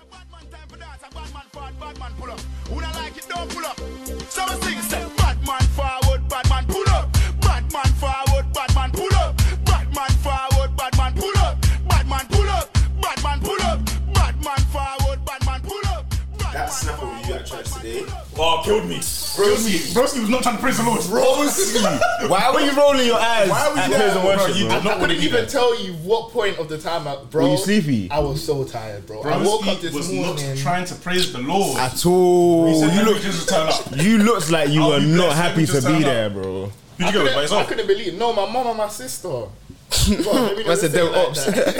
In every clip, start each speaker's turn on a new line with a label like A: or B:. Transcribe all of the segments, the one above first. A: Time for dance, a bad man forward, bad man pull up. Who not like it, don't pull up. So I sing, say, bad man forward, bad man pull up. Bad man forward, bad man pull up. Bad man forward, bad man pull up. Bad man pull up, bad man pull up. Bad man forward, bad man pull up. Bad
B: That
A: man
B: snap over you
A: forward,
B: at
A: bad
B: church
A: man
B: today.
A: pull up.
C: Oh, killed me.
B: Broski.
C: Broski was not trying to praise the Lord. Broski.
D: Why were you rolling your eyes?
B: Why were you
D: at
B: there?
D: praise and worship,
B: Bro, you
D: bro?
C: not
B: did I
C: wanna
B: couldn't
C: be
B: even
C: there.
B: tell you what point of the time, I, bro.
D: Were you sleepy?
B: I was so tired, bro. I woke up
C: Broski
B: this
C: was
B: morning.
C: not trying to praise the Lord.
D: At all.
C: He said,
D: You
C: "Let me
D: look.
C: just turn up.
D: You looked like you
C: I'll
D: were
C: be
D: not
C: blessed, let
D: happy
C: me
D: to
C: just
D: be
C: turn up.
D: there,
C: Did
D: bro.
C: you go by
B: couldn't, I
C: yourself?
B: couldn't believe. No, my mom and my sister. Bro, maybe
D: That's a
B: they
D: dope
B: don't
D: ops.
B: say it like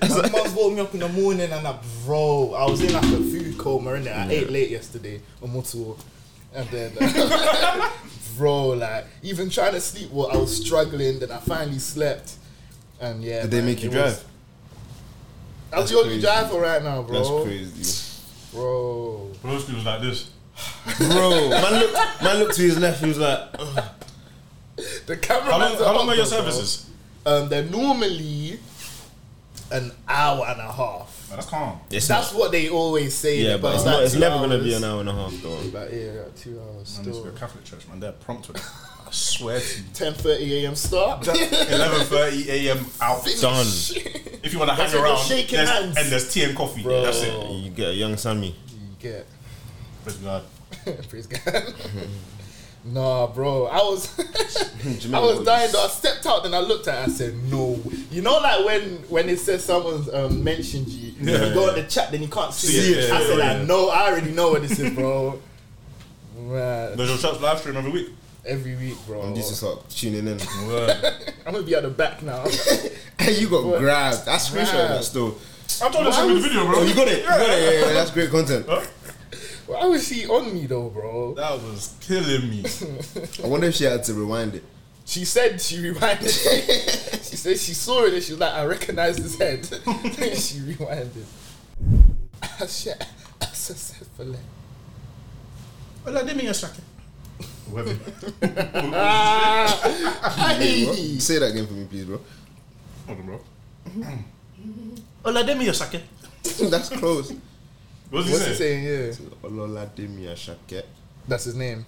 B: that. my mom woke me up in the morning and I, bro, I was in like a food coma in I ate late yesterday on Mutuo. And then, uh, bro, like even trying to sleep, well, I was struggling. Then I finally slept, and yeah.
D: Did they
B: man,
D: make you
B: it was-
D: drive?
B: That's the only
D: crazy.
B: drive for right now, bro.
D: That's crazy,
B: Bro,
C: Broski was like this.
D: bro. Man looked. Man looked to his left. He was like, "Ugh."
B: the camera.
C: How long, how long are your services?
B: Um, they're normally an hour and a half.
C: Man, that's calm.
D: It's
B: That's what they always say.
D: Yeah, but it's,
B: like
D: not, it's
B: two
D: never gonna be
B: hours.
D: an hour and a half though.
B: But yeah, like two hours
C: Man, this is a
B: still.
C: Catholic church, man. They're prompt with it. I swear to you.
B: 10:30 a.m. start.
C: 11.30 a.m. out.
D: Done.
C: If you want to hang
B: That's when you're
C: around,
B: shaking
C: there's,
B: hands.
C: and there's tea and coffee.
B: Bro.
C: That's it.
D: You get a young Sammy.
B: You get
C: Praise God.
B: praise God. Nah, bro, I was I
D: remember what
B: was
D: you
B: dying. Though. I stepped out, then I looked at. it, I said, "No." You know, like when when it says someone's um, mentioned you, you go in the chat, then you can't see,
C: See
B: it.
C: it,
B: I
C: yeah,
B: said,
C: yeah,
B: "I
C: yeah.
B: know. I already know what this is, bro." Man,
C: There's your church live stream every week.
B: every week, bro.
D: You just
B: I'm
D: start tuning in.
C: Word.
B: gonna be at the back now.
D: you got
B: What?
D: grabbed. That's
B: Grabbed.
D: screenshot that still.
C: I'm trying to show you the video, bro.
D: Oh, you got it. You got it. Yeah, yeah, that's great content.
B: Why was she on me though, bro?
C: That was killing me.
D: I wonder if she had to rewind it.
B: She said she rewinded. she said she saw it and she was like, I recognized his head. she rewinded. Ah, shit. I said, said for left.
C: Well, I didn't mean a shaking.
B: Ah!
D: Wait, what?
B: Aye.
D: Say that again for me, please, bro.
C: Hold on, bro. Olademi Osake.
D: that's close.
C: What's he
B: What's he
C: saying?
B: saying? Yeah.
D: Ololademi Ashake.
B: That's his name.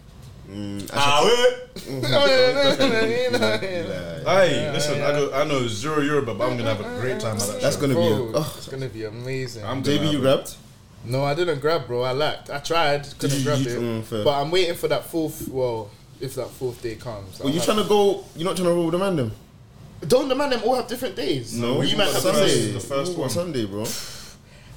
D: Mm,
C: Ah, wait.
B: That's
C: Hey, listen, I, go, I know zero Yoruba, but I'm gonna have a great time at that.
D: That's
C: show.
D: gonna be. A, oh,
B: It's gonna be amazing.
C: I'm gonna
D: JB,
C: have
D: you
C: a-
D: grabbed.
B: no, I didn't grab, bro. I lacked. I tried, couldn't
D: You-
B: grab
D: you-
B: it.
D: mm, fair.
B: but I'm waiting for that fourth. Well, if that fourth day comes,
D: Well, you trying to go? You're not trying to roll with a man, them.
B: Don't the man them all have different days?
D: No,
B: you
C: we
B: might
C: got
B: have the
C: Sunday.
B: same.
C: the first
D: Ooh,
C: one.
D: Sunday, bro.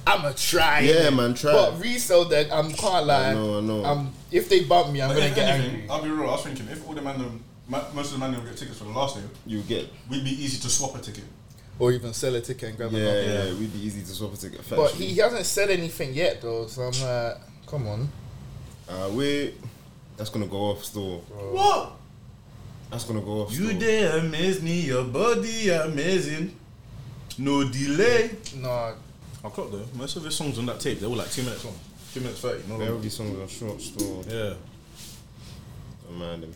B: I'ma try.
D: Yeah,
B: it.
D: man, try.
B: But resell that I'm can't lie.
D: I know, I know.
B: Um, if they bump me, I'm
C: But
B: gonna
C: if
B: get
C: anything,
B: angry.
C: I'll be real. I was thinking if all the man, them- ma- most of the man them get tickets for the last name,
D: You get.
C: we'd be easy to swap a ticket.
B: Or even sell a ticket and grab
D: Yeah,
B: another.
D: yeah, we'd be easy to swap a ticket.
B: But he, he hasn't said anything yet though, so I'm like, come on.
D: Uh, wait. That's gonna go off still.
C: What?
D: That's gonna go off.
C: You
D: still.
C: dare amaze me, your body amazing. No delay.
B: No,
C: I clocked though. Most of his songs on that tape, they were like two minutes long. Two minutes thirty, no
D: There will
C: longer.
D: be songs on short still.
C: Yeah.
D: Don't mind him.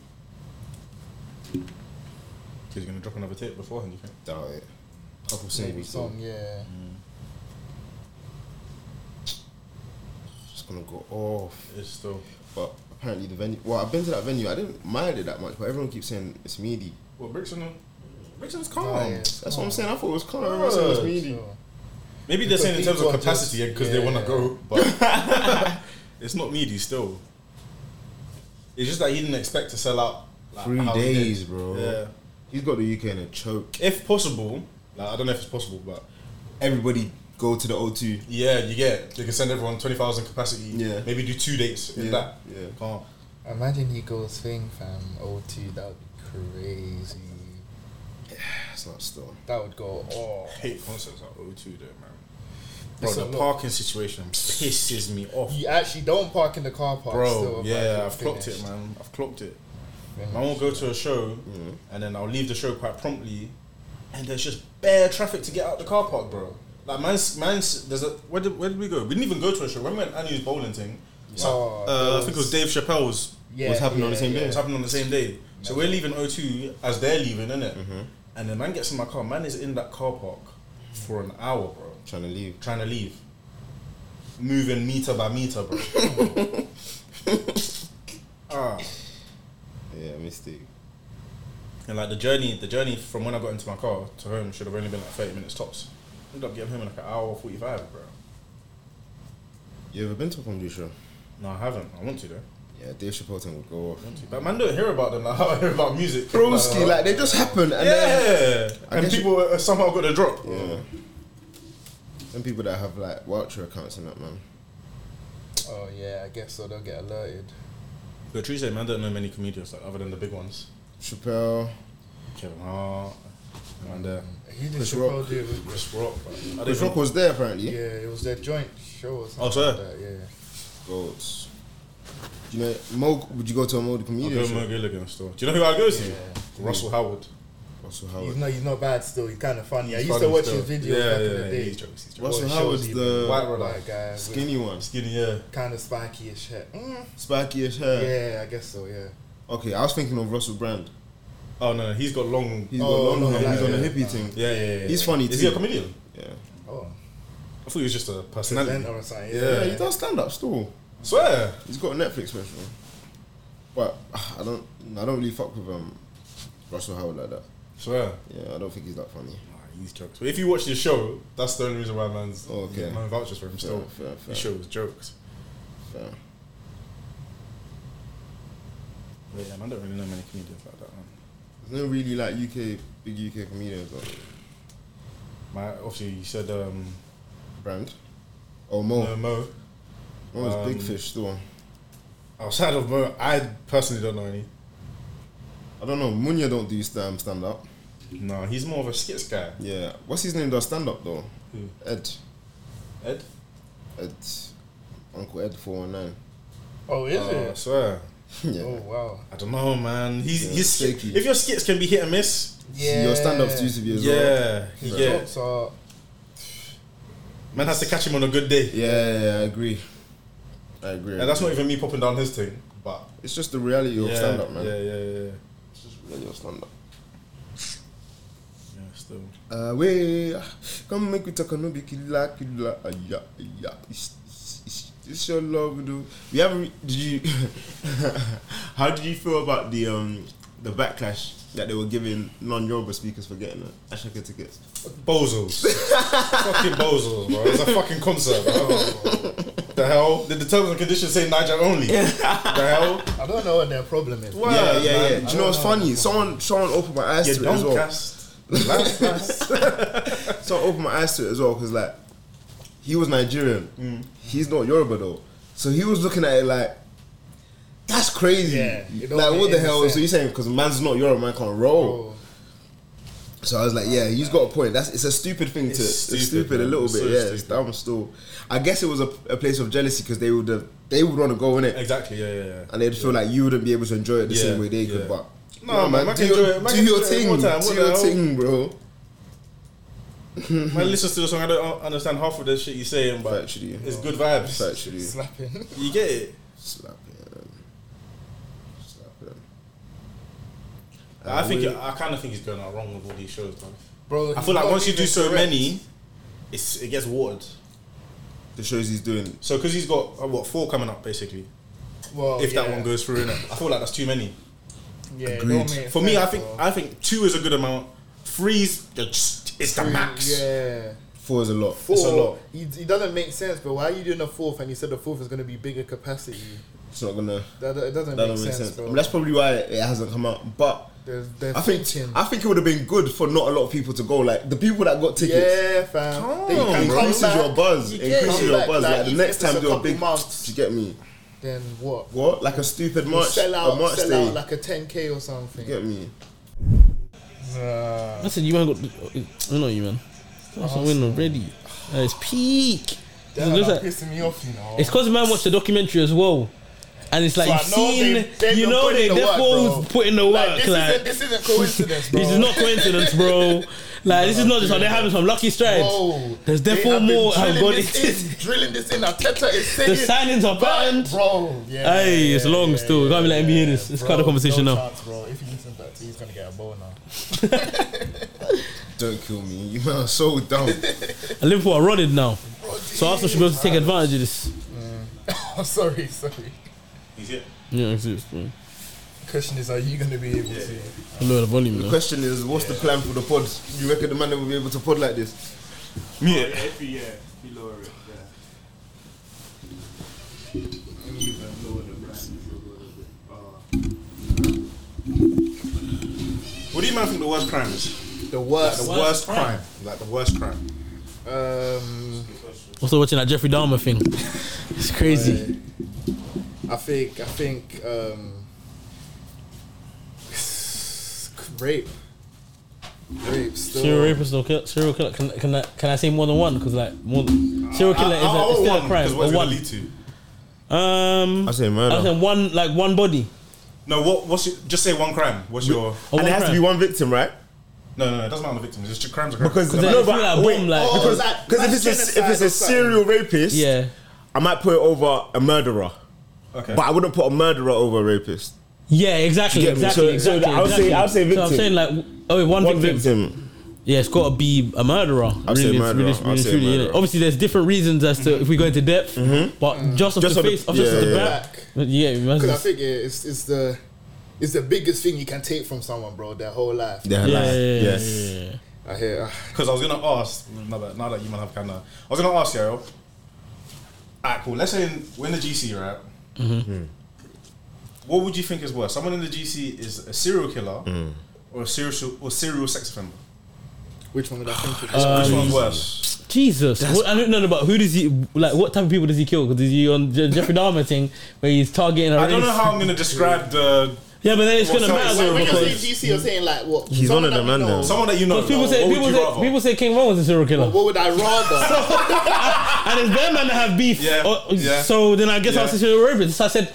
C: He's gonna drop another tape beforehand, you think?
D: Doubt it. Couple
B: maybe
D: singles.
B: some,
D: though.
B: yeah.
D: It's gonna go off.
C: It's still
D: But apparently the venue. Well, I've been to that venue. I didn't mind it that much, but everyone keeps saying it's meaty.
C: What Brixton? Brixton's calm.
B: Oh, yeah.
D: That's what I'm saying. I thought it was calm. Everyone said it was meaty.
B: So,
C: Maybe they're saying in terms of
B: Because people are just-
C: capacity because they
B: yeah.
C: want to go, but it's not meaty still. It's just that he didn't expect to sell out like,
D: Three
C: how he did.
D: days, bro.
C: Yeah,
D: He's got the UK in a choke.
C: if possible, like, I don't know if it's possible, but
D: Everybody go to the O2.
C: yeah, you get they can send everyone twenty thousand capacity.
D: Yeah.
C: maybe do two dates in
D: Yeah,
C: that.
D: yeah.
C: Calm.
B: Imagine he goes thing fam O2, that would be crazy.
D: That's not still.
B: That would go oh
C: Hate concerts at O2 though, man. Bro,
B: It's a
C: the
B: lot.
C: parking situation pisses me off.
B: you actually don't park in the car park
C: Bro,
B: still,
C: yeah, I've
B: finished.
C: clocked it, man. I've clocked it.
B: Finished.
C: I won't go to a show
B: Mm-hmm.
C: and then I'll leave the show quite promptly and there's just bare traffic to get out the car park, bro. Like man's man's there's a where did, where did we go? We didn't even go to a show. When we went to Annie's bowling thing, so,
B: Oh,
C: uh, I
B: those-
C: think it was Dave Chappelle's.
B: Yeah,
D: What's happening on the
B: yeah,
D: same
B: yeah.
C: It was happening on the same day. So we're leaving O2 as they're leaving, innit?
B: Mm-hmm.
C: And the man gets in my car. Man is in that car park for an hour, bro,
D: Trying to leave.
C: trying to leave. moving meter by meter, bro. ah.
D: Yeah, mistake.
C: And like the journey, the journey from when I got into my car to home should have only been like thirty minutes tops. Ended up getting home in like an hour forty five, bro.
D: You ever been to a comedy show?
C: No, I haven't. I want to though.
D: Yeah, Dave Chappelle thing would go off.
C: I want to. But man, don't hear about them like how I hear about music.
D: Broski, like they just happen, and then
C: yeah,
D: I
C: and
D: guess you-
C: people uh, somehow got the drop.
D: yeah. Some people that have like voucher accounts and that man.
B: Oh yeah, I guess so. They'll get alerted.
C: But truth man, I don't know many comedians like, other than the big ones.
D: Chappelle,
C: Kevin Hart, and uh,
B: He did
D: Chris
B: Chappelle
D: Rock.
B: do it with-
C: Chris Rock. Like, I
D: Chris
C: don't
D: Rock was there apparently.
B: Yeah, it was their joint show or something.
C: Oh, so?
B: Like that. Yeah.
D: Goats. Do You know, Mo, would you go to a Mo the
C: even-
D: comedian?
C: I'll go Mo
D: show?
C: Gilligan still. Do you know who I go to?
B: Yeah.
C: Russell Howard.
D: Russell
B: He's
D: Howard.
B: not, he's not bad still. He's kind of funny. I
C: He's
B: used to
C: funny
B: watch
C: still.
B: his videos
C: Yeah,
B: back in
C: yeah,
B: the day.
C: he's jokes, he's jokes.
D: Russell
B: Well, it
D: Howard's
B: shows
D: the
C: White Rod
B: White guy,
D: skinny one,
C: Skinny, yeah.
B: kind of spiky as shit. Mm.
D: spiky as hair.
B: Yeah, I guess so. Yeah.
D: Okay, I was thinking of Russell Brand.
C: Oh no, no, he's got long.
D: He's
B: Oh,
D: got long
B: no,
D: hair.
B: like,
D: he's on a
B: yeah.
D: hippie thing.
C: yeah, yeah, yeah.
D: He's
C: yeah.
D: funny
C: Is
D: too.
C: he a comedian?
D: Yeah.
B: Oh,
C: I thought he was just a
B: presenter
C: personality.
B: or something.
C: Yeah.
B: Yeah.
D: Yeah, he does stand up still.
C: Swear.
D: He's got a Netflix special. But ah, I don't, I don't really fuck with um Russell Howard like that.
C: Swear.
D: Yeah, I don't think he's that funny.
C: Nah, he's jokes. But if you watch the show, that's the only reason why man's
D: Oh, okay.
C: man vouches for him still.
D: fair, fair,
C: His show was jokes.
D: fair.
C: But yeah, man, I don't really know many comedians like that. Man.
D: There's no really like UK big UK comedians like
C: My obviously you said um,
D: Brand. Oh Mo,
C: no, Mo.
D: Mo was big
C: um,
D: fish still.
C: Outside of Mo, I personally don't know any.
D: I don't know. Munya don't do stand stand up.
C: No, he's more of a skits guy.
D: Yeah. What's his name does stand up though?
C: Who?
D: Ed.
C: Ed.
D: Ed. Uncle Ed four one nine.
B: Oh, is
C: Oh, I
B: it?
C: swear.
D: Yeah.
B: Oh wow.
C: I don't know, man. He's
D: Yeah,
C: he's
D: shaky.
C: if your skits can be hit and miss.
D: See, Your stand ups used to be as well.
C: Yeah,
B: His
C: yeah.
B: jokes are.
C: Man has to catch him on a good day.
D: Yeah, yeah, I agree. I agree.
C: And that's not even me popping down his thing, but
D: it's just the reality of
C: yeah,
D: stand up, man.
C: Yeah, yeah, yeah, yeah.
D: It's just the reality of stand up.
C: Yeah, still.
D: Uh, we come make we talk no be killa killa ah, yeah yeah. It's, it's, it's, it's your love, do we have? re- Did you? how did you feel about the um the backlash that they were giving non-Yoruba speakers for getting uh, Ashaka tickets?
C: Bozos. fucking bozos, bro. It's a fucking concert, bro. the hell? Did the terms and conditions say Niger only? the hell?
B: I don't know what their problem is.
C: What?
D: yeah,
C: Yeah,
D: yeah,
C: man.
D: yeah. Do you know what's funny? Someone, someone opened my eyes
C: You
D: to it as
C: don't
D: well.
C: cast.
D: Someone opened my eyes to it as well because like he was Nigerian,
C: Mm.
D: he's not Yoruba though, so he was looking at it like. That's crazy.
B: Yeah, it don't
D: like,
B: make
D: what the
B: any
D: hell?
B: sense.
D: So you're saying because man's not Yoruba, man can't roll.
B: Oh,
D: So I was like, yeah, he's got a point. That's it's a stupid thing to.
C: It's
D: It's stupid,
C: stupid,
D: a
C: man.
D: little
C: It's
D: bit.
C: so
D: yeah, it's
C: stupid.
D: dumb still. I guess it was a, a place of jealousy because they would have they would want to go in it,
C: Exactly, yeah, yeah, yeah.
D: and they'd feel like you wouldn't be able to enjoy it the
C: Yeah,
D: same way they
C: yeah.
D: could. But
C: No,
D: nah,
C: man, man
D: do
C: can enjoy
D: your,
C: it- man
D: do
C: can
D: your
C: enjoy it
D: thing,
C: more time.
D: do
C: What the
D: your
C: hell?
D: thing, bro.
C: Man listens to the song, I don't understand half of the shit you're saying, but
D: Factually.
C: it's good vibes.
D: It's actually
B: slapping.
C: You get it?
D: slap it. um, Slap it.
C: I think
D: we-
C: it, I kind of think it's going out wrong with all these shows, man.
B: Bro,
C: I
B: he's
C: feel like
B: not
C: once you do
B: even
C: so
B: correct.
C: many, it's it gets watered.
D: the shows he's doing.
C: So because he's got uh, what four coming up basically,
B: Well,
C: if that
B: Oh, yeah.
C: one goes through, innit? I feel like that's too many.
B: yeah, it
D: Agreed.
B: don't make
C: For me, I
B: sense,
C: think
B: bro.
C: I think two is a good amount. Three's the it's the max.
B: Yeah.
D: Four is a lot.
B: Four,
D: It's a lot.
B: It, it doesn't make sense, but why are you doing a fourth and you said the fourth is going to be bigger capacity?
D: It's not gonna.
B: That, that it doesn't
D: That
B: make
D: don't make
B: sense,
D: sense. I
B: bro.
D: mean, that's probably why it hasn't come out. But
B: They're- they're
D: I think
B: thinking.
D: I think it would have been good for not a lot of people to go. Like the people that got tickets.
B: yeah, fam. They
C: on,
B: can come
D: increases
B: back,
D: your buzz.
B: you get
D: increases
B: it.
D: your
B: Like-
D: buzz. Like,
B: like,
D: the
B: if
D: next
B: it's a
D: time do a
B: couple
D: big.
B: months.
D: Do you get me?
B: Then what?
D: What? Like a stupid march.
B: sell out,
D: a march
B: sell
D: day.
B: out like a 10k or something.
D: you get me?
B: Nah.
E: Listen, you man got. I know you man. That's a win already. That is Ah, peak.
B: Damn,
E: It's
B: that
E: like-
B: pissing me off, you know.
E: It's because man watched the documentary as well. And it's like
B: So I
E: you've
B: know
E: seen,
B: they- they've
E: you
B: been
E: know,
B: putting
E: they
B: in the work,
E: definitely
B: bro.
E: put in the work.
B: like,
E: Like,
B: this, isn't, this isn't coincidence, bro.
E: this is not coincidence, bro. Like, this is not just like they're having some lucky strides.
B: Whoa,
E: There's
B: they
E: therefore
B: have been
E: more have
B: drilling
E: gone
B: this
E: into
B: in, drilling this in. Arteta is
E: The
B: saying
E: signings are banned.
B: bro. Yeah,
E: Hey, it's long still. You can't be letting me hear this. Let's cut the conversation
B: no
E: now.
B: Chance, bro. If he listens back to, he's gonna get a ball now.
D: Don't kill me. You man are so dumb.
E: And Liverpool are running now.
B: Bro,
E: So Arsenal should be able to take advantage of this.
B: I'm sorry, sorry.
C: He's it.
E: Yeah, exists, bro.
B: Question is, are you going to be able to?
E: Lower the volume,
D: The
E: though.
D: question is, what's the plan for the pod? You reckon the man will be able to pod like this?
C: Yeah.
F: Every year, we lower it. Yeah. And we even lower the brand a little bit. Uh,
C: What do you man think the worst crime is?
B: The worst.
C: The worst crime. Like the worst crime.
B: Um,
E: Also watching that Jeffrey Dahmer thing. It's crazy.
B: I think. I think. Um, rape. Rape. Still.
E: Serial rapist or kill, serial killer. Can, can, I, can I say more than one? Because like more than,
C: Ah,
E: serial killer is, a, is still a crime.
C: What's
E: Or one.
C: lead to?
E: Um,
D: I say
E: I
D: murder.
E: said one like one body.
C: No, what? What's your, just say one crime? What's your?
E: Or
D: And
E: one
D: it has to
E: crime.
D: be one victim, right?
C: No, no, no. It doesn't matter on the victims. It's just crimes are crimes.
D: Because
E: Because
D: no,
E: like,
D: but
E: if you like
D: wait,
E: bomb, like-
D: because
B: Oh,
D: because if
B: that's
D: it's a, if
B: genocide
D: it's
B: or
D: a
B: something.
D: serial rapist,
E: Yeah.
D: I might put it over a murderer,
C: okay.
D: but I wouldn't put a murderer over a rapist.
E: Yeah, exactly,
D: You get me?
E: exactly,
D: So- so
E: exactly.
D: I would say-
E: exactly.
D: I would say
E: So I'm
D: victim.
E: saying like, oh, wait, one,
D: One
E: victim.
D: victim.
E: Yeah, it's got to be a murderer.
D: I'd say
E: it's-
D: murderer.
E: it's-
D: I'd
E: it's
D: say
E: really, innit?
D: murderer. Mm-hmm.
E: Obviously, there's different reasons as to if we go into depth, but just off
D: Just
E: the
D: off the-
E: face, off just
D: yeah,
E: off the
D: yeah.
E: back. Yeah, you must
B: Because I
E: just-
B: think yeah, it's it's the it's the biggest thing you can take from someone, bro. Their whole life.
D: Yeah,
E: yeah,
D: like,
E: yeah, yeah,
D: yes.
E: yeah, yeah.
B: I hear. ah,
C: Because I was gonna ask now that now that you man have kind of I was gonna ask you. Alright, cool. Let's say in, we're in the GC, right? Hmm. What would you think is worse? Someone in the GC is a serial killer or a serial or serial sex offender.
B: Which one did I think?
E: Uh,
C: Which
B: of?
C: one's worse?
E: Jesus, what, I don't know about who does he like. What type of people does he kill? Because is he on Je- Jeffrey Dahmer thing where he's targeting a
C: I
E: race?
C: don't know how I'm gonna describe the
E: Yeah, but then it's
C: Well,
E: gonna
C: sorry,
E: matter
C: sorry,
E: though,
B: when
E: because
B: you say GC, you're saying like what?
D: He's
B: Someone
D: one of
B: that
D: them,
B: we
D: man,
B: know.
D: though.
C: someone that you know.
E: people
C: like,
E: say
C: what would
E: people
C: you
E: say
C: rather?
E: people say King Von was a serial killer,
B: What would I rather?
E: and it's them and they have beef.
C: Yeah,
E: Oh,
C: yeah.
E: So then I guess I'll
C: Yeah.
E: say serial rapist. So I said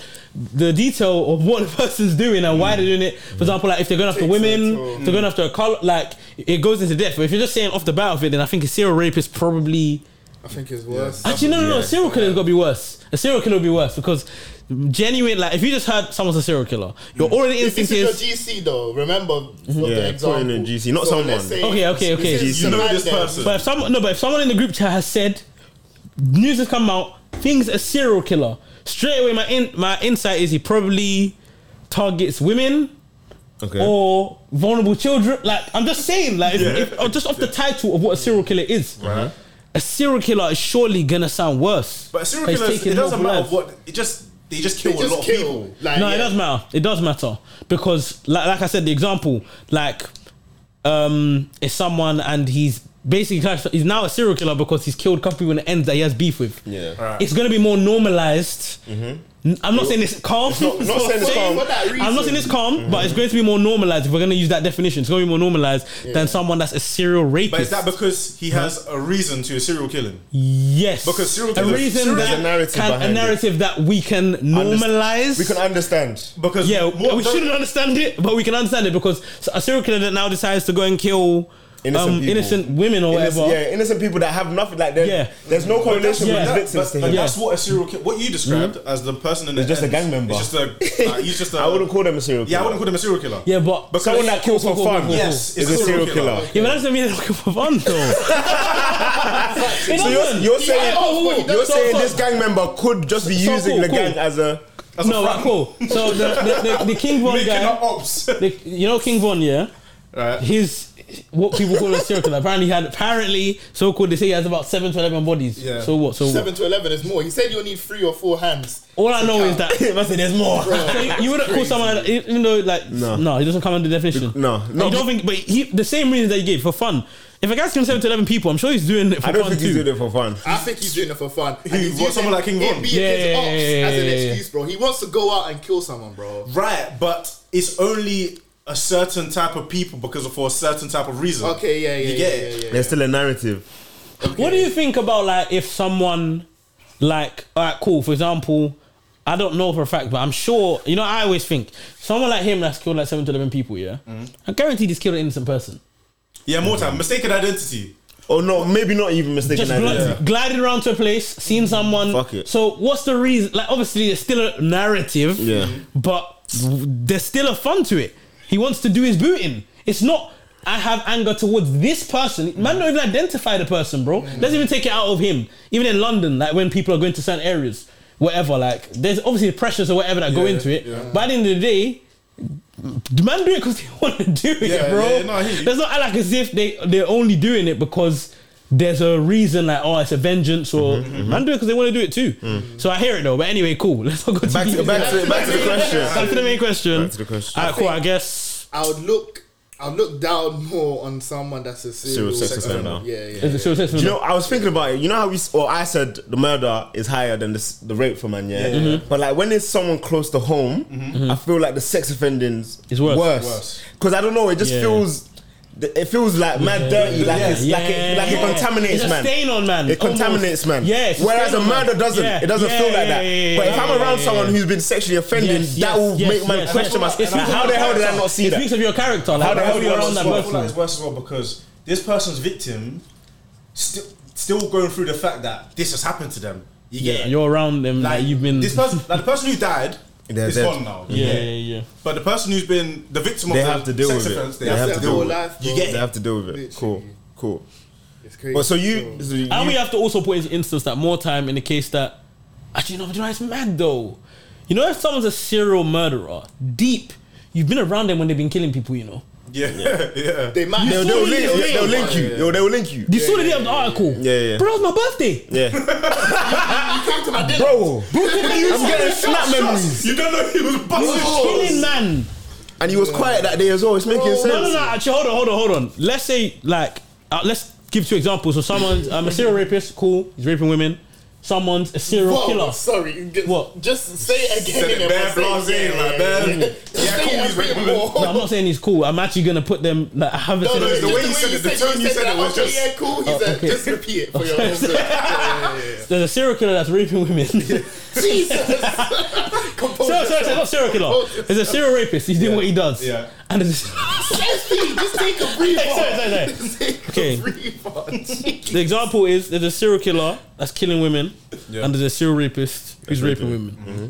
E: the detail of what the person's doing and why they're doing it.
C: Mm.
E: For example, like if they're going after women,
B: or-
E: if they're going after a color, like it goes into depth. But if you're just saying off the bat of it, then I think a serial rapist probably.
B: I think it's worse.
E: Actually, no, no, no. A serial killer's got to be worse. A serial killer would be worse because genuine. Like, if you just heard someone's a serial killer, your
C: Hmm.
E: already
B: If
E: instinct
B: this is
E: is.
B: your GC though, remember yeah,
D: Yeah,
B: the example.
D: put in a GC, not someone.
B: let's say
E: Okay, okay, okay.
B: this is
C: You know
B: Samantha.
C: this person.
E: But if someone, no, but if someone in the group chat has said, news has come out, things a serial killer. Straight away, my in, my insight is he probably targets women
D: Okay.
E: or vulnerable children. Like, I'm just saying, like, if- if- or just off the title of what a serial killer is.
C: Right.
E: A serial killer is surely gonna sound worse.
C: Uh-huh. But a serial
E: He's
C: killer,
E: taking
C: it doesn't
E: more
C: matter
E: lives.
C: what. It just they just
B: They
C: kill a
B: just
C: lot of
B: kill.
C: people.
B: Like,
E: no,
B: yeah.
E: it does matter. It does matter because, like, like I said, the example, like, um, is someone and he's basically class- he's now a serial killer because he's killed couple people in the end that he has beef with.
D: Yeah.
C: Right.
E: It's gonna be more normalized. N- I'm not saying Mm-hmm. it's calm.
D: not saying it's calm.
B: For that
E: I'm not saying it's calm, but it's going to be more normalized. If we're going to use that definition, it's going to be more normalized than someone that's a serial rapist.
C: But is that because he has a reason to a serial killing?
E: yes,
C: because serial
E: a
C: killers-
E: reason
C: serial-
E: that
D: There's a narrative
E: can, a
D: behind it.
E: narrative that we can normalize.
D: We can understand.
C: Because
E: Yeah,
C: more-
E: we shouldn't understand it, but we can understand it because a serial killer that now decides to go and kill
D: Innocent
E: um,
D: people.
E: innocent women or
D: Innocent-
E: whatever.
D: yeah, innocent people that have nothing. Like, there-
E: Yeah.
D: there's no correlation
E: yeah.
D: with
E: that-
D: these victims to
C: but,
D: him.
C: and that's what a serial killer. What you described as the person in the
D: He's Hmm? just a
C: end
D: gang
C: is
D: member.
C: Just a, uh, he's just a.
D: I wouldn't call them a serial.
C: Yeah, I
D: killer.
C: wouldn't call him a serial killer.
E: Yeah, but
C: Because
D: Someone that kills for
E: Cool, cool,
D: fun
E: cool, cool.
C: Yes,
D: is a serial killer.
E: Yeah, but that's not mean they're looking for fun though.
D: So you're, you're saying
E: oh, oh,
D: you're
E: so-
D: saying
E: so-
D: this gang member could just be
E: So
D: using
E: cool,
D: the
E: cool.
D: gang as a
C: That's
E: no,
C: a
E: right,
C: front.
E: cool. So the the, the, the King Von
C: Making up
E: guy,
C: ops.
E: the, you know King Von, yeah.
C: right.
E: His what people call a serial killer. Apparently, he had apparently so called. They say he has about seven to eleven bodies.
C: Yeah.
E: So what? So what?
B: Seven to eleven is more. He said you'll need three or four hands.
E: all I know is that
D: must say there's more.
E: So you, you wouldn't call someone, even though like no,
D: No.
E: he doesn't come under the definition.
D: no,
E: And
D: no.
E: you don't think. But he, the same reasons that he gave for fun. If a guy's killing seven to eleven people, I'm sure he's doing it for
D: I don't
E: fun
D: think
E: too.
D: he's doing it for fun.
B: I think he's doing it for fun. And he's
C: wants
B: using
C: someone like King
B: it
C: Von.
B: being
E: Yeah,
B: his
E: yeah,
B: ops
E: yeah,
B: as an
E: yeah, yeah.
B: excuse, bro. He wants to go out and kill someone, bro.
C: right, but it's only a certain type of people because of for a certain type of reason.
B: Okay, yeah, yeah,
C: You get
B: yeah,
C: it?
B: yeah, yeah,
D: There's still a narrative.
E: What do you think about like if someone like all right, cool. For example, I don't know for a fact, but I'm sure you know. I always think someone like him that's killed like seven to eleven people. Yeah,
D: Mm-hmm.
E: I guarantee he's killed an innocent person.
C: Yeah, more time. Mistaken identity.
D: Or no, maybe not even mistaken.
E: Just
D: identity.
E: gl- glided around to a place, seen someone.
D: Fuck it.
E: So what's the reason? Like obviously, there's still a narrative.
D: Yeah.
E: but there's still a fun to it. He wants to do his booting. It's not I have anger towards this person. Man, don't even identify the person, bro. Doesn't even take it out of him. Even in London, like when people are going to certain areas, whatever, like there's obviously pressures or whatever that go into it. But at the end of the day, the man do it because they want to do
C: Yeah,
E: it, bro.
C: yeah, no, I hear you.
E: There's not act like as if they they're only doing it because there's a reason, like oh, it's a vengeance, or man do it because they want to do it too. So I hear it though. But anyway, cool. Let's not go
D: Back to,
E: the-
D: back to, back to the
E: Back
D: question.
E: to the main question.
D: Back to the question.
E: Alright, cool. I guess
B: I would look. I would look down more on someone that's a serial,
D: Serial sex offender.
B: Yeah, yeah.
E: is it suicide?
D: Do you know, I was thinking about it. You know how we, s- or I said the murder is higher than the, s- the rape for man, yeah?
E: Mm-hmm.
D: But like when it's someone close to home, I feel like the sex offendings
E: It's worse.
C: Worse.
D: Worse. Because I don't know, it just
E: Yeah.
D: feels, it feels like mad dirty, like,
C: Yeah.
D: it's, like, it, like it contaminates
E: it's a
D: man.
E: stain on man.
D: It contaminates man.
E: Yes.
D: Whereas a murder doesn't. It doesn't feel like that. but if I'm around someone who's been sexually offended,
E: Yes,
D: that
E: yes,
D: will
E: yes,
D: make man
E: yes.
D: question
E: It
D: myself.
E: speaks
D: Like, how
E: about
D: the hell did I
E: character.
D: not see
E: It
D: that?
E: speaks of your character. Like, how the hell
D: do you
E: you're
D: not
E: around that
D: see
C: I feel like it's
E: person?
C: worse as well because this person's victim still still going through the fact that this has happened to them. You get
E: Yeah,
C: it?
E: you're around them. Like,
C: like
E: you've been.
C: this person, like the person who died,
D: They're
C: is
D: dead.
C: gone now.
E: yeah, yeah, yeah.
C: But the person who's been the victim of
D: They
C: the
D: have to deal
C: sex
D: with it.
C: offense,
D: They have to
B: their
D: deal
B: whole
D: with it.
B: life, bro.
C: You get
D: They have to deal with it.
B: Literally.
D: Cool, cool.
B: It's crazy.
D: But so you, so you
E: And we have to also put into instance that more time in the case that actually, no, you know what, it's mad though. You know, if someone's a serial murderer, deep, you've been around them when they've been killing people. You know,
C: Yeah, yeah.
B: they might.
D: they'll, they'll, link,
E: Yeah,
D: they'll link you. They'll, they'll link you.
E: you saw the day of the article.
D: Yeah, yeah.
E: bro, it's my birthday.
D: Yeah,
B: Come to my dinner.
D: bro. I'm getting snap memories,
C: You don't know he was
E: You
C: busting.
E: were killing man.
D: and he was quiet that day as well. It's making sense.
E: Oh, No, no, no. Actually, hold on, hold on, hold on. Let's say, like, uh, let's give two examples. So, someone's um, a serial rapist, cool, he's raping women. Someone's a serial
B: Whoa,
E: killer.
B: sorry. Just,
E: What?
B: Just say it again.
C: Said it
B: innit?
C: bare
B: Say
C: blasé,
B: it again.
C: like, bare- Yeah, cool,
B: Yeah,
C: he's
B: Say it a
C: raping
B: bit more.
E: No, I'm not saying he's cool. I'm actually gonna put them. Like, I haven't said
B: No, no,
E: it.
B: it's
C: the
B: just
C: way you said it, the tone you said it was
B: okay,
C: just-
B: yeah, cool.
D: Oh,
B: He said,
E: okay.
B: just repeat it for your own sake. Yeah, yeah, yeah.
E: There's a serial killer that's raping women. serial,
B: Jesus. Compose
E: sorry, sorry,
B: yourself.
E: not serial killer. There's a serial rapist. He's doing what he does.
C: Yeah.
E: And there's
B: SP, just take a breather.
E: Sorry, sorry, sorry.
B: Just take
E: Okay.
B: a breather.
E: the example is there's a serial killer that's killing women,
C: Yeah.
E: and there's a serial rapist who's raping women. Mm-hmm.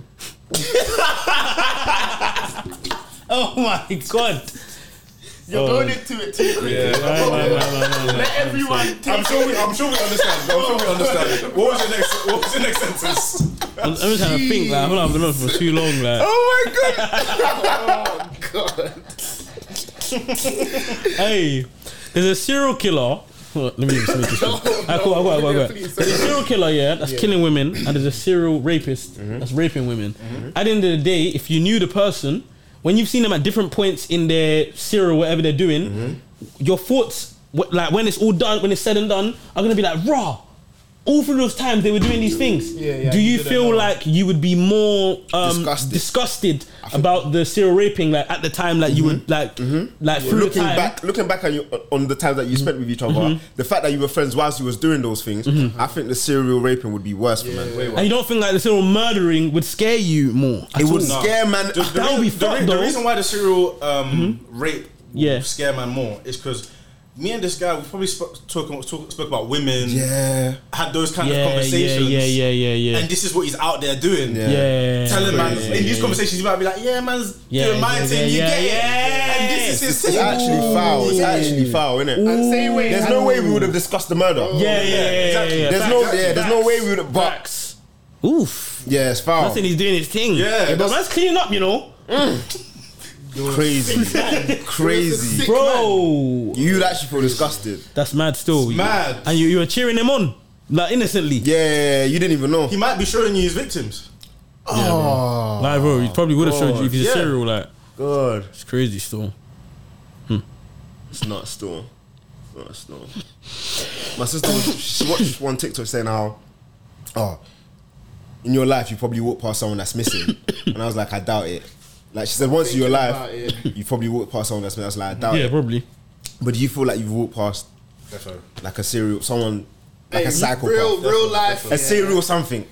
E: oh my god!
B: You're going into it too quick.
E: Man, man, man, man, man.
B: Let everyone take
C: I'm sure we, I'm sure we understand. I'm sure we understand. What was your next? What was your next sentence?
E: I'm, I'm just trying to think. Like, I've been on the road for too long. Like,
B: Oh, God.
E: hey, there's a serial killer. Let me just make this one. Alright, cool, cool, cool, cool, cool.
B: Please,
E: There's a serial killer, yeah, that's killing women, and there's a serial rapist that's raping women.
B: Mm-hmm.
E: At the end of the day, if you knew the person, when you've seen them at different points in their serial, whatever they're doing,
B: Mm-hmm.
E: your thoughts, wh- like when it's all done, when it's said and done, are gonna be like raw. All through those times they were doing these things.
B: Yeah, yeah,
E: Do
B: you
E: you
B: didn't
E: feel
B: know.
E: like you would be more um, disgusted,
D: Disgusted.
E: about the serial raping, like at the time, like you would like, like through
D: Mm-hmm. looking
E: the time?
D: back, looking back on, your, on the times that you spent with each other, the fact that you were friends whilst you was doing those things, I think the serial raping would be worse for man.
E: And you don't think like the serial murdering would scare you more?
D: It would scare man.
E: That would be
C: the,
E: fucked
C: re- the
E: though. Mm-hmm.
C: reason why the serial um, rape
E: Yeah.
C: will scare man more is because me and this guy we probably spoke talk, talk, spoke about women,
D: yeah,
C: had those kind
E: yeah,
C: of conversations,
E: yeah, yeah, yeah, yeah, yeah.
C: and this is what he's out there doing.
D: Yeah.
E: yeah.
C: Telling man
D: Yeah,
C: in these conversations, you might be like, "Yeah, man's
E: Yeah,
C: doing my
E: yeah,
C: thing,
E: yeah,
C: you
E: yeah,
C: get
E: yeah.
C: it." And this is his
D: it's
C: thing.
D: actually foul. It's actually foul, isn't it?
B: And say wait.
D: There's no way we would have discussed the murder.
E: yeah, yeah, yeah, yeah,
C: exactly.
E: yeah.
D: There's
E: Facts,
D: no, yeah, there's no way we would have. But
E: facts. Oof.
D: yeah, it's foul.
E: Nothing. He's doing his thing.
C: Yeah,
E: but
C: that's-
E: man's cleaning up, you know,
D: Crazy, crazy.
E: bro.
D: You'd actually feel disgusted.
E: That's mad. Still You-
C: mad.
E: And you, you were cheering him on, like innocently.
D: Yeah, you didn't even know.
C: He might be showing you his victims.
D: Oh
E: Like, bro, he probably would have showed you if he's
C: yeah.
E: a serial. Like,
D: God,
E: it's crazy. Still.
D: it's not storm. Not storm. My sister was she watched one TikTok saying how, oh, in your life you probably walk past someone that's missing, and I was like, I doubt it. Like she said, once in your
B: Thinking about
D: life, you probably walk past someone that's missing. I was like, I
C: Oh,
D: doubt
E: Yeah,
D: it.
E: probably.
D: But do you feel like you've walked past like a serial, someone like
B: Hey,
D: a psychopath,
B: Real, real life.
D: a serial something?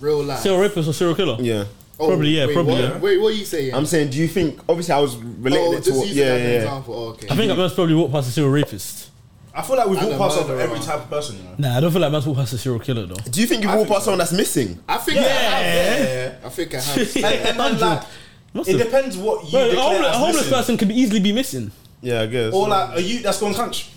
B: Real life.
E: Serial rapist or serial killer?
D: Yeah.
B: Oh,
E: Probably, yeah,
B: wait,
E: probably,
B: What,
E: yeah.
B: Wait, what are you saying?
D: I'm saying, do you think? Obviously, I was relating
B: oh,
D: it to
B: just
D: what,
B: using
D: yeah,
B: that as an
D: yeah.
B: example. Oh, okay.
E: I think I must probably walk past a serial rapist.
C: I feel like we've
B: And
C: all
B: a
C: passed over
B: murderer.
C: every type of person, you know.
E: Nah, I don't feel like man's walk past a serial killer though.
D: Do you think you walk past someone that's missing?
B: I think I have.
E: Yeah.
B: I think I have.
C: And, and then, like,
E: Must
C: it
E: have-
C: depends what you
E: Bro, a
C: declare
E: homeless,
C: as
E: a homeless
C: missing.
E: person could easily be missing.
D: Yeah, I guess.
C: Or like a youth that's gone country.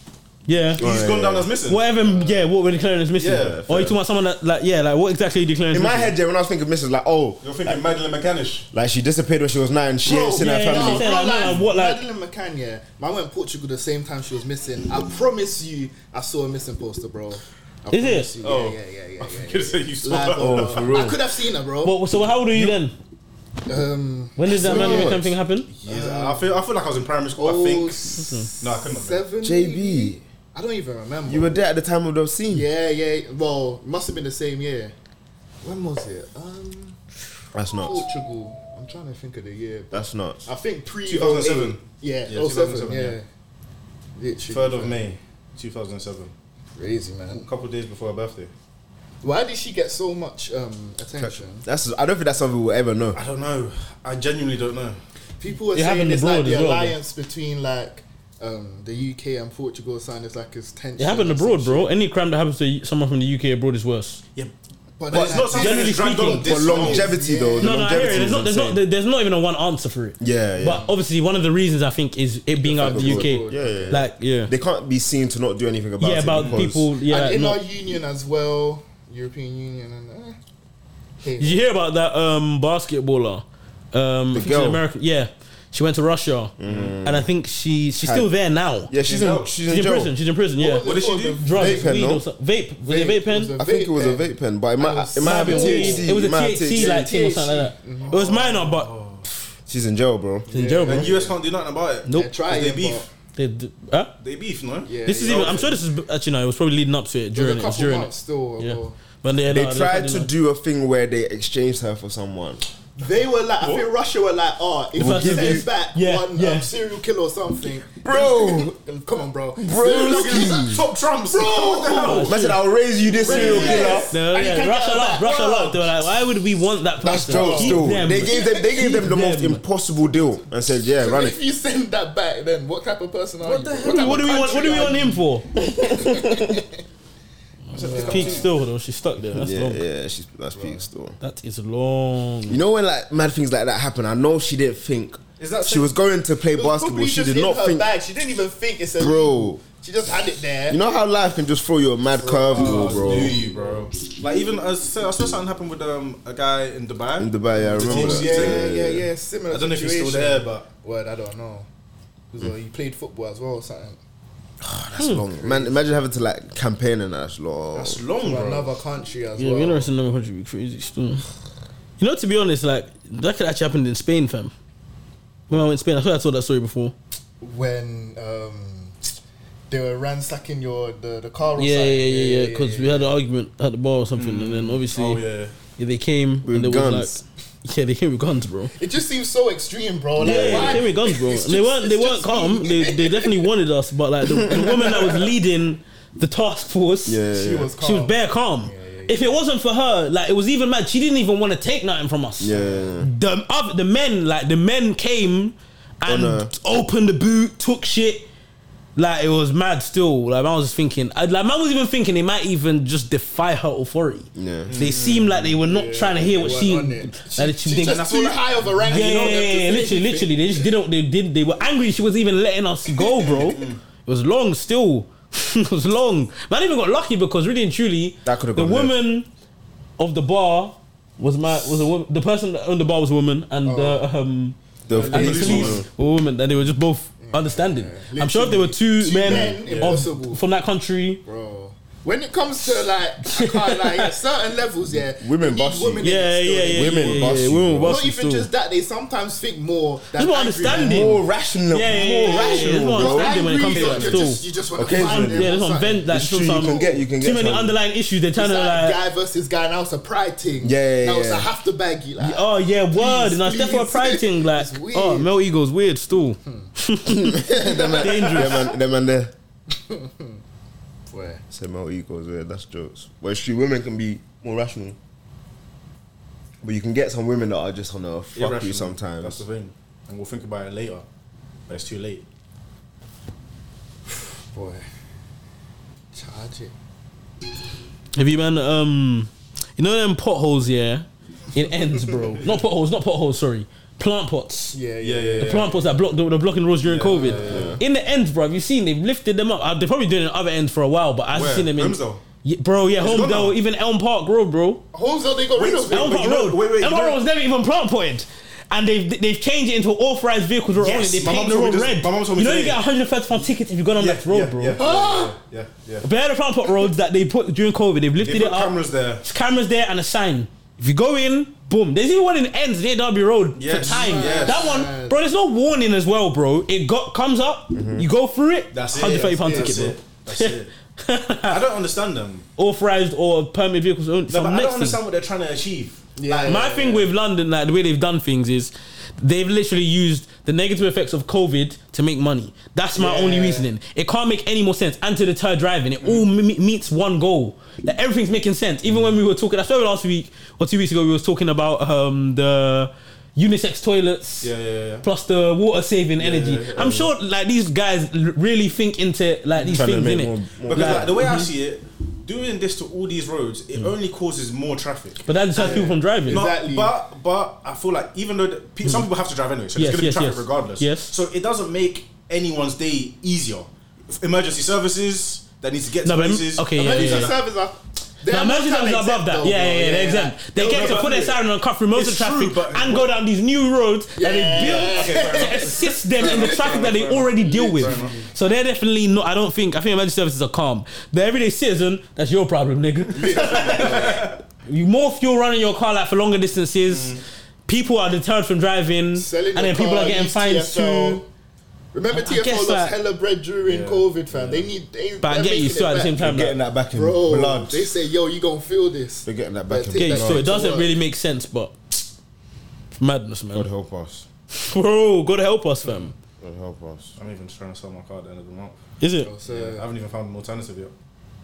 E: Yeah.
C: He's
D: yeah,
C: gone down
D: yeah.
C: as missing.
E: Whatever, yeah, what we're declaring is missing.
D: Yeah,
E: or
D: fair.
E: you talking about someone that, like, yeah, like, what exactly are you declaring
D: in
E: is
D: my
E: missing?
D: head, yeah, when I was thinking Mrs. like, oh,
C: You're thinking Madeline McCannish.
D: like she disappeared when she was nine, she ain't seen
E: yeah,
D: her
E: yeah,
D: family.
E: I'm saying, like, no, no, what, like-
B: Madeline McCann, yeah, man went Portugal the same time she was missing. I promise you, I saw a missing poster, bro. I
E: Is it?
B: promise You.
C: Oh.
B: Yeah, yeah, yeah, yeah. yeah,
C: You
B: yeah.
C: say you saw
B: Like,
C: that.
D: Oh,
B: bro,
D: for real.
B: I could have seen her, bro.
E: Well, so how old are you, then?
B: um,
E: When did that
D: So
E: Madeline
D: what?
E: McCann thing happen?
C: Yes, I feel I feel like I was in primary school.
B: Oh,
C: I think no, I couldn't. Have been.
B: seven.
D: JB,
B: I don't even remember.
D: you were there at the time of the scene.
B: Yeah, yeah. Well, must have been the same year. When was it? Um,
D: That's nuts.
B: Portugal. I'm trying to think of the year. But
D: That's nuts.
B: I think pre
C: 2007.
B: 08. Yeah,
C: Yeah,
B: 07,
C: 2007,
B: Yeah.
C: yeah.
B: Literally.
C: Third of May, two thousand seven.
B: Crazy
C: A
B: man.
C: couple of days before her birthday.
B: Why did she get so much um, attention?
D: That's. I don't think that's something we'll ever know.
C: I don't know. I genuinely don't know.
B: People were
E: It
B: saying
E: happened
B: it's like
E: abroad
B: the
E: as well, though.
B: alliance between like um, the UK and Portugal. Sign is like it's tension.
E: It happened
B: or
E: abroad,
B: some
E: bro. Any crime that happens to someone from the UK abroad is worse.
C: Yeah,
B: shit. But,
C: but it's not
B: like,
C: something
E: Generally
C: that's dragged
E: speaking,
C: on
D: For
C: this long.
D: longevity, though, the
E: No, no, I hear it.
D: longevity
E: There's
D: is
E: not, there's not,
D: insane.
E: there's not even a one answer for it.
D: Yeah, yeah.
E: But obviously, one of the reasons I think is it being out of the
B: fact
E: UK.
B: that
D: we're- Yeah, yeah.
E: Like, yeah,
D: they can't be seen to not do anything about
E: yeah,
D: it.
E: about
D: because-
E: people. Yeah,
B: and in
E: no.
B: our union as well, European Union and. Eh. Hey,
E: Did you hear about that um, basketballer? Um, I think she's
D: girl. Mm.
E: American. Yeah, she went to Russia, and I think she she's still there now.
D: Yeah, she's in. She's
E: she's
D: in
E: in
D: jail.
E: prison. She's in prison. Yeah,
C: What did she
B: Oh,
C: do?
B: the
E: drugs,
D: Vape pen,
E: weed,
D: no?
E: or something. vape. Was it a vape pen?
B: was
D: I think it was a vape pen, but it might.
B: was
D: It might have been
B: slapping
E: Weed.
D: THC.
E: It was a
D: might have
E: THC like thing or something like that. It was minor, but
D: Oh, She's in jail, bro.
E: it's in jail, bro.
C: And US can't do nothing about it.
E: Nope.
B: Yeah, try
C: They
B: it,
C: beef.
E: They d- huh?
C: They beef, no?
B: Yeah,
E: This is
B: yeah.
E: even. I'm sure this is actually no. It was probably leading up to it
B: There was
E: during
B: a
E: it.
B: couple
E: It's during
B: months
E: it.
B: still.
E: Yeah,
B: ago.
E: but yeah,
D: They
E: no,
D: tried
E: can't
D: to
E: that.
D: do a thing where they exchanged her for someone.
B: They were like, I think Russia were like, oh, if
E: We'll
B: we
E: give
B: send
E: you-
B: back
E: yeah,
B: one
E: yeah.
B: um, serial killer or something,
D: Bro.
B: come on, bro,
D: Broski.
C: Top Trumps.
E: Oh,
D: Man said, I'll raise you this serial killer.
B: Yes.
E: No,
B: And you
E: yeah,
B: can
E: Russia
B: get
E: up,
B: that
E: Russia
B: world.
E: up. They were like, why would we want that
D: That's
E: person?
D: dope.
E: Keep
D: Still,
E: them.
D: they gave them. They gave them the most
E: them.
D: impossible deal and said, "Yeah, run
B: If
D: it."
B: you send that back, then what type of person are you?
E: What do, what do we want? What do we want him for? Peak still though. She's stuck there. That's
D: Yeah,
E: long.
D: yeah. She's that's peak still.
E: That is long.
D: You know when like mad things like that happen. I know she didn't think
B: Is that
D: she
B: so-
D: was going to play
B: It was
D: basketball.
B: probably
D: She
B: just
D: did
B: in
D: not
B: her
D: think,
B: Bag. She didn't even think it's a.
D: bro.
B: She just had it there.
D: You know how life can just throw you a mad curveball,
C: Do
D: bro.
C: you, bro? Like even I saw I saw something happen with um a guy in Dubai.
D: In Dubai, yeah, I remember
C: team's
D: that.
B: yeah, yeah,
C: Yeah,
B: yeah, Similar.
C: I don't know if he's
B: situation.
C: still there, but
B: Word, I don't know. 'Cause, uh, he played football as well, or something.
D: That's
E: Hmm.
D: long. Man, imagine having to like campaign and that's long.
C: that's long,
E: Hmm,
B: For
C: bro.
B: another country as
E: Yeah,
B: well.
E: you know, it's another country. Be crazy still. You know, to be honest, like that could actually happen in Spain, fam. When I went to Spain, I thought I told that story before.
B: when um, they were ransacking your the, the car. Or
E: Yeah, yeah,
B: something.
E: yeah, yeah. Because we had an argument at the bar or something, and then obviously
C: Oh yeah.
E: yeah, they came
D: With
E: and they
D: guns.
E: was like, yeah, they came with guns, bro.
B: it just seems so extreme, bro. Like,
E: Yeah,
B: why?
E: they came with guns, bro.
B: It's
E: And they
B: just-
E: weren't they
B: it's
E: weren't
B: just-
E: calm. They they definitely wanted us, but like the, the woman that was leading the task force,
D: Yeah, yeah,
B: She
D: yeah.
B: was calm.
E: she was bare calm. If it wasn't for her, like it was even mad. She didn't even want to take nothing from us.
D: Yeah, yeah, yeah.
E: The other, the men, like the men came and
D: no.
E: opened the boot, took shit. Like it was mad. Still, like man was just thinking. I, like man was even thinking they might even just defy her authority.
D: Yeah.
E: They seemed like they were not trying to hear what
B: They
E: she.
B: weren't on it.
E: Like, she,
B: She's
E: think-
B: just too high of a rank.
E: yeah,
B: you know,
E: yeah,
B: them to
E: yeah, yeah,
B: think
E: literally,
B: anything.
E: literally. They just didn't. They did. They were angry. She wasn't even letting us go, bro. it was long. Still, it was long. Man, even got lucky because really and truly,
D: That could've
E: the
D: gone left.
E: woman of the bar was my was a woman. The person that owned the bar was a woman, and the um
D: Oh. The
E: and the
D: police woman.
E: police were women, and they were just both understanding. I'm sure if there were two,
B: Two
E: men,
B: men, impossible.
E: of, from that country.
B: bro. When it comes to like, I can't, like certain levels, yeah,
D: Women
B: you need
D: bust you.
B: women in
E: Yeah,
B: it still,
E: yeah,
B: they need
E: yeah.
D: Women
E: yeah,
D: bust
E: yeah,
D: you,
E: women
D: bro.
B: Not
E: bust you
B: even
E: still.
B: just that; they sometimes think more. Than
E: Just
B: angry
E: more understanding.
B: men.
D: More rational,
E: Yeah, yeah, yeah,
D: more
E: yeah, yeah,
D: rational,
E: more
D: bro.
E: understanding. when it comes to
B: Angry,
E: that
B: you're
E: still.
B: just- you just want to
D: Occasionally.
B: find them
E: Yeah,
B: or
E: this one
B: something.
E: vent that
D: It's true, you can get- you can
E: too
D: get
E: many
D: some-
E: underlying issues. They're trying
B: It's
E: to
B: like,
E: like
B: guy versus guy. Now it's a pride thing.
D: Yeah, yeah,
B: Now it's
D: yeah.
B: a have to bag you. Like,
E: Oh yeah, word. and I
B: please.
E: step for a pride thing. Like,
B: It's weird.
E: oh, male ego's weird still.
C: Hmm.
D: Dangerous. Them and, them and there.
B: Where?
D: Say male egos, yeah, that's jokes. Well, it's true, women can be more rational. But you can get some women that are just on a fuck you
C: Irrational.
D: sometimes.
C: That's the thing, and we'll think about it later, but it's too late.
B: Boy, charge it.
E: Have you man? Um, you know them potholes, yeah, in ends, bro. not potholes, not potholes. Sorry, plant pots.
C: Yeah,
B: Yeah, yeah,
C: yeah,
E: The
C: yeah.
E: plant pots that blocked the, the blocking roads during COVID. In the end, bro, you've seen they've lifted them up. Uh, They're probably doing it in other ends for a while, but I've
C: Where?
E: seen them in
C: Holmesdale?
E: Yeah, bro, yeah,
C: gone now.
E: Holmesdale, even Elm Park Road, bro.
B: Homes though, they got rid of it.
E: Elm
C: but
E: Park
C: you know-
E: Road.
C: wait, wait, you
E: Elm Park
C: know-
E: Road was never even plant potted. And they've they've changed it into authorized vehicles road
C: Yes,
E: only. They
C: my
E: paint
C: mum
E: the
C: told me
E: road
C: this-
E: red.
C: my mum told me
E: you know you
C: today.
E: get a hundred first pound tickets if you go on that road,
C: yeah,
E: bro.
C: Yeah, yeah, yeah, yeah.
E: But yeah, the plant pot roads that they put during COVID, they've lifted
C: They
E: it
C: put
E: up.
C: cameras there.
E: There's cameras there and a sign. If you go in, boom. There's even one in ends near Derby Road
C: Yes,
E: for time.
C: yes. Mm-hmm.
E: That one, bro. There's no warning as well, bro. It got comes up. You go through it.
C: That's it.
E: 130 pound
C: That's
E: ticket, bro.
C: it. That's it. I don't understand them.
E: Authorized or permit vehicles only.
C: No,
E: Some
C: but I
E: next
C: don't
E: thing.
C: understand what they're trying to achieve.
B: Yeah,
E: My
B: yeah,
E: thing with London, like the way they've done things, is they've literally used the negative effects of COVID to make money. That's my only reasoning. It can't make any more sense. And to deter driving, it all me- meets one goal. Like everything's making sense. Even when we were talking, I saw last week or two weeks ago, we was talking about um, the unisex toilets.
C: Yeah, yeah, yeah.
E: Plus the water saving energy.
C: yeah, yeah.
E: I'm sure like these guys l- really think into like these
D: Trying to
E: things in
D: make
E: it.
D: more- more-
C: Because like, the way
E: mm-hmm.
C: I see it, doing this to all these roads, it only causes more traffic.
E: Mm. But that deters people from driving.
C: No,
B: Exactly.
C: but but I feel like even though the, pe- some people have to drive anyway, so
E: Mm. Yes,
C: there's going to
E: yes,
C: be traffic
E: yes.
C: regardless.
E: Yes.
C: So it doesn't make anyone's day easier. Emergency services that need to get
E: No,
C: to
E: but em-
C: places.
E: okay, yeah,
B: Emergency
E: yeah, yeah.
B: service are. they're
E: Now, imagine
B: not
E: those
B: kinda
E: are above
B: exempt though,
E: that. yeah,
B: bro.
E: yeah, yeah, they're exempt. They
B: They'll
E: get to
B: never
E: put their
B: do it.
E: siren on cut through most of
C: It's
E: the traffic
C: true, but-
E: and go down these new roads that they
B: Yeah.
E: built
B: Okay,
E: to assist them in the traffic that they already deal with. So they're definitely not. I don't think. I think emergency services are calm. The everyday citizen, that's your problem, nigga. you more fuel running your car like for longer distances. People are deterred from driving,
B: Mm. Selling
E: and
B: your
E: then people
B: car,
E: are getting
B: use
E: fines
B: TFL.
E: too.
B: Remember,
E: guess
B: TFL lost
E: that-
B: hella bread during COVID, fam. They need. They,
E: But I
B: they're
E: get you
B: making
E: still
B: it
E: at the
B: back.
E: same time. like,
D: Getting that back in
B: Bro,
D: blood.
B: they say, yo, you gonna feel this.
D: They're getting that back
B: But
D: in
B: take
E: get you
D: blood.
B: that
E: still. It
B: to
E: doesn't
B: work.
E: really make sense, but madness,
D: God
E: man.
D: help us.
E: Bro, God help us, fam.
D: God help us.
C: I'm even trying to sell my car at the end of the month.
E: Is it?
B: So,
C: I haven't even found an alternative yet.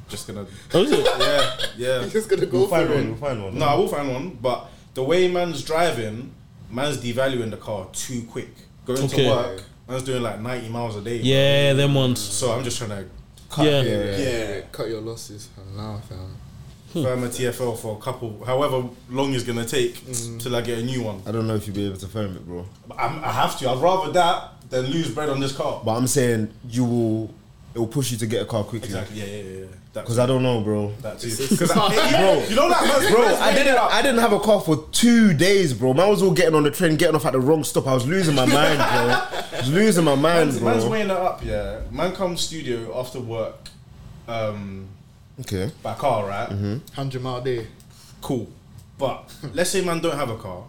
C: Just gonna.
E: Oh, is it?
C: yeah, yeah.
B: I'm just gonna go
D: We'll
B: for
D: find one.
B: it.
D: We'll find one.
C: No, I will find one, but the way man's driving, man's devaluing the car too quick. Going
E: Okay.
C: to work, man's doing like 90 miles a day.
E: Yeah, them ones.
C: So I'm just trying to cut
E: Yeah.
C: yeah.
B: Yeah, cut your losses from now, fam.
D: Hmm.
C: firm a TFL for a couple, however long it's gonna take
B: Mm.
C: till I get a new one.
D: I don't know if you'll be able to firm it, bro.
C: But I'm, I have to. I'd rather that than lose bread on this car.
D: But I'm saying you will. It will push you to get a car quickly.
C: Exactly. Yeah, yeah, yeah. yeah. That
D: Because I don't know, bro.
C: that too. Because bro, you know that man's
D: Bro, I didn't. I didn't have a car for two days, bro. Man was all getting on the train, getting off at the wrong stop. I was losing my mind, bro. I was losing my mind,
C: Man's,
D: bro.
C: man's weighing that up, yeah. Man comes studio after work, um,
D: okay.
C: by car, right?
B: Mm-hmm. Hundred mile a day.
C: Cool. But let's say man don't have a car,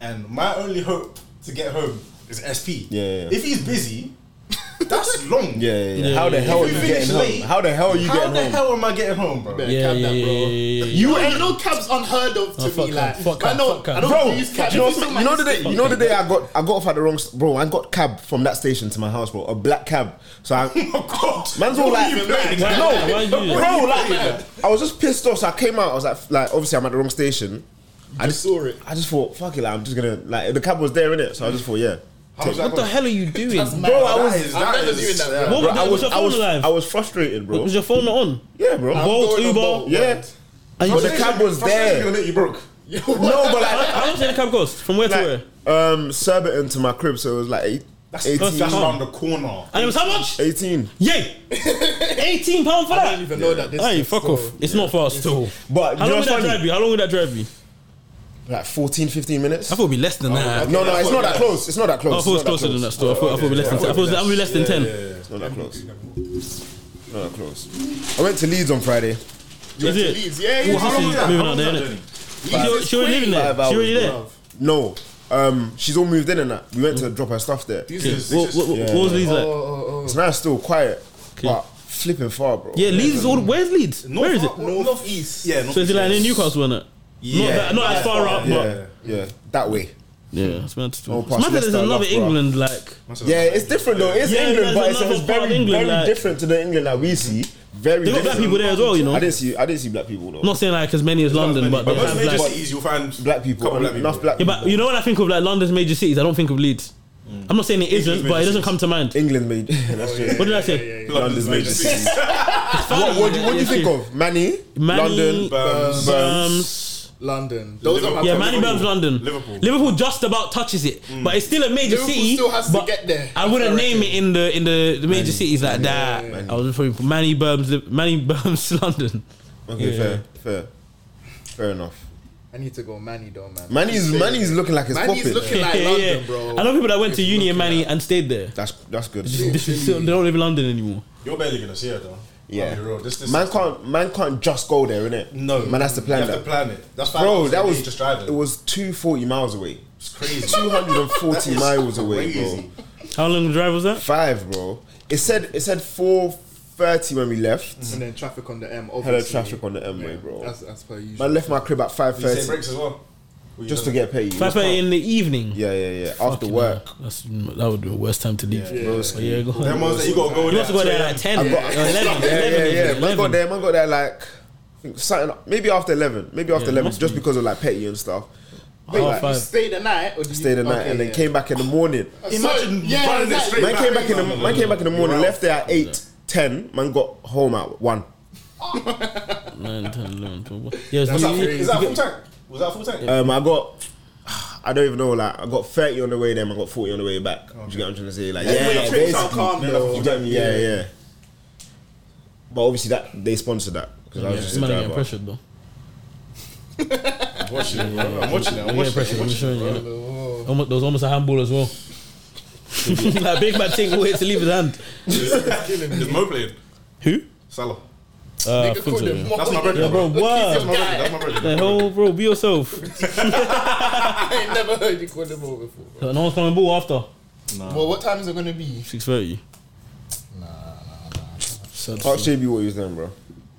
C: and my only hope to get home is SP.
D: Yeah, yeah, yeah.
C: If he's busy, that's long.
D: Yeah, yeah, yeah.
E: Yeah,
D: How the
E: yeah,
D: hell
C: yeah.
D: are
C: If
D: you
C: you finish
D: getting home?
C: late,
D: How the hell are you
C: How
D: getting
C: the
D: home?
C: hell am I getting home, bro?
B: Better
E: Yeah,
B: cab
E: yeah,
B: that,
E: yeah,
B: bro.
E: yeah, yeah, yeah.
B: You ain't no cabs unheard of to
E: Oh, fuck
B: me.
E: cab,
B: Like,
E: fuck
B: I
E: cab,
B: know,
E: fuck cab.
B: I don't
D: Bro,
B: use
D: do
B: cabs.
D: you know,
B: It's still
D: what-
B: my
D: you know the day,
B: history.
D: you know the day I got, I got off at the wrong, s- bro. I got cab from that station to my house, bro. A black cab. So I,
C: Oh God!
D: Man's all like,
C: you playing?
E: Why-
D: no,
E: why you do that?
D: bro, like, I was just pissed off. So I came out. I was like, like, obviously, I'm at the wrong station. I just
B: saw it.
D: I just thought, fuck it, like, I'm just gonna like the cab was there in it, so I just thought, yeah.
C: How was that
E: What the
C: going?
E: hell are you doing? What
D: Bro, I was,
C: That is-
B: I'm
C: that
B: never
C: is-
B: doing that,
C: yeah.
B: bro.
E: was,
D: bro,
E: that?
D: I
E: was
D: was,
E: your
D: I
E: phone
D: was,
E: alive?
D: I was frustrated, bro.
E: was your phone not on?
D: Yeah, bro.
B: I'm
E: Bolt,
B: going on
E: Uber.
B: Bolt.
D: yeah,
E: And you
D: but the cab was
C: Frustration's
D: there. Mm.
C: gonna make you broke.
D: No, but
E: How-
D: like,
E: How much did the cab cost? From where to where?
D: like um, Surbiton to my crib, so it was like eight,
C: That's,
D: 18,
C: that's
E: calm.
C: around the corner.
E: And it was how much?
D: 18.
E: Yay! Eighteen pound for
B: I don't
E: that.
B: even know that this.
E: Hey,
B: is
E: fuck
B: so-
E: off! It's not far still.
D: But
E: How
D: you know
E: long would
D: what's
E: that
D: funny?
E: drive you? How long would that drive you?
D: Like 14, 15 minutes.
E: I thought it'd be less than that.
D: No, no, it's not that
B: Yeah.
D: close. It's not that
E: Oh, I
D: close.
E: thought it was
D: It's not
E: closer than that. Still, I thought I thought it'd be less than. I thought it'd be less than ten.
D: It's not that close. Not that close. I went to Leeds on Friday.
E: Is it?
B: Please, yeah, yeah.
E: How long was that? Moving out there,
C: journey?
E: innit? She al- She already living there.
D: Five
E: She
D: hours,
E: already there.
D: bro. No, um, she's all moved in and that. We went
E: Mm.
D: to drop her stuff there.
B: Jesus.
E: What what- what was Leeds like?
D: It's now still quiet, but flipping far, bro.
E: Yeah, Leeds is all. Where's Leeds? Where is it?
C: Northeast. Yeah, north
E: So is it like near Newcastle, innit? Not
C: Yeah.
E: that- not as far up, but
D: yeah, yeah, that way.
E: yeah, it's mad. to-
D: Oh,
E: It's
D: past
E: mad that there's
D: Leicester,
E: another
D: Loughborough.
E: England like.
D: Yeah, it's different though. It's
E: Yeah,
D: England,
E: there's
D: but it's,
E: another
D: it's
E: part of
D: very,
E: England,
D: very
E: like-
D: different to the England that we see. Very.
E: They got black
D: different.
E: people there as well, you know.
D: I
E: I'm
D: didn't see. I didn't see black people though.
E: not saying like as many as London, but,
C: But
E: they
C: most
E: have,
C: major
E: like-
C: cities, you'll find
D: black people.
C: Couple black people.
D: Enough black
E: Yeah,
D: people.
E: but you know when I think of like London's major cities, I don't think of Leeds. I'm not saying it isn't,
C: major
E: but it
C: cities.
E: doesn't come to mind.
D: England made.
C: Oh,
D: That's true.
E: What did I say?
D: London's major cities.
E: What
D: What do you, what do you think of Manny?
E: Manny,
D: London,
E: Burns,
B: London. Those
C: Liverpool.
B: are my
E: Yeah,
B: top
E: Manny
B: three.
E: Birmingham, London.
C: Liverpool.
E: Liverpool just about touches it, but it's still a major
B: Liverpool
E: city.
B: still has to
E: but
B: get there,
E: I wouldn't name it in the in the, the major cities like that. I was referring for Manny Birms, Li- Manny Birms, London.
D: Okay,
E: Yeah.
D: fair, fair, fair enough.
B: I need to go Manny though, man.
D: Manny's
B: Stay.
D: Manny's looking like it's
B: Manny's
D: popping.
B: looking like
E: Yeah,
B: London,
E: yeah.
B: bro.
E: I know people that went to
B: It's
E: uni in
B: looking
E: Manny and stayed there.
D: That's that's good.
E: This is still- they don't live in London anymore.
C: You're barely gonna see it though. I'll
D: Yeah,
C: be real. Oh, This, this
D: man can't man can't just go there, innit?
C: No,
D: man has to plan
C: you
D: that.
C: Have to plan it. That's five
D: Bro,
C: hours
D: that
C: a day
D: was
C: just driving.
D: it was two forty miles away,
C: It's crazy.
D: two hundred and forty miles away, bro.
C: crazy.
E: How long the drive was that?
D: Five, bro. It said it said four thirty when we left.
B: And then traffic on the M. Obviously.
D: Hello, traffic on the M way,
B: Yeah,
D: bro.
B: As, as per usual.
D: I left my crib at five
C: You take
D: thirty
C: breaks as well. Well, you
D: just to
C: know.
D: get paid.
E: Five thirty in the evening.
D: Yeah, yeah, yeah. After
E: Fucking
D: work,
E: hell. That's, that would be the worst time to leave.
C: Yeah.
D: bro.
E: But yeah, go on.
C: Them ones that you gotta go.
E: You have to go there at like
C: at
E: 10,
D: I got-
E: 11,
D: yeah,
E: 11,
D: yeah, yeah. Man
E: 11.
D: got there, man got there like I think something, maybe after eleven, maybe after
E: Yeah,
D: eleven,
E: must
D: just
E: be. Oh,
D: because of like petty and stuff.
E: Half
D: Like,
E: five.
B: Stay the night or did you-
D: Stay the night
B: okay,
D: and then
B: yeah.
D: came back in the morning.
C: Imagine
B: Yeah,
C: running
B: exactly.
C: it straight
D: Man
C: back.
D: came back in the man came back in the morning,
C: You're
D: left there at eight, ten. Man got home at one.
E: Nine, 10, 11, 12. Yeah, it's
C: Was
E: not-
C: that,
E: you-
C: full- is
E: you
C: that
E: get-
C: full tank? Was that full tank?
D: Um, I got. I don't even know. Like I got thirty on the way there, and I got forty on the way back. Do you get what I'm trying to say? Like yeah,
B: when your trips
D: basically.
B: are calm, though.
D: You get me? Yeah, yeah. But obviously that they sponsored that because I was just a
E: Man, I'm getting
D: driver.
E: pressured though.
C: I'm watching it. bro. I'm watching it.
E: I'm
C: I'm
E: getting
C: watching it.
E: pressured.
C: I'm
E: I'm
C: watching it.
E: showing you. Almost, there was almost a handball as well. like big man thing wait to leave his hand.
C: Is Mo playing?
E: Who?
C: Salah.
E: Uh,
B: Nigga called him
E: Funzo,
B: Mo.
C: That's my brother.
E: yeah. bro,
C: That's my
E: wow.
C: brother. That's my brother.
E: The hell, bro, be yourself.
B: I ain't never heard you call him Mo before.
E: No one's coming ball after Uh,
B: Well, what time is it gonna be?
E: six thirty.
D: Ask JB what he was doing, bro.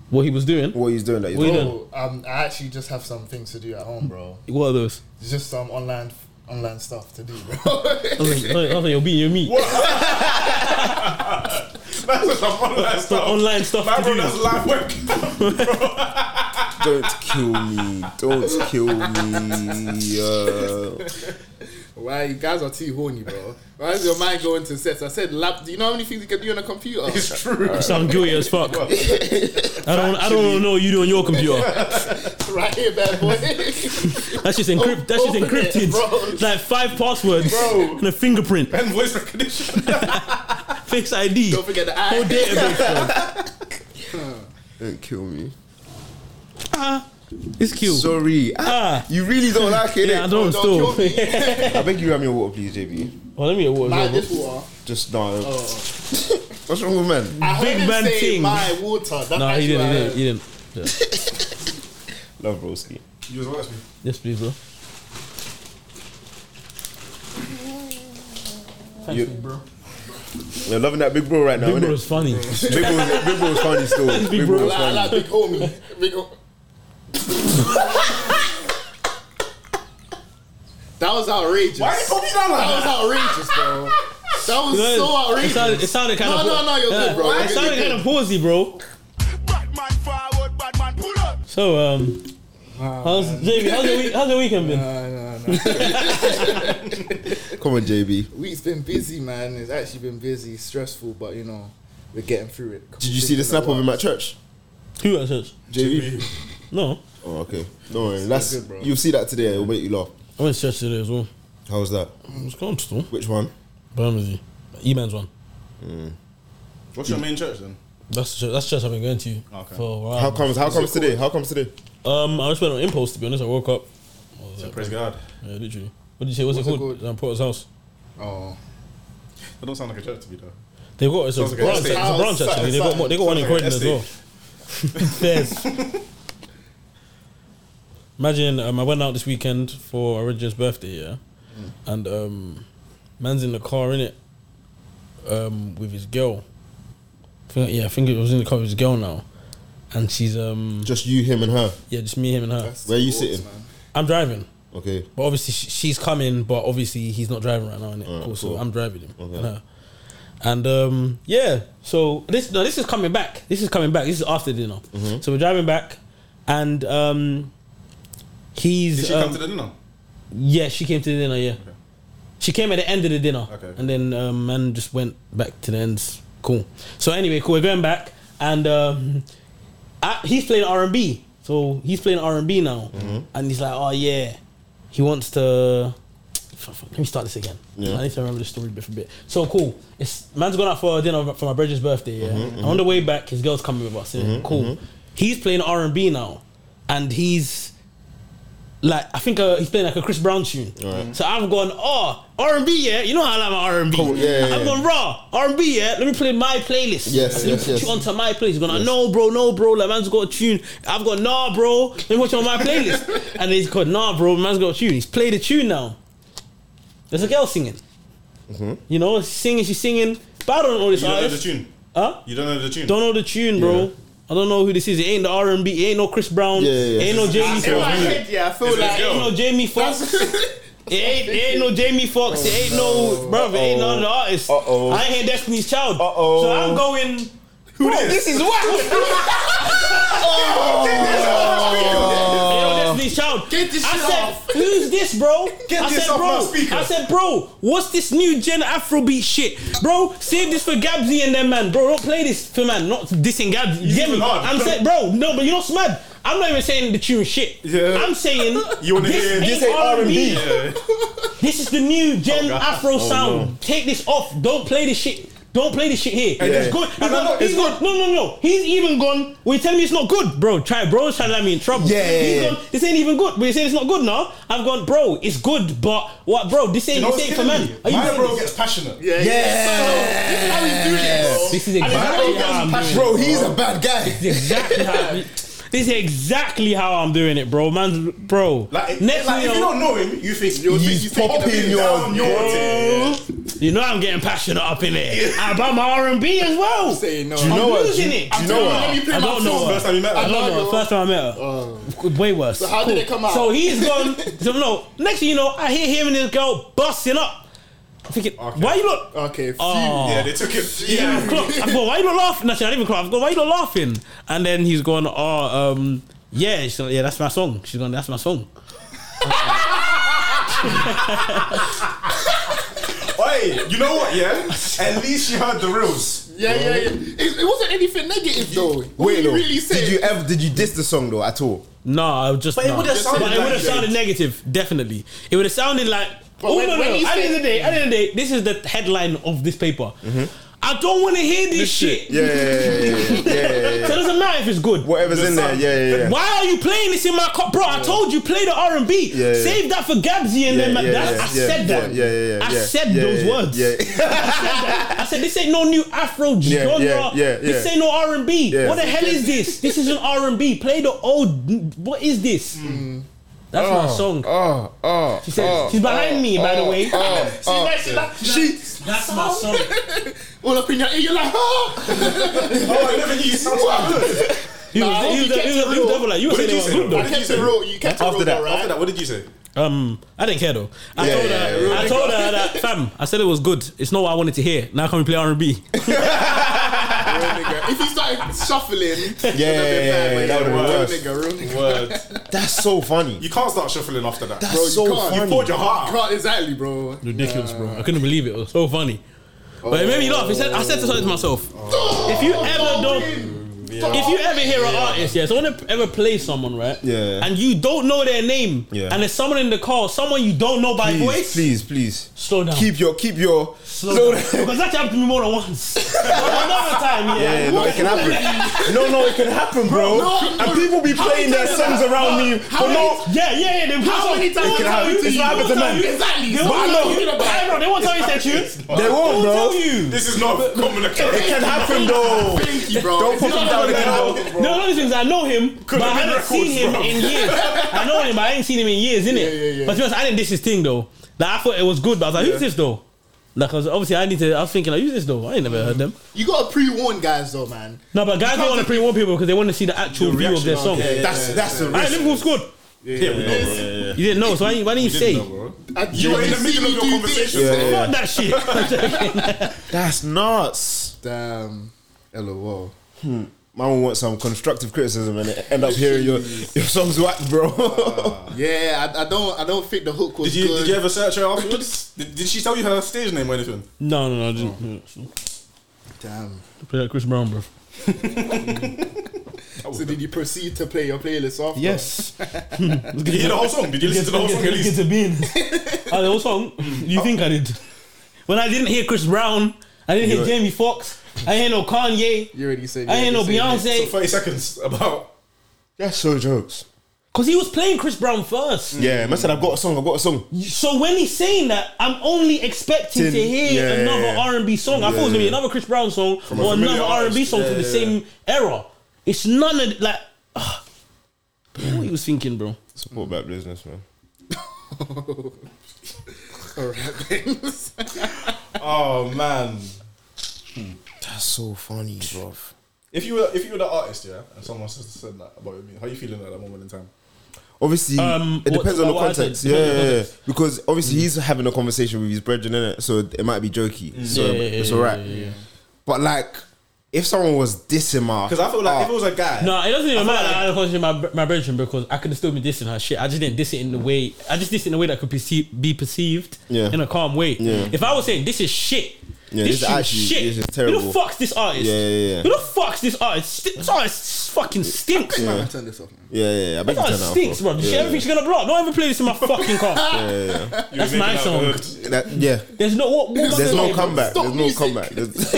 E: What he was doing?
D: What he's doing that. He's
E: What you doing?
B: Oh, um, I actually just have some things to do at home, bro.
E: What are those?
B: It's just some online online stuff to do, bro.
E: I was like, I was like, you're beating your meat. What
C: That's some online
E: the
C: stuff.
E: online stuff
C: My
E: to
C: bro,
E: do?
C: that's live work.
D: Don't kill me. Don't kill me. Uh,
B: Why you guys are too horny, bro? Why is your mind going to sets? I said, lap. Do you know how many things you can do on a computer?
C: It's true.
E: You sound guilty as fuck. I don't, I don't know what you do on your computer.
B: right here, bad boy.
E: That's just encrypted. That's just
B: Open it,
E: encrypted.
B: bro.
E: It's like five passwords
B: Bro.
E: and a fingerprint,
C: And voice recognition.
E: face ID,
B: Don't forget the
E: whole
B: eye.
E: database. bro.
D: don't kill me.
E: Ah, it's cute.
D: Sorry. Ah,
E: ah,
D: you really don't like it.
E: yeah, I
D: innit?
E: don't
B: Don't
E: still.
B: kill me.
D: I beg you, grab me a water, please, JB.
E: Well, Oh, let me get water.
B: My
E: bro.
B: this water.
D: Just no. What's wrong with man?
B: I heard
E: Big
B: him
E: man
B: say
E: thing.
B: My water. That's
E: No, he
B: actually
E: didn't.
B: what I
E: He didn't.
B: heard.
E: He didn't. Yeah.
D: Love broski.
C: You just watch me.
E: Yes, please, bro.
D: You, bro. You're loving that big bro right now,
E: Big bro
D: innit?
E: is funny.
D: Big bro, big bro's funny still. Big,
E: bro.
D: bro's
B: Like,
D: funny.
B: like big homie. Big ho- that was outrageous.
C: Why you put me down like
B: That was
C: that?
B: outrageous, bro. That was so
E: it,
B: outrageous.
E: sounded, it sounded kind
B: No,
E: of.
B: no, no, you're good, bro.
E: It
B: You're
E: sounded
B: good.
E: kind of pausey, bro.
A: Batman forward, Batman pull up.
E: So, um, how's JB? How's your week? How's your weekend been?
B: No, no, no.
D: Come on, JB.
B: Week's been busy, man. It's actually been busy, stressful, but you know, we're getting through it.
D: Did you see the snap of him at church?
E: Who at church?
D: JB.
E: No,
D: Oh, okay. No worry. That's
B: good, bro.
D: you'll see that today. eh? It'll make you laugh.
E: I went to church today as well.
D: How was that?
E: It was comfortable.
D: Which one?
E: Bermondsey, E-man's E one.
C: What's your main church then?
E: That's the church, that's the church I've been going to
C: Okay.
E: for a while.
D: How comes? How comes today? How comes today?
E: Um, I just went on impulse to be honest. I woke up. I was like,
C: Praise God.
E: yeah, literally. What did you say? What's, it called? Um, Porter's house.
B: Oh,
C: That don't sound like a church to me though.
E: They got it's a
C: Sounds like an
E: branch.
C: estate.
E: It's a branch actually. They got more, they got one in
C: Sounds like
E: Croydon
C: an
E: as well. There's. Imagine um, I went out this weekend for Origin's birthday, yeah, and um, man's in the car in it um, with his girl. I think- yeah, I think it was in the car with his girl now, and she's um,
D: Just you, him, and her.
E: yeah, just me, him, and her.
B: that's
D: Where you
B: sports,
D: sitting?
B: man.
E: I'm driving.
D: Okay.
E: But obviously sh- she's coming, but obviously he's not driving right now, innit?
D: Alright,
E: cool, so
D: cool.
E: I'm driving him.
D: Okay.
E: And, her. and um, yeah, so this no, this is coming back. This is coming back. This is after dinner. So we're driving back, and um, he's
C: Did she
E: um,
C: come to the dinner?
E: yeah, she came to the dinner. Yeah, she came at the end of the dinner,
C: Okay.
E: and then um, man just went back to the ends. Cool. So anyway, cool. We're going back, and um, I, he's playing R and B. So he's playing R and B now,
C: Mm-hmm.
E: and he's like, oh yeah, he wants to. fuck, fuck, Let me start this again.
D: Yeah.
E: I need to remember the story bit for bit. So cool. It's man's gone out for dinner for my brother's birthday.
C: Mm-hmm,
E: Yeah. And on the way back, his girl's coming with us. Yeah? Cool. He's playing R and B now, and he's like I think uh, he's playing like a Chris Brown tune.
D: Alright.
E: So I've gone oh R and B yeah. You know how I like my R and B.
D: Cool, yeah, yeah,
E: I've
D: yeah.
E: gone raw R and B yeah. Let me play my playlist.
D: Yes,
E: Let me
D: yes,
E: put
D: yes.
E: you on to my playlist. He's gonna no bro, no bro, like man's got a tune. I've got nah bro, let me watch it on my playlist. and he's called nah bro, man's got a tune. He's played a tune now. There's a girl singing.
D: Mm-hmm.
E: You know, she's singing, she's singing. But I don't know
C: You
E: this
C: don't know the
E: artist.
C: tune.
E: Huh?
C: You don't know the tune.
E: Don't know the tune, bro. I don't know who this is. It ain't the R and B. It ain't no Chris Brown.
D: Yeah, yeah, yeah.
E: It ain't no Jamie
C: it was
E: Foxx.
C: me.
B: yeah, I feel
C: It's a
E: It ain't
C: girl.
E: no Jamie Foxx. It ain't, it ain't no Jamie Foxx. it ain't
B: Oh,
E: no, bro. It ain't none of the artists.
D: Uh-oh.
E: I ain't hear Destiny's Child.
D: Uh-oh.
E: So I'm going. Who this? is what? Destiny's Child.
B: Oh. Get this
E: I
B: shit
E: said,
B: off.
E: who's this, bro?
B: Get
E: I
B: this
E: said,
B: off
E: bro.
B: my speaker.
E: I said, bro, what's this new gen Afrobeat shit? Bro, save this for Gabsy and them, man. Bro, don't play this for man. Not dissing Gabsy. You get me?
C: even hard.
E: I'm saying, bro, no, but you know what's mad? I'm not even saying the tune shit.
D: Yeah.
E: I'm saying
C: You wanna hear-
E: this
D: This
E: ain't
D: ain't R&B.
E: R&B. This is the new gen
D: God.
E: Afro
D: Oh,
E: sound.
D: no.
E: Take this off. Don't play this shit. Don't play this shit here.
D: yeah.
E: It's good. He's
D: no,
E: gone-
D: it's
E: he's gone- No, no, no. He's even gone. Well, you telling me it's not good, bro. Try, bro. Trying to let me in trouble.
D: Yeah, yeah,
E: He's
D: yeah.
E: gone. This ain't even good. But you saying it's not good now. I've gone, bro. It's good, but what, bro? This ain't
C: You know
E: this
C: what's
E: ain't for
C: killing
E: man.
C: me?
E: Are you
C: My
E: doing
C: bro
E: this?
C: gets passionate.
B: Yeah,
D: Yeah.
B: So, this is how we do this.
E: This is exactly
C: bro
E: how I'm doing. it.
D: Bro, he's a bad guy.
E: This is exactly how. I- This is exactly how I'm doing it, bro. Man's bro.
C: Like,
E: Next
C: Next like
E: thing
C: if
E: you
C: you
E: know,
C: don't know him, you think you're,
D: He's
C: you think you're
D: popping
C: taking
D: your
C: your down your
D: bro.
C: team.
E: you know I'm getting passionate up in there. About my R and B as well.
B: Say no.
D: Do you
E: I'm
D: know what?
E: losing
D: Do you-
E: it.
D: Do you know what?
C: Let me play
E: I
C: my
E: don't know
C: song.
E: her.
C: First time you met
E: I
C: her.
E: don't know. her. First time I met her, way worse. So
B: how did it come out?
E: So he's gone. So no. Next thing you know, I hear him and this girl busting up. I'm thinking, why you not?
B: Okay, few.
E: Oh.
C: Yeah, they took it.
E: Yeah,
C: Yeah.
E: I'm clocked. I'm going, why you not laughing? Actually, I didn't even clock. I'm going, why you not laughing? And then he's going, oh, um, yeah, she's like, yeah, that's my song. She's going, that's my song.
C: Oi, you know what? Yeah, at least she heard the reels.
B: Yeah, yeah, yeah. It, it wasn't anything negative though. What
D: Wait,
B: you
D: though,
B: really said?
D: did you ever did you diss the song though at all?
E: No, I would just.
C: But it
E: nah.
C: would've sounded
E: But it
C: like
E: would've
C: that.
E: sounded negative. Definitely, it would have sounded like.
B: But
E: oh
B: when-
E: no, no!
B: when
E: no.
B: he
E: At the end
B: said-
E: of the day, at the end of the day, this is the headline of this paper.
B: Mm-hmm.
E: I don't want to hear this, shit.
D: Yeah, yeah, yeah, yeah, yeah, yeah.
E: So it doesn't matter if it's good.
D: Whatever's in there, yeah, yeah, yeah.
E: Why are you playing this in my cup, bro? I told you play the R and B.
D: Yeah, yeah.
E: Save that for Gabsy and
D: Yeah,
E: them.
D: yeah,
E: that,
D: yeah,
E: I
D: yeah,
E: said
D: yeah,
E: that.
D: yeah, yeah, yeah,
E: I
D: yeah,
E: said
D: yeah,
E: those
D: yeah,
E: words.
D: yeah.
E: I, said that. I said this ain't no new Afro
D: Yeah,
E: genre.
D: yeah, yeah,
E: This
D: yeah.
E: ain't no R and B.
D: Yeah.
E: What the hell is this? This is an R and B. Play the old. What is this? That's my song.
D: Mm. Oh, oh.
E: She said, she's behind me, by the way.
B: See, like, oh, she, like,
D: She
E: That's my song.
B: all up in your ear, you're like, oh.
C: Oh, I never knew you sound so good.
E: He was,
B: Nah,
E: he was,
B: you kept it
E: he was, he was
B: real.
E: devil, like, you were
C: What did
E: saying they
C: you
E: were
C: say,
E: good
C: though?
E: though.
B: You kept it real. You kept it
C: After
B: real,
C: that,
B: though, right?
C: after that, what did you say?
E: Um, I didn't care though. I
D: Yeah,
E: told
D: yeah,
E: her,
D: yeah, really
E: I told her that, fam. I said it was good. It's not what I wanted to hear. Now can we play R and B?
B: nigga. If you started shuffling,
D: Yeah, yeah, yeah, yeah, that would've been
B: real
D: worse.
B: nigga, real nigga.
C: Word.
D: That's so funny.
C: You can't start shuffling after that.
D: That's
B: Bro, you
D: so
B: can't. You
D: funny.
C: Poured your heart. out.
B: Right, exactly, bro.
E: Ridiculous, bro. I couldn't believe it. It was so funny.
D: Oh.
E: But it made me laugh. It said, I said to something to myself. If you ever don't. If you ever hear an artist, yeah, someone ever plays someone, right?
D: Yeah.
E: And you don't know their name,
D: Yeah.
E: and there's someone in the car, someone you don't know by voice.
D: Please, please, please.
E: Slow down.
D: Keep your keep your
E: Slow down. Because that happened to me more than once. Another time, yeah.
D: Yeah, no, it can happen. No, no, it can happen, bro. and people be playing their songs around me, but no.
E: Yeah, yeah, yeah. They
B: How many times
E: they won't
B: can
E: tell
D: happen to
E: you. They
D: you?
E: won't
D: It's happened to
E: tell
D: man.
E: you.
B: Exactly.
E: They
B: But I
E: won't
B: know.
E: tell you. Hey, bro, They won't tell you that tune.
D: They won't,
E: They won't tell
D: bro.
E: you.
C: This is not common
D: It
C: occurrence.
D: can happen, though.
B: Thank you, bro.
D: Don't put him down
E: No,
D: again,
E: no, no, no, things I know him, but I
C: have been
E: haven't seen him
C: records, bro.
E: in years. I know him, but I ain't seen him in years, innit?
B: Yeah, yeah, yeah.
E: But to be honest, I didn't diss his thing though. Like I thought it was good, but I was like, who's this though? Like, 'cause obviously I need to. I was thinking, like, who's this though? I ain't never heard them.
B: You gotta pre-warn guys though, man.
E: No, but guys don't want to pre warn people because they want to see the actual
C: The
E: view of their
C: reaction,
E: song.
C: okay.
D: That's that's the
E: Alright,
D: risk.
E: Liverpool scored.
C: Yeah, we know, bro.
E: You didn't know, so why, why didn't you say?
C: No, bro.
B: I-
C: You were in the
B: see
C: middle of
B: me
C: your
B: do
C: conversation,
B: this.
D: Yeah, yeah.
E: Fuck that shit.
D: That's nuts.
B: Damn. LOL.
D: Hmm. Man want some constructive criticism and end up hearing your your songs whack, bro.
B: Yeah, I, I don't. I don't think the hook was
C: Did you
B: good.
C: did you ever search her afterwards? Did, did she tell you her stage name or anything?
E: no, no, no. Just,
B: Damn.
E: Play that Chris Brown, bro.
B: So did you proceed to play your playlist after?
E: Yes.
C: Did you hear the whole song? Did you listen to the whole song at least?
E: Get to being. Oh, the whole song. You think I did? When I didn't hear Chris Brown, I didn't hear Jamie Foxx. I didn't hear no Kanye.
B: You already said.
E: I didn't know
B: you already said
E: Beyonce.
C: Thirty seconds about.
D: That's so jokes.
E: Because he was playing Chris Brown first.
D: Yeah, man said I've got a song. I've got a song.
E: So when he's saying that, I'm only expecting
D: Tin-
E: to hear
D: yeah,
E: another
D: yeah, yeah.
E: R&B song. I thought it was going to be another Chris Brown song or
C: familiar
E: another R&B
C: artist.
E: song
C: Yeah,
E: from the
C: yeah,
E: same era. It's none of, like, ugh. what he was thinking, bro.
D: Support black business, man.
C: Oh man,
D: That's so funny, bro.
C: if you were if you were the artist, yeah, and someone s- said that about me, how you feeling at that moment in time?
D: Obviously,
E: Um,
D: it
E: what-
D: depends on the
E: what I said,
D: context. Yeah,
E: depends on the
D: yeah, yeah. because obviously he's having a conversation with his brethren, innit? So it might be jokey. So
E: Yeah, yeah,
D: it's
E: yeah,
D: alright.
E: yeah, yeah.
D: But like, if someone was dissing my,
C: Because I feel like if it was a guy,
E: No, it doesn't even matter.
C: like-
E: that I was watching my my brethren because I could have still been dissing her shit. I just didn't diss it in the way. I just dissed it in a way that could perceive, be perceived
D: Yeah.
E: in a calm way.
D: Yeah.
E: If I was saying this is shit.
D: Yeah, this
E: this,
D: is
E: shit,
D: actually-
E: shit.
D: this is
E: Who
D: terrible.
E: the fuck's this artist?
D: Yeah, yeah, yeah.
E: Who the fuck's this artist? Sti- This artist fucking stinks.
B: Man, I turn this off. Man.
D: yeah, yeah, yeah, I bet
E: This
D: you turn
E: artist
D: that
E: stinks,
D: off,
E: bro. She, everything's gonna blow up. Don't ever play this in my fucking car.
C: you
E: That's
C: were making
E: my
C: out
E: song.
C: the hood.
D: That- yeah.
E: There's no what. what am I
D: There's
E: gonna
D: no
E: do?
D: comeback.
B: Stop
D: There's no
B: music.
D: comeback. There's-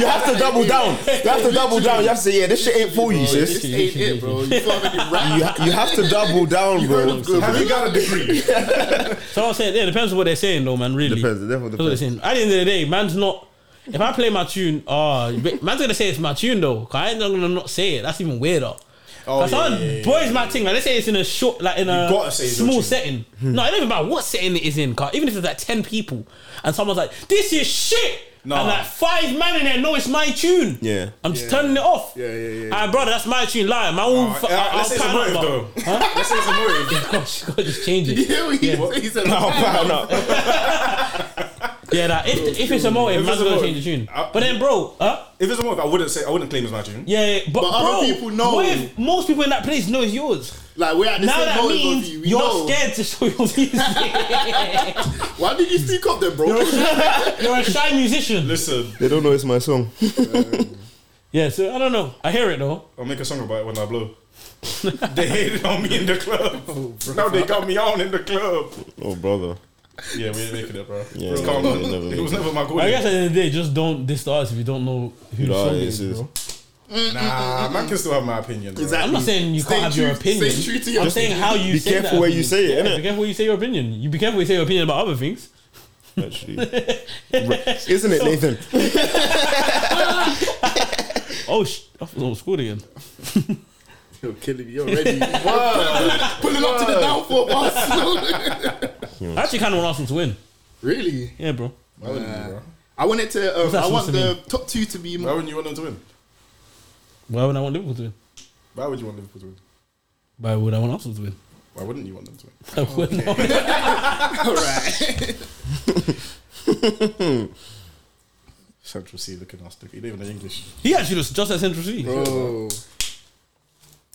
D: you have to double down. You have to double down. You have to say, yeah, this shit ain't for you,
B: This
D: sis. You,
B: ain't it, bro. You can't have rap.
D: ha- you have to double down, bro.
C: Have you got a degree?
E: So I'm saying, yeah, depends on what they're saying, though, man. Really,
D: Depends, it definitely
E: That's what they're saying. At the end of the day, man's not. If I play my tune, ah, man's gonna say it's my tune though. 'cause I ain't gonna not say it. That's even weirder.
C: Oh,
E: Cause
C: yeah,
E: some
C: yeah, yeah,
E: boys, my thing. Like, let's say it's in a short, like in a
C: gotta say it's your
E: small
C: tune.
E: setting. No, it don't even matter what setting it is in. Car, even if there's like ten people and someone's like, "This is shit,"
C: Nah.
E: and like five man in there know it's my tune.
D: Yeah.
E: I'm just turning it off.
B: Yeah, yeah, yeah.
E: Ah, brother, that's my tune. Lie, my own.
C: Alright,
E: fu-
C: yeah,
E: I'll
C: let's say it's a
E: pan up,
C: motive,
E: but-
C: though. Let's say it's a motive.
E: Gosh, God, just change it.
B: Yeah, what he said- he said.
D: No, bro, no.
E: Yeah, like, if, if it's a motive,
C: If
E: man's
C: it's a
E: gonna
C: motive.
E: change the tune.
C: Uh,
E: But then, bro, huh?
C: If it's a motive, I wouldn't say I wouldn't claim it's my tune.
E: Yeah, yeah, but,
B: But
E: bro,
B: other people know.
E: What if most people in that place know it's yours?
B: Like we're at the
E: now
B: same
E: that
B: moment
E: means
B: you.
E: you,
B: We
E: are
B: know.
E: scared to show your music.
B: Why did you speak up then, bro?
E: You're a shy musician.
C: Listen,
D: They don't know it's my song.
E: Yeah, so I don't know. I hear it though.
C: I'll make a song about it when I blow. they hated on me in the club. now they got me on in the club.
D: Oh, brother.
C: Yeah, we ain't making it, bro.
D: Yeah,
C: it's
D: yeah,
C: calm.
D: yeah, never
C: it was
D: make
C: never my goal.
E: I guess at the end of the day, just don't diss the artist if you don't know who the
D: No,
E: song
D: it's-
E: is, bro.
D: it's-
C: Nah, man Ah, can still have my opinion. Bro.
E: I'm not saying you
B: Stay
E: can't have your
B: true-
E: opinion.
B: stay true to your
E: I'm saying how you
D: Be
E: say that
D: careful where you
E: opinion.
D: say it,
E: Yeah,
D: innit?
E: Be careful where you say your opinion. You be careful where you say your opinion about other things.
D: Actually, isn't it, Nathan?
E: Oh, sh- I was on school again.
B: You're killing me already. Pulling up to the downfall bus.
E: I actually kind of want Arsenal to win.
B: really?
E: Yeah, bro.
C: Why wouldn't you, bro?
B: I wanted to. Um,
E: that
B: I want
E: supposed to
B: the top two to be.
C: Why
B: More,
C: wouldn't you want them to win?
E: Why would I want Liverpool to win?
C: Why would you want Liverpool to win?
E: Why would I want Arsenal to win?
C: Why wouldn't you want them to win?
E: I would not.
B: all right.
C: Central C looking ass sticky. They even know English.
E: He actually looks just like Central C.
B: bro.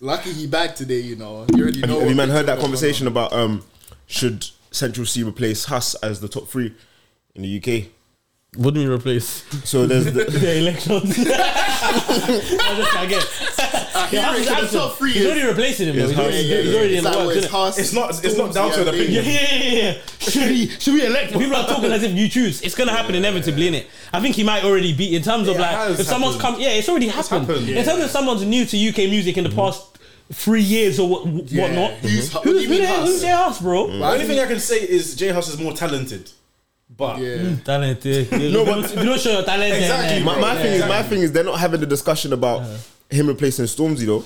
B: Lucky he back today. You know. You already
D: Have
B: know.
D: you, have
B: what
D: you man
B: the
D: heard that
B: joke was
D: conversation about um should Central C replace Huss as the top three in the UK?
E: What do you replace?
D: So there's the,
E: the elections. I just can't get.
B: on.
E: Yeah,
B: I hear it.
E: Arsenal's
B: The top
E: absent.
B: three
E: He's already
B: is.
E: replacing him. though. He's
D: Haaland.
E: already,
D: Yeah,
E: he's already in
B: It's
E: the
B: like, well,
E: works,
B: it's
E: innit?
B: Haas,
C: It's not- it's not down to
B: Stormzy,
C: an opinion.
E: Yeah,
B: Abdi.
E: yeah, yeah, yeah. Should we? Should we elect? People are talking as if you choose. It's gonna happen inevitably, innit? I think he might already be in terms of
C: It
E: like
C: has
E: if someone's
C: happened.
E: come. Yeah, it's already happened.
C: happened,
E: In terms of someone's new to UK music in the past three years or what, whatnot.
B: Who's- Mm-hmm. what do
E: Who's
B: you
E: who
B: mean
E: the hell-
B: Haas?
E: who's their house, bro?
C: The only thing I can say is J House is more talented. But
B: Yeah.
E: Talented. No, but if you don't show your talent, then,
C: Exactly,
E: eh,
D: my, my
C: Yeah,
D: thing is my thing is they're not having the discussion about him replacing Stormzy though.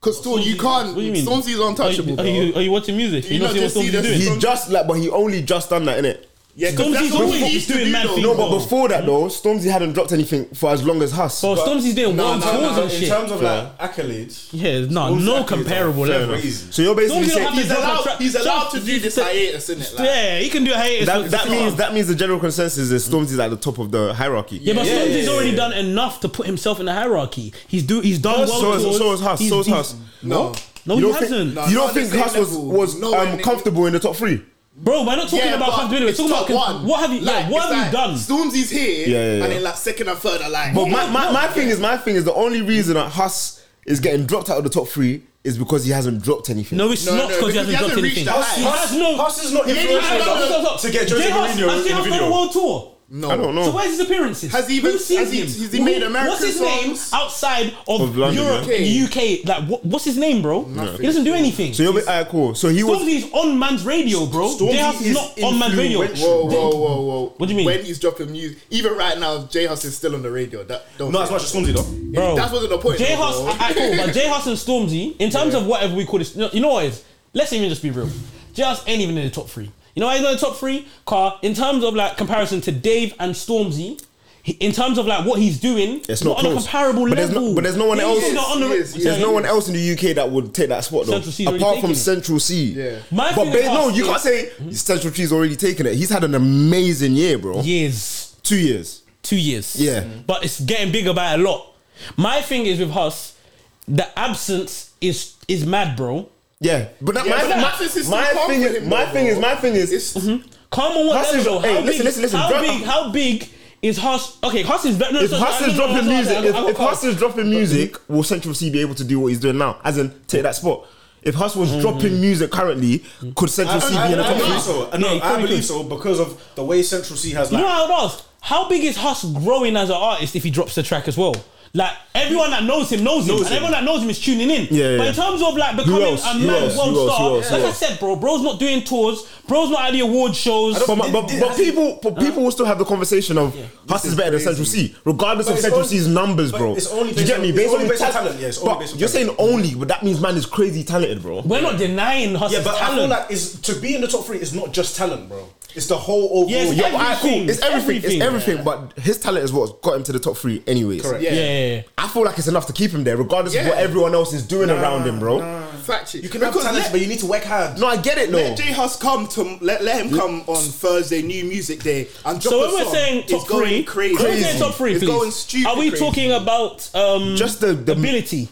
B: Because still, you can't.
E: What do you mean?
B: Stormzy's untouchable.
E: Are you, are you, are you watching music?
B: you
E: You,
B: not
E: don't
B: just
E: see
B: see
E: what Stormzy's
B: this-
E: doing.
D: He just like, but he only just done that, innit?
B: Yeah, 'cause
E: Stormzy's
B: that's what
E: always
B: he used to
E: doing
B: do,
E: mad
B: though.
E: things.
D: No, but
E: Bro.
D: before that though, Stormzy hadn't dropped anything for as long as Huss.
E: Bro, Stormzy's doing
B: No,
E: world
B: no, no,
E: tours
C: Nah,
E: and
C: in
E: shit.
C: terms of like accolades,
E: Yeah, no,
C: Stormzy
E: no
C: actually
E: comparable
C: is, uh,
E: level.
C: crazy.
D: so you're basically
E: Stormzy don't
D: saying
E: have to
B: He's
E: drop a
B: allowed,
E: track.
B: he's allowed to
E: Stormzy-
B: do this hiatus, isn't it? Like,
E: Yeah, he can do hiatus.
D: that,
E: with
D: that
E: the-
D: means that means the general consensus is Stormzy's at the top of the hierarchy.
E: Yeah, but
C: Yeah,
E: Stormzy's
C: yeah, yeah,
E: already
C: yeah.
E: done enough to put himself in the hierarchy. He's do he's done world
D: so
E: tours.
D: is, so is Huss.
E: He's-
D: So is
E: he's-
D: Huss.
B: no.
E: No,
D: You
E: he
D: don't think,
E: hasn't.
B: No,
D: you
B: not
D: don't
B: the
D: think
B: same
D: Huss was,
B: level.
D: was
B: No,
D: um,
B: and it-
D: comfortable in the top three?
E: Bro, we're not talking
B: Yeah,
E: about
B: but
E: comfortability. We're
B: it's
E: talking about
B: top one.
E: con- what have you
B: Like,
E: yeah, what
B: it's
E: have you
B: like
E: done?
B: Stormzy's
D: Yeah,
B: here,
D: yeah,
B: and
D: yeah.
G: Oh,
B: then like second and third are like.
D: But my, my, my thing is, my thing is the only reason that Huss
G: is getting dropped out of the top three is because he hasn't dropped anything.
E: No, it's
B: No,
E: not
B: no,
E: because he
B: because he
E: hasn't dropped
B: hasn't reached
E: anything.
B: that height.
E: That's no.
C: Huss is not
B: He ain't
C: influential
B: even had
C: enough
B: a-
C: to get Jose Mourinho in the
E: Has he done a
C: video.
E: world tour?
B: No.
D: I don't know.
E: So where's his appearances?
B: Has he even-
E: Who sees
B: has he-
E: him?
B: has he made
E: Who-
B: American
E: What's his
B: songs?
E: name outside of,
D: Of London,
E: Europe,
B: yeah.
E: UK? Like what, what's his name, bro? He doesn't do anything.
G: So you'll be alright, cool. So he was.
E: Stormzy's on man's radio, bro.
C: Stormzy
E: Jayhouse is
C: is
E: not on man's radio.
C: influential.
B: Whoa, whoa, whoa, whoa!
E: What do you mean?
B: When he's dropping music, even right now, J House is still on the radio. That don't.
C: Not as much as Stormzy though.
E: Bro.
B: That wasn't the point.
E: J House,
B: though, bro.
E: I, I cool, but J House and Stormzy, in terms of whatever we call this, you know what it is? Let's even just be real. J House ain't even in the top three. You know why he's not in the top three? Car, in terms of like comparison to Dave and Stormzy, he- in terms of like what he's doing,
G: It's not
E: on a
G: close.
E: comparable
G: But there's
E: level.
G: no- but there's no one
E: He's
G: else.
E: not on the-
B: He is, he
G: There's
B: is.
G: no one else in the UK that would take that spot though,
E: Central C's already
G: apart from
E: taken it.
G: Central C.
B: Yeah.
E: My
G: but
E: thing
G: ba-
E: with
G: no,
E: us
G: you
E: is-
G: can't say Central C's already taken it. He's had an amazing year, bro.
E: Years,
G: Two years.
E: two years.
G: Yeah.
E: but it's getting bigger by a lot. My thing is with Huss, the absence is is mad, bro.
G: Yeah, but that,
B: Yeah,
G: my,
B: but that-
G: my-
B: that's- it's
G: my
B: still
G: thing
B: calm
G: is
B: for him,
G: my
B: though,
G: thing
B: bro.
G: is my thing is
B: It's-
E: Come on, what
G: Huss
E: level?
G: is-
E: though?
G: hey,
E: how
G: listen,
E: big,
G: listen, listen,
E: How
G: drop-
E: big? How big is Huss? Okay, Huss is. No,
G: if
E: so- so
G: Huss
E: I
G: is
E: know-
G: dropping
E: no, no,
G: music,
E: I- I
G: if,
E: got
G: if Huss
E: Huss.
G: is dropping music, will Central C be able to do what he's doing now? As in, take that spot. If Huss was dropping music currently, could Central C
C: I,
G: be in the
C: I
G: top
C: believe
G: three?
C: so. No,
E: Yeah,
C: I
E: Chronicles.
C: believe so because of the way Central C has
E: You
C: like.
E: know how it was? How big is Huss growing as an artist if he drops the track as well? Like everyone that knows him knows, him,
C: Knows
E: and
C: him.
E: everyone that knows him is tuning in.
G: Yeah,
E: but
G: yeah.
E: in terms of like becoming
G: else?
E: a
G: Who
E: man
G: else?
E: world
G: Who else?
E: star,
G: Who else? Who
E: like I
G: else?
E: said, bro, bro's not doing tours, bro's not at the award shows.
G: But, my- but, but people, but people will still have the conversation of Huss is better than Central C, regardless of
C: it's
G: Central
C: only-
G: C's numbers,
C: but
G: bro.
C: it's only
G: Do you
C: based
G: get
C: on-
G: me?
C: it's only based on
G: ta-
C: talent, yeah, it's only
G: but
C: based on
G: you're
C: talent.
G: saying only, but that means man is crazy talented, bro.
E: We're not denying Huss.
C: yeah, but I feel
E: talent.
C: like is to be in the top three is not just talent, bro. It's the whole overall.
E: Yeah, it's
G: Yo, alright, cool.
E: everything.
G: It's everything.
E: Everything.
G: It's everything. But his talent is what's got him to the top three, anyways.
C: Correct.
E: yeah, yeah, yeah.
G: I feel like it's enough to keep him there, regardless of
B: Yeah.
G: what everyone else is doing around him, bro.
B: fact check.
C: You can have
B: Because
C: talent,
B: let-
C: but you need to work hard.
G: No, I get it, though.
B: Let J House come to let, let him come on Thursday, New Music Day, and drop
E: So when
B: a
E: we're
B: song.
E: saying top
B: it's going
E: three,
B: crazy.
E: when we're saying top three,
B: it's
E: please.
B: going stupid.
E: Are we
B: crazy.
E: talking about um,
G: Just the- the-
E: ability?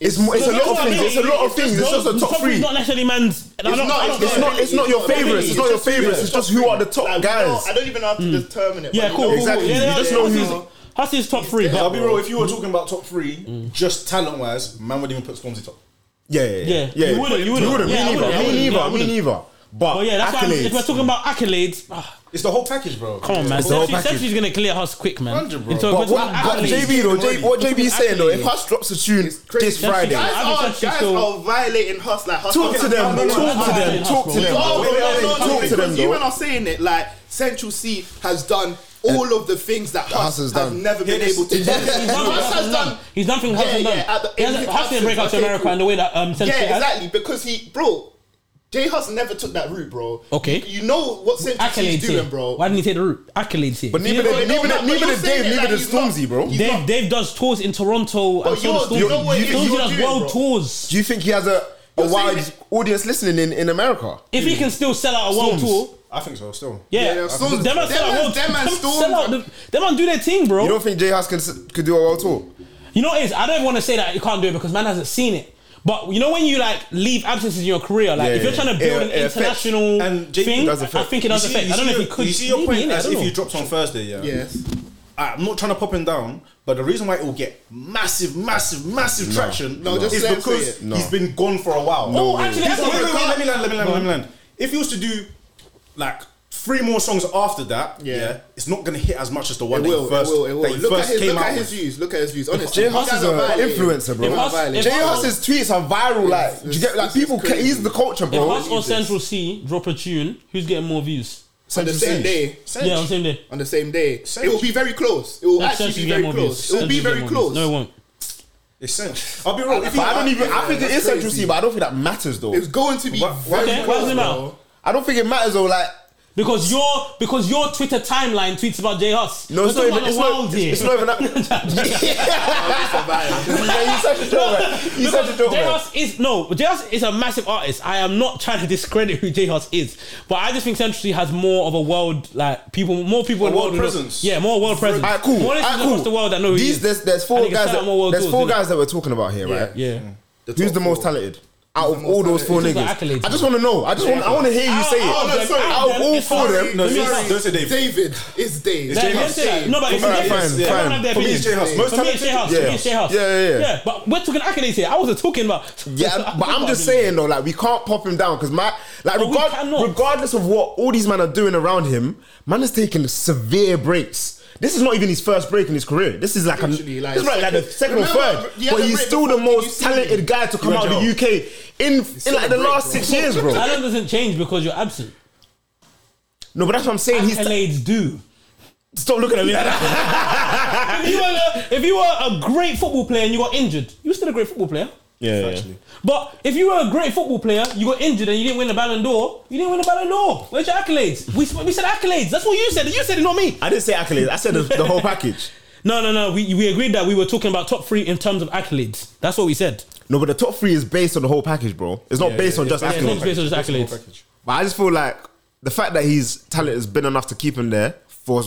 G: It's mo- it's a lot of things. It's a lot of things. It's just a top
E: three's
G: three.
E: Not necessarily man's. I don't,
B: not,
E: I don't
G: It's
E: know.
G: not. It's not your favorites. It's not your favorites. It's just who are the top
B: Like, we don't-
G: guys.
B: I don't even know how to determine it.
E: Hmm. Yeah,
B: but you know-
E: cool. cool, cool.
G: Exactly.
E: Yeah,
G: You
E: yeah,
G: just
E: yeah,
G: know
E: Huss
G: who's-
E: is- Huss is top three,
C: I'll
E: but
C: be real. If you
B: Mm.
C: were talking about top three, just talent wise, man would even put Stormzy top.
G: Yeah, yeah,
E: Yeah.
G: yeah.
E: You wouldn't, you
G: Me
E: wouldn't. Yeah, I
G: neither. Me
E: wouldn't, I wouldn't, yeah, I
G: neither. Me
E: wouldn't.
G: neither. But
E: Oh yeah, that's why. I'm- If we're
G: accolades.
E: talking about accolades, ah,
C: It's the whole package, bro.
E: come on, man.
G: It's the whole
E: Century,
G: package.
E: Century's gonna clear Huss quick, man.
C: 100, bro.
E: In terms-
G: But
E: we're talking
G: what, but
E: accolades.
G: JB though, J, what JB is saying though, if Huss drops a tune
B: crazy.
G: this Friday,
E: That's-
B: Guys,
E: I
B: are,
E: think
B: guys
E: she's still-
B: are violating Huss like Huss.
G: talk to them,
E: no, no,
G: talk to
E: no,
G: them,
E: no,
G: talk
E: no,
G: to
E: no,
G: them,
E: no,
B: Oh,
G: bro.
B: no, no, no,
G: talk to them
B: because You
G: though.
B: men are saying it like Central C has done all of the things that
G: Huss
B: Huss
G: has
B: has
G: done.
B: never been able to do.
E: He's done what
B: Huss
E: Huss
B: has done.
E: He's done things Huss
B: Yeah,
E: has
B: yeah, at the-
E: done. He
B: in
E: hasn't-
B: his
E: Huss didn't break out to
B: absence,
E: America
B: okay,
E: in the way that um, Century
B: Yeah,
E: has.
B: exactly. Because he, bro, J Huss never took that route, bro.
E: Okay.
B: You you know what Central
E: Accolades
B: C's
E: here.
B: doing, bro.
E: Why didn't he take the route? Accolades here.
G: But neither the
B: But no,
G: neither
B: no,
G: the
B: but
G: neither
B: you're
G: the
B: saying
G: Dave,
B: it
G: neither
B: like
G: the
B: he's not-
G: Stormzy, bro.
B: he's
E: Dave,
B: not-
E: Dave does tours in Toronto and
B: But
E: so does
B: you're- you know what
E: Stormzy.
B: it is
E: Stormzy
B: you're
E: does
B: doing,
E: world
B: bro.
E: tours.
G: Do you think he has a, a
B: You're saying
G: wide
B: it-
G: audience listening in, in America?
E: If he can still sell out a world tour,
C: I think so. Still,
E: yeah,
B: Yeah, yeah, Stormzy-
E: them man
B: them
E: sell out
B: man-
E: world.
B: them man
E: them
B: Stormzy-
E: sell out the- Them man do their thing, bro.
G: You don't think Jay House can, s- could do a world tour?
E: You know what it is? I don't want to say that you can't do it because man hasn't seen it. But you know when you like leave absences in your career, like
G: Yeah,
E: if you're
G: yeah.
E: trying to build
G: It-
E: an
G: it affects-
E: international
C: and JP
E: thing,
G: does
E: I
G: affect.
E: think it does affect. I don't know if he could.
C: You see your
E: maybe,
C: point
E: innit? I
C: as
E: don't
C: if
E: know.
C: you dropped on Thursday, yeah.
B: Yes.
C: I'm not trying to pop him down, but the reason why it will get massive, massive, massive traction
B: No, just
C: is
B: let him say
C: because
B: it.
G: No.
C: he's been gone for a while.
E: No Oh, way. actually,
C: He's-
E: actually,
C: wait, wait, wait,
E: wait,
C: let me land, let me land, let me land. If he was to do like three more songs after that, yeah,
B: Yeah.
C: it's not gonna hit as much as the
B: It
C: one that
B: will,
C: he first,
B: it will, it
C: that
B: will.
C: he
B: Look at
C: first
B: his,
C: came
B: look at
C: out
B: his
C: with.
B: views. Look at his views. Honestly,
G: Jay Huss
B: You guys
G: is
B: are
G: a
B: violating.
G: influencer, bro.
E: If Huss- if
G: Jay
E: Huss-
G: House's tweets are viral, like, do you get, like
B: it's-
G: people,
B: it's
G: ca-
B: crazy.
G: he's the culture,
E: If
G: bro.
E: Huss or Central C drop a tune, who's getting more views?
B: on the same day.
E: Yeah, on the same day.
B: On the same day,
C: Same.
B: it will be very close. It will actually
E: Central
B: be
E: get
B: very
E: more
B: close.
E: views.
B: It will be
E: Central
B: very
E: get more
B: close.
E: views. No, it won't.
C: It's sent. I'll be real. If
G: But I don't even, I think it
B: That's
G: is Central
B: crazy.
G: C, but I don't think that matters, though.
B: It's going to be
C: Why- why
B: very
E: Okay, why
B: close.
E: does it matter?
B: bro.
G: I don't think it matters, though, like,
E: Because your because your Twitter timeline tweets about Jay Huss.
G: no, it's not
E: We're
G: even,
E: talking
G: it's
E: about
G: not,
E: the
G: it's not even that. yeah, he's such a joke, man. He's such a
E: Because
G: joke,
E: J
G: man.
E: Hus is no J Hus is a massive artist. I am not trying to discredit who J Hus is, but I just think Central C has more of a world like people, more people
C: A
E: in the
C: world
E: who know-
C: presence.
E: Yeah, more world presence.
G: Alright, cool.
E: More listeners
G: Alright, cool.
E: across the world that know who he
G: These,
E: is.
G: there's, there's
E: And
G: four
E: he can
G: guys.
E: sell out more world
G: That, there's
E: tours,
G: four
E: innit?
G: guys that we're talking about here, right?
E: Yeah,
G: Who's the most talented? out of all those four
E: It's just the
G: niggas?
E: accolades,
G: I just want to know. I just want. I want to hear you say
E: Out- out of
G: it.
E: them,
G: Out of all
E: it's
G: four of
E: not-
G: them,
C: No,
E: Let me-
C: it's- don't say Dave.
B: David is Dave.
E: Let- let's say that. No, but it's
G: Alright,
E: Jay-Hus.
G: fine,
E: Everyone
G: fine.
E: have their
C: For me, it's
E: opinions.
C: Jay House. Most
E: For me, it's Jay
C: talented.
E: House. For me, it's Jay House.
G: Yeah, yeah, yeah.
E: But we're talking accolades here. I wasn't talking about.
G: Yeah, but I'm just saying though, like we can't pop him down because my like
E: But we
G: regard,
E: cannot.
G: regardless of what all these men are doing around him, man is taking severe breaks. This is not even his first break in his career. This is like a,
B: Literally, like,
G: this is like, like the second
B: second-
G: or
B: Remember,
G: third.
B: he had
G: But
B: a
G: he's
B: break
G: still the
B: before Did You
G: most
B: See Me?
G: talented guy to come out of the UK in in like the
B: break,
G: last
B: bro.
G: six years, bro.
E: Talent doesn't change because you're absent.
G: No, but that's what I'm saying. He's
E: Accolades do.
G: stop looking at me like that.
E: If you were a- if you were a great football player and you got injured, you're still a great football player.
G: Yeah,
E: But if you were a great football player, you got injured and you didn't win the Ballon d'Or, you didn't win the Ballon d'Or. Where's your accolades? We, we said accolades. That's what you said. You said it, not me.
G: I didn't say accolades. I said the, the whole package.
E: No, no, no. We, we agreed that we were talking about top three in terms of accolades. That's what we said.
G: No, but the top three is based on the whole package, bro. It's not based on just
E: Yeah, it's not
G: accolades.
E: based on just accolades.
G: But I just feel like the fact that his talent has been enough to keep him there for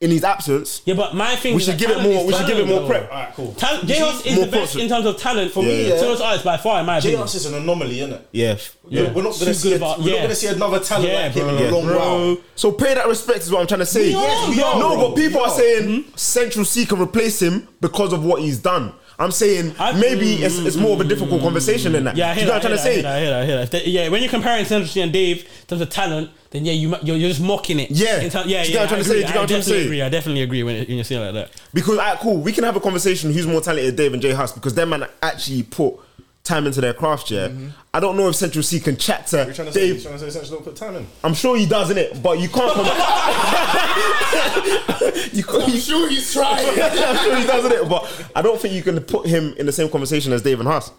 G: in his absence.
E: Yeah, but my thing
G: We
E: is
G: should
E: that
G: give it
E: talent
G: more.
E: is
G: We should give it
E: talent,
G: more
E: though.
G: prep.
C: Alright, cool.
E: Tal- J-Hus is
G: More
E: the best
G: props-
E: in terms of talent for me.
C: yeah.
E: Yeah. Serious artist by far, in my
C: Jay
E: opinion.
C: House is an anomaly, isn't it?
G: Yeah.
C: Yeah. We're not gonna
E: Too
C: see.
E: good
C: a-
E: about-
C: We're not
E: yeah.
C: gonna see another talent
E: Yeah,
C: like him in
E: bro.
C: a long while.
G: So pay that respect is what I'm trying to say.
E: We are,
G: We
E: bro.
G: are, no,
E: bro.
G: but people are saying
E: Hmm?
G: Central C can replace him because of what he's done. I'm saying
E: I- Hmm.
G: maybe it's, it's more of a difficult conversation than that.
E: Yeah,
G: Do
E: I hear
G: you know
E: that.
G: what I'm
E: I
G: trying to say?
E: hear that, I hear that. I hear that. If they- Yeah, when you're comparing Central and Dave in terms of talent, then yeah, you ma- you're, you're just mocking it.
G: Yeah.
E: In ter-
G: Do you
E: yeah,
G: get what
E: yeah.
G: I'm trying
E: I
G: to say? Do
E: agree.
G: you get what
E: I
G: I'm trying to
E: definitely
G: say?
E: agree. I definitely agree when, it, when you see it like that.
G: Because alright, cool, we can have a conversation who's more talented, Dave and Jay Huss, because their man actually put time into their craft. Yeah,
E: Mm-hmm.
G: I don't know if Central C can chat to
C: You're trying to say, you're
G: Dave.
C: trying to say, essentially don't put time in.
G: I'm sure he does, innit? But you can't. Com- you can't.
B: I'm sure he's trying.
G: I'm sure he does, innit? But I don't think you can put him in the same conversation as Dave and Huss.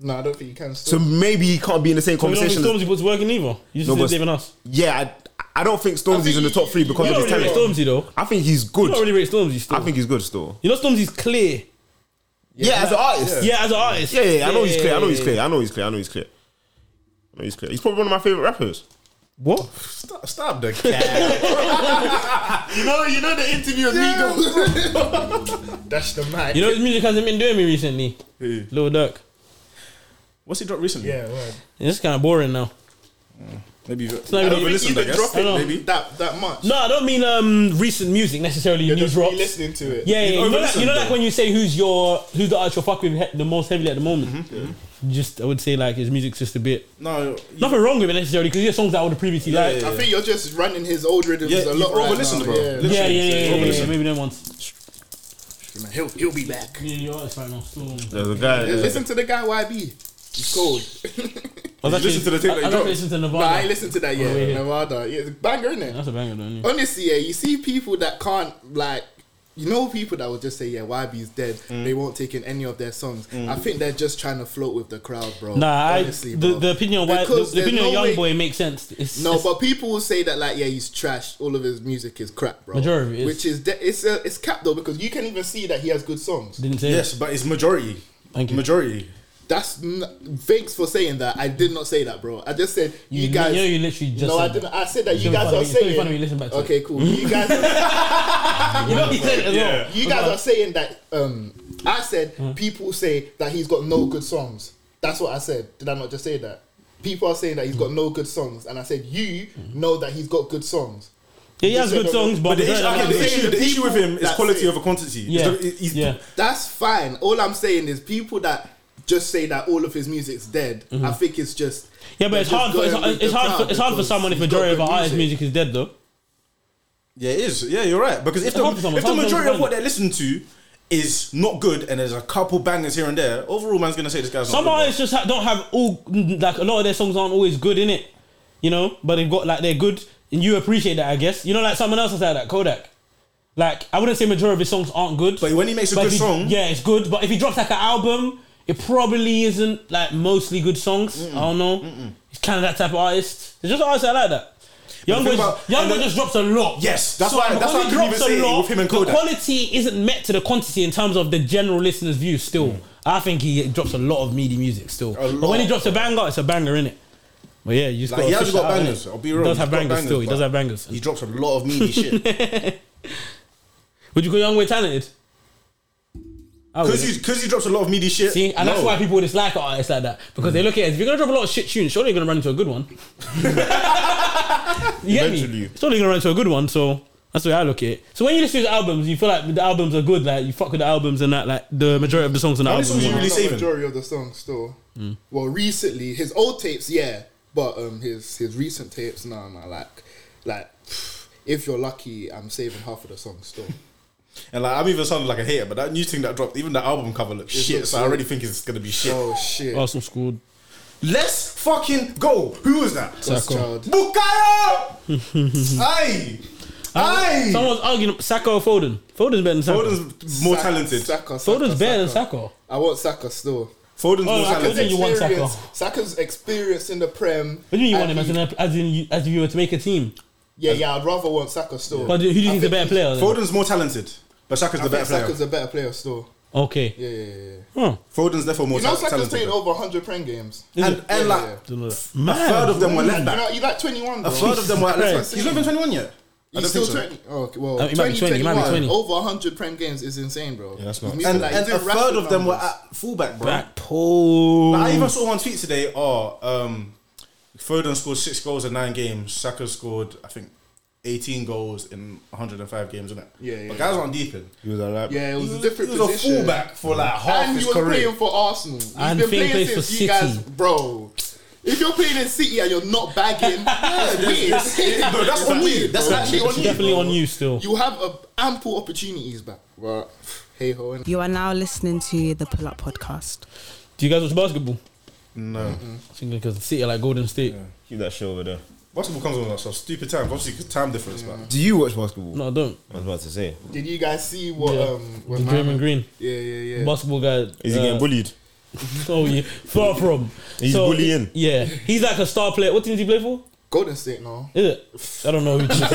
B: no, I don't think you can. Still.
G: So maybe he can't be in the same
E: But you don't
G: conversation. as-
E: think Stormzy was working either. You
G: No,
E: just
G: but-
E: said Dave and us.
G: yeah, I, I don't think Stormzy's in the top three because
E: You
G: of
E: don't
G: his
E: really rate
G: talent.
E: Stormzy though.
G: I think he's
E: You don't
G: good.
E: really rate Stormzy still.
G: I think he's good still.
E: you know Stormzy's clear.
G: Yeah, as an artist.
E: Yeah, as an artist.
G: Yeah, yeah, I know he's clear. I know he's
E: yeah,
G: clear. I know he's clear. I know he's clear. I know he's clear. He's probably one of my favorite rappers.
E: What?
C: Stop, stop the cat.
B: You know, you know the interview with Migos. That's the mic.
E: You know his music hasn't been doing me recently. Lil Durk.
C: What's he dropped recently?
B: yeah, right.
E: It's kind of boring now.
C: Maybe you've
E: not
C: I
E: even-
C: don't
E: you
C: listen, I
B: can
C: guess.
B: drop it,
E: I know.
C: Maybe.
B: That that much.
E: No, I don't mean um recent music necessarily.
B: You're
E: new
B: just
E: drops.
B: listening to it.
E: Yeah, yeah, you know, like,
C: over-listened,
E: you know, like
C: though.
E: when you say who's your who's the artist you're fucking with he- the most heavily at the moment. Just I would say like his music's just a bit
C: No.
E: nothing wrong with it necessarily because there's songs that I would have previously liked.
B: I think you're just running his old rhythms
C: Yeah,
B: a
C: you've
B: lot right
C: overlistened,
B: now.
C: bro.
B: Yeah.
E: Yeah, yeah, yeah, yeah, yeah, yeah,
C: Overlisten.
E: maybe then once.
B: He'll he'll be back.
E: Your artist right now, Storm.
G: There's a guy.
B: Listen to the guy YB. He's cold.
E: I was
C: Did you listen to the tape
E: I-
C: that he
E: I don't
C: dropped?
E: listen to
B: But I ain't
E: Nirvana.
B: listen to that yet.
E: wait, yeah.
B: Nevada. Yeah, it's a banger, innit?
E: That's a banger, don't you?
B: Honestly, yeah, you see people that can't like you know people that will just say, Yeah, YB's dead. They won't take in any of their songs. I think they're just trying to float with the crowd, bro.
E: Nah, I,
B: Honestly,
E: the,
B: bro.
E: the opinion of why, the,
B: Because
E: the
B: there's
E: opinion of
B: no way-
E: Young Boy makes sense. It's,
B: No,
E: it's-
B: but people will say that like, yeah, he's trash. All of his music is crap, bro.
E: Majority of it is.
B: which is de- it's uh, it's cap though because you can even see that he has good songs.
E: didn't say
C: Yes, but it's majority.
E: Thank you.
C: Majority.
B: That's n- thanks for saying that. I did not say that, bro. I just said
E: You
B: you,
E: li-
B: guys.
E: you know you literally just
B: no, I
E: said
B: didn't. I said that you
E: It's
B: guys
E: funny
B: are
E: when you- it's
B: saying.
E: funny when you listen back to it.
B: okay, cool. You guys.
E: that. You know he said it as well.
B: You guys are saying that um I said
E: Hmm.
B: people say that he's got no good songs. That's what I said. Did I not just say that? People are saying that he's
E: Hmm.
B: got no good songs, and I said you know that he's got good songs.
E: Yeah, he has good songs, but,
C: But the issue,
E: majority-
C: okay, the issue, the issue with him is
B: That's
C: quality
B: it.
C: over quantity.
E: yeah,
C: It's the- it- he's-
E: yeah.
B: That's fine. All I'm saying is people that just say that all of his music's dead. I think it's just
E: Hmm. Yeah, but it's
B: they're
E: hard. For,
B: just
E: it's,
B: going with
E: it's
B: the
E: hard.
B: crowd
E: For, it's hard for
B: because
E: someone if
B: he's got
E: majority of
B: good
E: our artist music is dead, though.
C: Yeah, it is. Yeah, you're right. Because if the,
E: hard for someone.
C: if the
E: Hard for
C: majority
E: someone.
C: of what they're listening to is not good and there's a couple bangers here and there, overall, man's going to say this guy's
E: Some
C: not good.
E: artists just ha- don't have all like a lot of their songs aren't always good in it, you know. But they've got like they're good, and you appreciate that, I guess. You know, like someone else has said that Kodak. Like I wouldn't say majority of his songs aren't good,
C: But when he makes a good
E: if he-
C: song-
E: yeah, it's good. But if he drops like an album, it probably isn't like mostly good songs. I don't know. He's kind of that type of artist. It's just artists that like that. Young boy,
C: thing about-
E: young
C: and
E: boy
C: the-
E: just drops a lot.
C: Yes, that's why- that's
E: because
C: why I
E: he
C: couldn't
E: drops
C: even
E: a
C: say it
E: lot,
C: with him and
E: The
C: Kodak.
E: quality isn't met to the quantity in terms of the general listeners' view. Still, I think he drops a lot of meaty music still. But when he drops a banger, it's a banger in it. But yeah, you just
C: Like, he
E: gotta
C: has
E: fish it
C: got
E: out, innit?
C: bangers. I'll be real.
E: He does
C: he's
E: have
C: got
E: bangers, still. He
C: but
E: does have bangers.
C: He drops a lot of meaty shit.
E: Would you call Young Way talented? I
C: Because
E: would.
C: he, cause he drops a lot of meaty shit.
E: See, and that's
C: No.
E: why people dislike artists like that because they look at it. If you're gonna drop a lot of shit tunes, surely you're gonna run into a good one. you get
G: Eventually.
E: me? Surely you're gonna run into a good one. So that's the way I look at it. So when you listen to the albums, you feel like the albums are good. Like you fuck with the albums and that. Like the majority of the songs on the
C: How many songs
E: album.
C: you
E: are-
C: really
B: Not
C: saving?
B: majority of the songs still.
E: Hmm.
B: Well, recently his old tapes, yeah, but um, his his recent tapes, nah, nah, like, like, if you're lucky, I'm saving half of the songs still.
C: And like, I'm even sounding like a hater, but that new thing that dropped, even the album cover looks shit.
B: looks
C: So I already think it's gonna be shit.
B: oh shit,
E: Arsenal scored.
C: Let's fucking go. Who was that?
B: What's child.
C: Bukayo. Aye.
E: Oh,
C: Aye.
E: Someone's arguing Saka or Foden. Foden's better than Saka. Foden's,
C: Foden's more
B: Sa-
C: talented.
B: Saka, Saka,
E: Foden's better than
B: Saka.
E: Saka.
B: I want Saka still.
C: Foden's
E: Oh,
C: more
E: I couldn't
C: talented.
E: you want Saka?
B: Experience- Saka's experience in the Prem.
E: What do you mean you want him
B: and
E: as, an,
B: he-
E: as in you, as if you were to make a team?
B: Yeah, yeah, I'd rather want Saka still.
E: But who do you
B: I
E: think is a
B: think
E: better player? Then?
C: Foden's more talented, but Saka's
B: I
C: the
B: think
C: better player.
B: Saka's a better player still.
E: Okay.
B: Yeah, yeah, yeah. yeah.
E: Huh.
C: Foden's therefore more
B: You know
C: ta-
B: Saka's
C: talented.
B: played over 100 Prem games.
E: Is
C: and
E: it?
C: and
B: Yeah,
C: like
B: yeah.
E: Don't know that.
C: a
E: Mad.
C: third of them were left
B: You
C: back.
B: know, he's like 21,
C: A
B: bro.
C: third of them were left back.
E: Christ.
C: He's not even 21 yet. I
B: He's
C: don't
B: still
C: think so.
B: 20. Oh, okay, well,
E: Uh, he might be 20, he might be
B: 21,
E: 20.
B: Over 100 Prem games is insane, bro. Yeah,
G: that's mad.
C: And, and a third of them were at fullback, bro.
E: Back pole.
C: Like, I even saw one tweet today. Oh, um, Foden scored six goals in nine games. Saka scored, I think, eighteen goals in 105 games, isn't it?
B: Yeah, yeah,
C: But guys
B: yeah.
C: aren't deep in.
G: He was like, that.
B: Yeah, it was,
C: He
B: a different
C: He was
B: position.
C: a fullback for like half
B: And he
C: his
B: was
C: career.
B: playing for Arsenal. He's
E: And
B: been
E: Fink
B: playing
E: plays
B: since
E: for
B: you guys,
E: City.
B: bro. If you're playing in City and you're not bagging, that's weird.
C: No, that's on you. That's
B: bro.
C: actually on
E: It's
C: you.
E: definitely on you still.
B: You have a, ample opportunities back. But hey ho,
H: You are now listening to the Pull Up Podcast.
E: Do you guys watch basketball?
C: No.
E: I think because the City are like Golden State.
G: Keep that shit over there.
C: Basketball comes on us. So stupid time. Obviously, 'cause time difference, man.
D: Do you watch basketball?
E: No, I don't.
G: I was about to say.
B: did you guys see what?
E: Yeah.
B: um what
E: the Draymond
B: Mama-
E: Green,
B: Yeah, yeah, yeah.
E: basketball guy.
G: Is he
E: uh,
G: getting bullied?
E: Oh yeah, far from.
G: He's bullying.
E: Yeah, he's like a star player. What team does he play for?
B: Golden State, no.
E: Is it? I don't know who. Fuck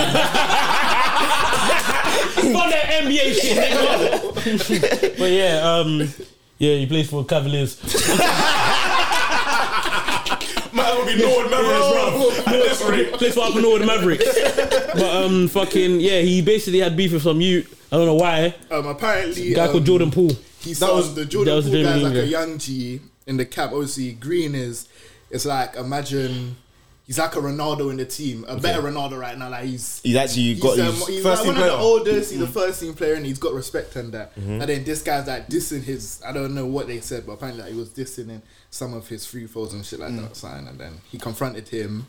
E: that NBA shit. nigga. but yeah, um, yeah, he plays for Cavaliers.
C: Might as well be Norwood Mavericks, bro. At this rate.
E: Plays for up and over the Mavericks. But um, fucking yeah, he basically had beef with some mute. I don't know why.
B: Um, apparently,
E: Guy
B: um,
E: called Jordan Poole.
B: He that was the Jordan
E: that was the
B: Poole guy's
E: Draymond
B: like
E: Green
B: a
E: guy.
B: young G in the cap. Obviously, Green is. It's like imagine he's like a Ronaldo in the team, a better Ronaldo right now. Like he's
G: He's actually
B: he's,
G: got
B: um,
G: his
B: he's
C: first
B: like
C: team
B: one of
C: player.
B: the oldest. He's the first team player, and he's got respect and that. And then this guy's like dissing his. I don't know what they said, but apparently like, he was dissing in some of his free throws and shit like that. Sign, and then he confronted him.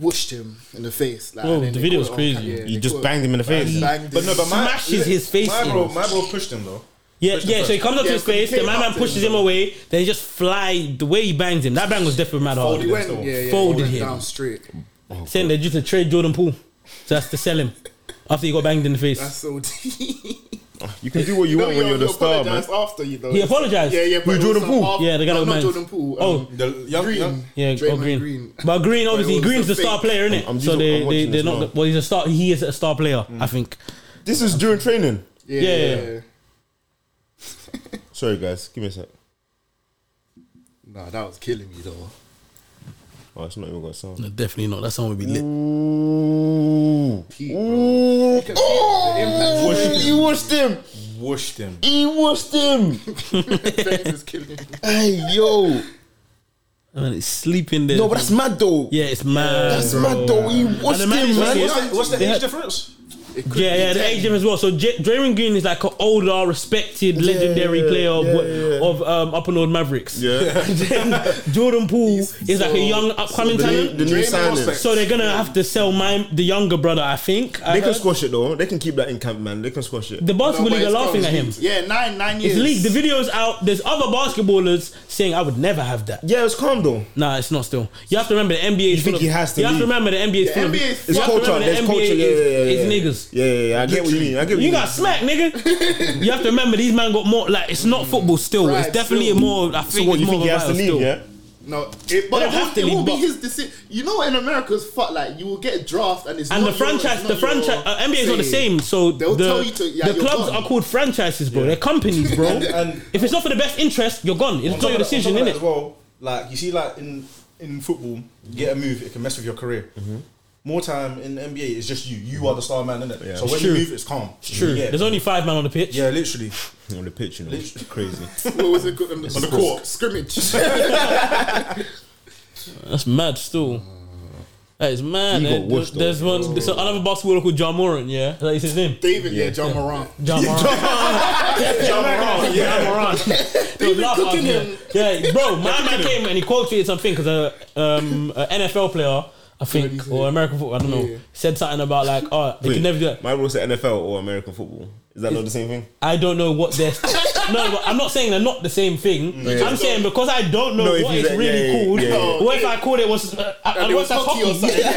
B: Whooshed him in the face. Like,
E: Whoa,
B: and then
E: the
B: they
E: video
B: caught
E: was
B: it on
E: crazy.
B: camera. Yeah,
G: He
B: they
G: just
B: caught-
G: banged him in the face.
B: banged
C: But no,
B: him.
C: but my,
E: Smashes his face
C: My
E: in.
C: bro, my bro pushed him though.
E: Yeah,
C: Pushed him
E: yeah. So he
C: first.
E: comes up
B: Yeah,
E: to his
B: so he
E: face. The
B: came
E: man
B: up
E: man
B: to
E: pushes
B: him.
E: him away. Then he just fly the way he bangs him. That bang was definitely mad
B: Oh, he
E: hard.
B: went, yeah, yeah, he
E: Folded
B: went
E: him.
B: down straight.
E: Saying they're due to trade Jordan Poole, so that's to sell him after he got banged in the
B: That's
E: face.
B: so deep.
G: You can do what you want when you're the star, man.
B: apologized after you though.
E: He apologized?
B: Yeah, yeah. but it
G: Jordan
B: was some
G: Poole?
B: after-
E: Yeah, the guy
B: no,
E: that
B: not
E: managed-
B: Jordan Poole.
E: Oh.
B: um,
C: The young,
B: Green.
C: young-
E: Yeah, or
B: Draymond
E: Green.
B: Green.
E: But Green,
B: But it
E: obviously,
B: was
E: Green's
B: a
E: the star
B: fake.
E: player, isn't it?
G: I'm just-
E: so they,
G: I'm
E: they
G: watching
E: they're
G: this
E: not.
G: now.
E: Well, he's a star. He is a star player, I think.
G: This is during training.
B: Yeah,
E: yeah,
B: yeah.
E: yeah.
B: yeah.
G: Sorry, guys. Give me a sec.
B: Nah, that was killing me though.
G: Oh, it's not even got sound.
E: No, definitely not. That someone would be lit.
G: Ooh.
B: Pete,
G: Ooh.
B: Oh,
G: Oh, he washed him.
C: washed him.
G: He washed him.
B: is killing me.
G: hey, yo.
E: And it's sleeping there.
G: No, but that's mad, though.
E: yeah, it's mad.
G: That's
E: bro.
G: mad, though. He washed
E: the man is
G: him, man.
E: wicked.
C: What's the, what's the
E: They
C: age
E: had-
C: difference?
B: It could
E: Yeah,
B: be
E: yeah, the
B: 10.
E: age difference as well. So J- Draymond Green is like an older, respected, legendary player of
G: yeah,
E: what-
G: yeah.
E: of um, up and old Mavericks.
G: Yeah.
E: Then Jordan Poole is like
B: so-
E: a young, upcoming
G: The new,
E: talent.
G: the new
C: Draymond
G: signing.
C: Prospect.
E: so they're gonna have to sell my the younger brother. I think I
G: They can
E: heard.
G: squash it, though. They can keep that in camp, man. They can squash it.
E: the
B: No,
E: basketball
B: but
E: league are
B: it's
E: laughing at
B: probably- Yeah,
E: him.
B: nine, nine years.
E: It's leaked. The video's out. There's other basketballers saying I would never have that.
G: Yeah, it's calm, though.
E: Nah, it's not still. You have to remember the NBA.
G: think
E: is full of-
G: he has to
E: You have to
G: leave?
E: remember the NBA. is
B: The
E: full of-
B: NBA is
E: you
G: It's
E: have to
G: culture.
E: remember the
G: There's
E: NBA
G: culture. Yeah, yeah, yeah.
E: is-
G: yeah.
E: is niggas.
G: Yeah, yeah, yeah. I get what you mean. I get what
E: You
G: you mean.
E: got smacked, nigga. you have to remember these man got more. Like it's not football still.
B: Right,
E: it's definitely
B: still.
E: a more. I think
G: So what,
E: it's
G: you
E: more
G: think he
E: of a
G: has to
E: battle
G: leave,
E: still.
G: yeah?
B: No, it, but
E: They
B: it,
E: don't have
B: won't,
E: to
B: it won't be
E: leave,
B: his decision. You know, in America's fuck, like you will get draft and it's
E: And
B: not
E: the franchise,
B: your,
E: the
B: it's not
E: franchise,
B: your
E: uh, NBA is not the
B: saying.
E: same. So
B: They'll
E: the,
B: tell you to- yeah,
E: the
B: you're
E: clubs
B: gone.
E: are called franchises, bro. They're companies, bro.
C: And- and-
E: if it's not for the best interest, you're gone. It's not your decision,
C: in
E: innit?
C: As well, like you see, like in in football, you get a move, it can mess with your career. more time in the NBA, it's just you. You are the star man, innit? So when
E: True.
C: you move, it's calm. It's
E: True.
C: Yeah,
E: There's only five men on the pitch.
C: yeah literally.
G: on the pitch, you know, it's crazy.
B: What was it called? On the,
C: On the court.
B: Scrimmage.
E: That's mad still. That is mad.
G: He got
E: eh?
G: washed,
E: There's
G: though.
E: one. There's another basketballer called John Moran. Yeah, that is his name.
B: David, yeah, John Morant.
E: John Moran. John Moran. Yeah, John Moran. They laugh out
B: cooking
E: here.
B: him.
E: Yeah, bro. My man came and he quoted something because a um, a NFL player. I
B: What
E: think,
B: did he say?
E: or American football, I don't know,
B: Yeah.
E: said something about like, oh, they
G: Wait,
E: can never do that.
G: My rule said NFL or American football. Is that not the same thing?
E: I don't know what they're. no, but I'm not saying they're not the same thing. I'm saying because I don't know
G: Mm. No, if
E: what
G: you
E: it's
G: said-
E: really
G: yeah, yeah,
E: called.
G: yeah, yeah.
E: What if I called it was? Uh, I, I
B: And it was
E: what's that
B: hockey or
E: hockey?
B: something.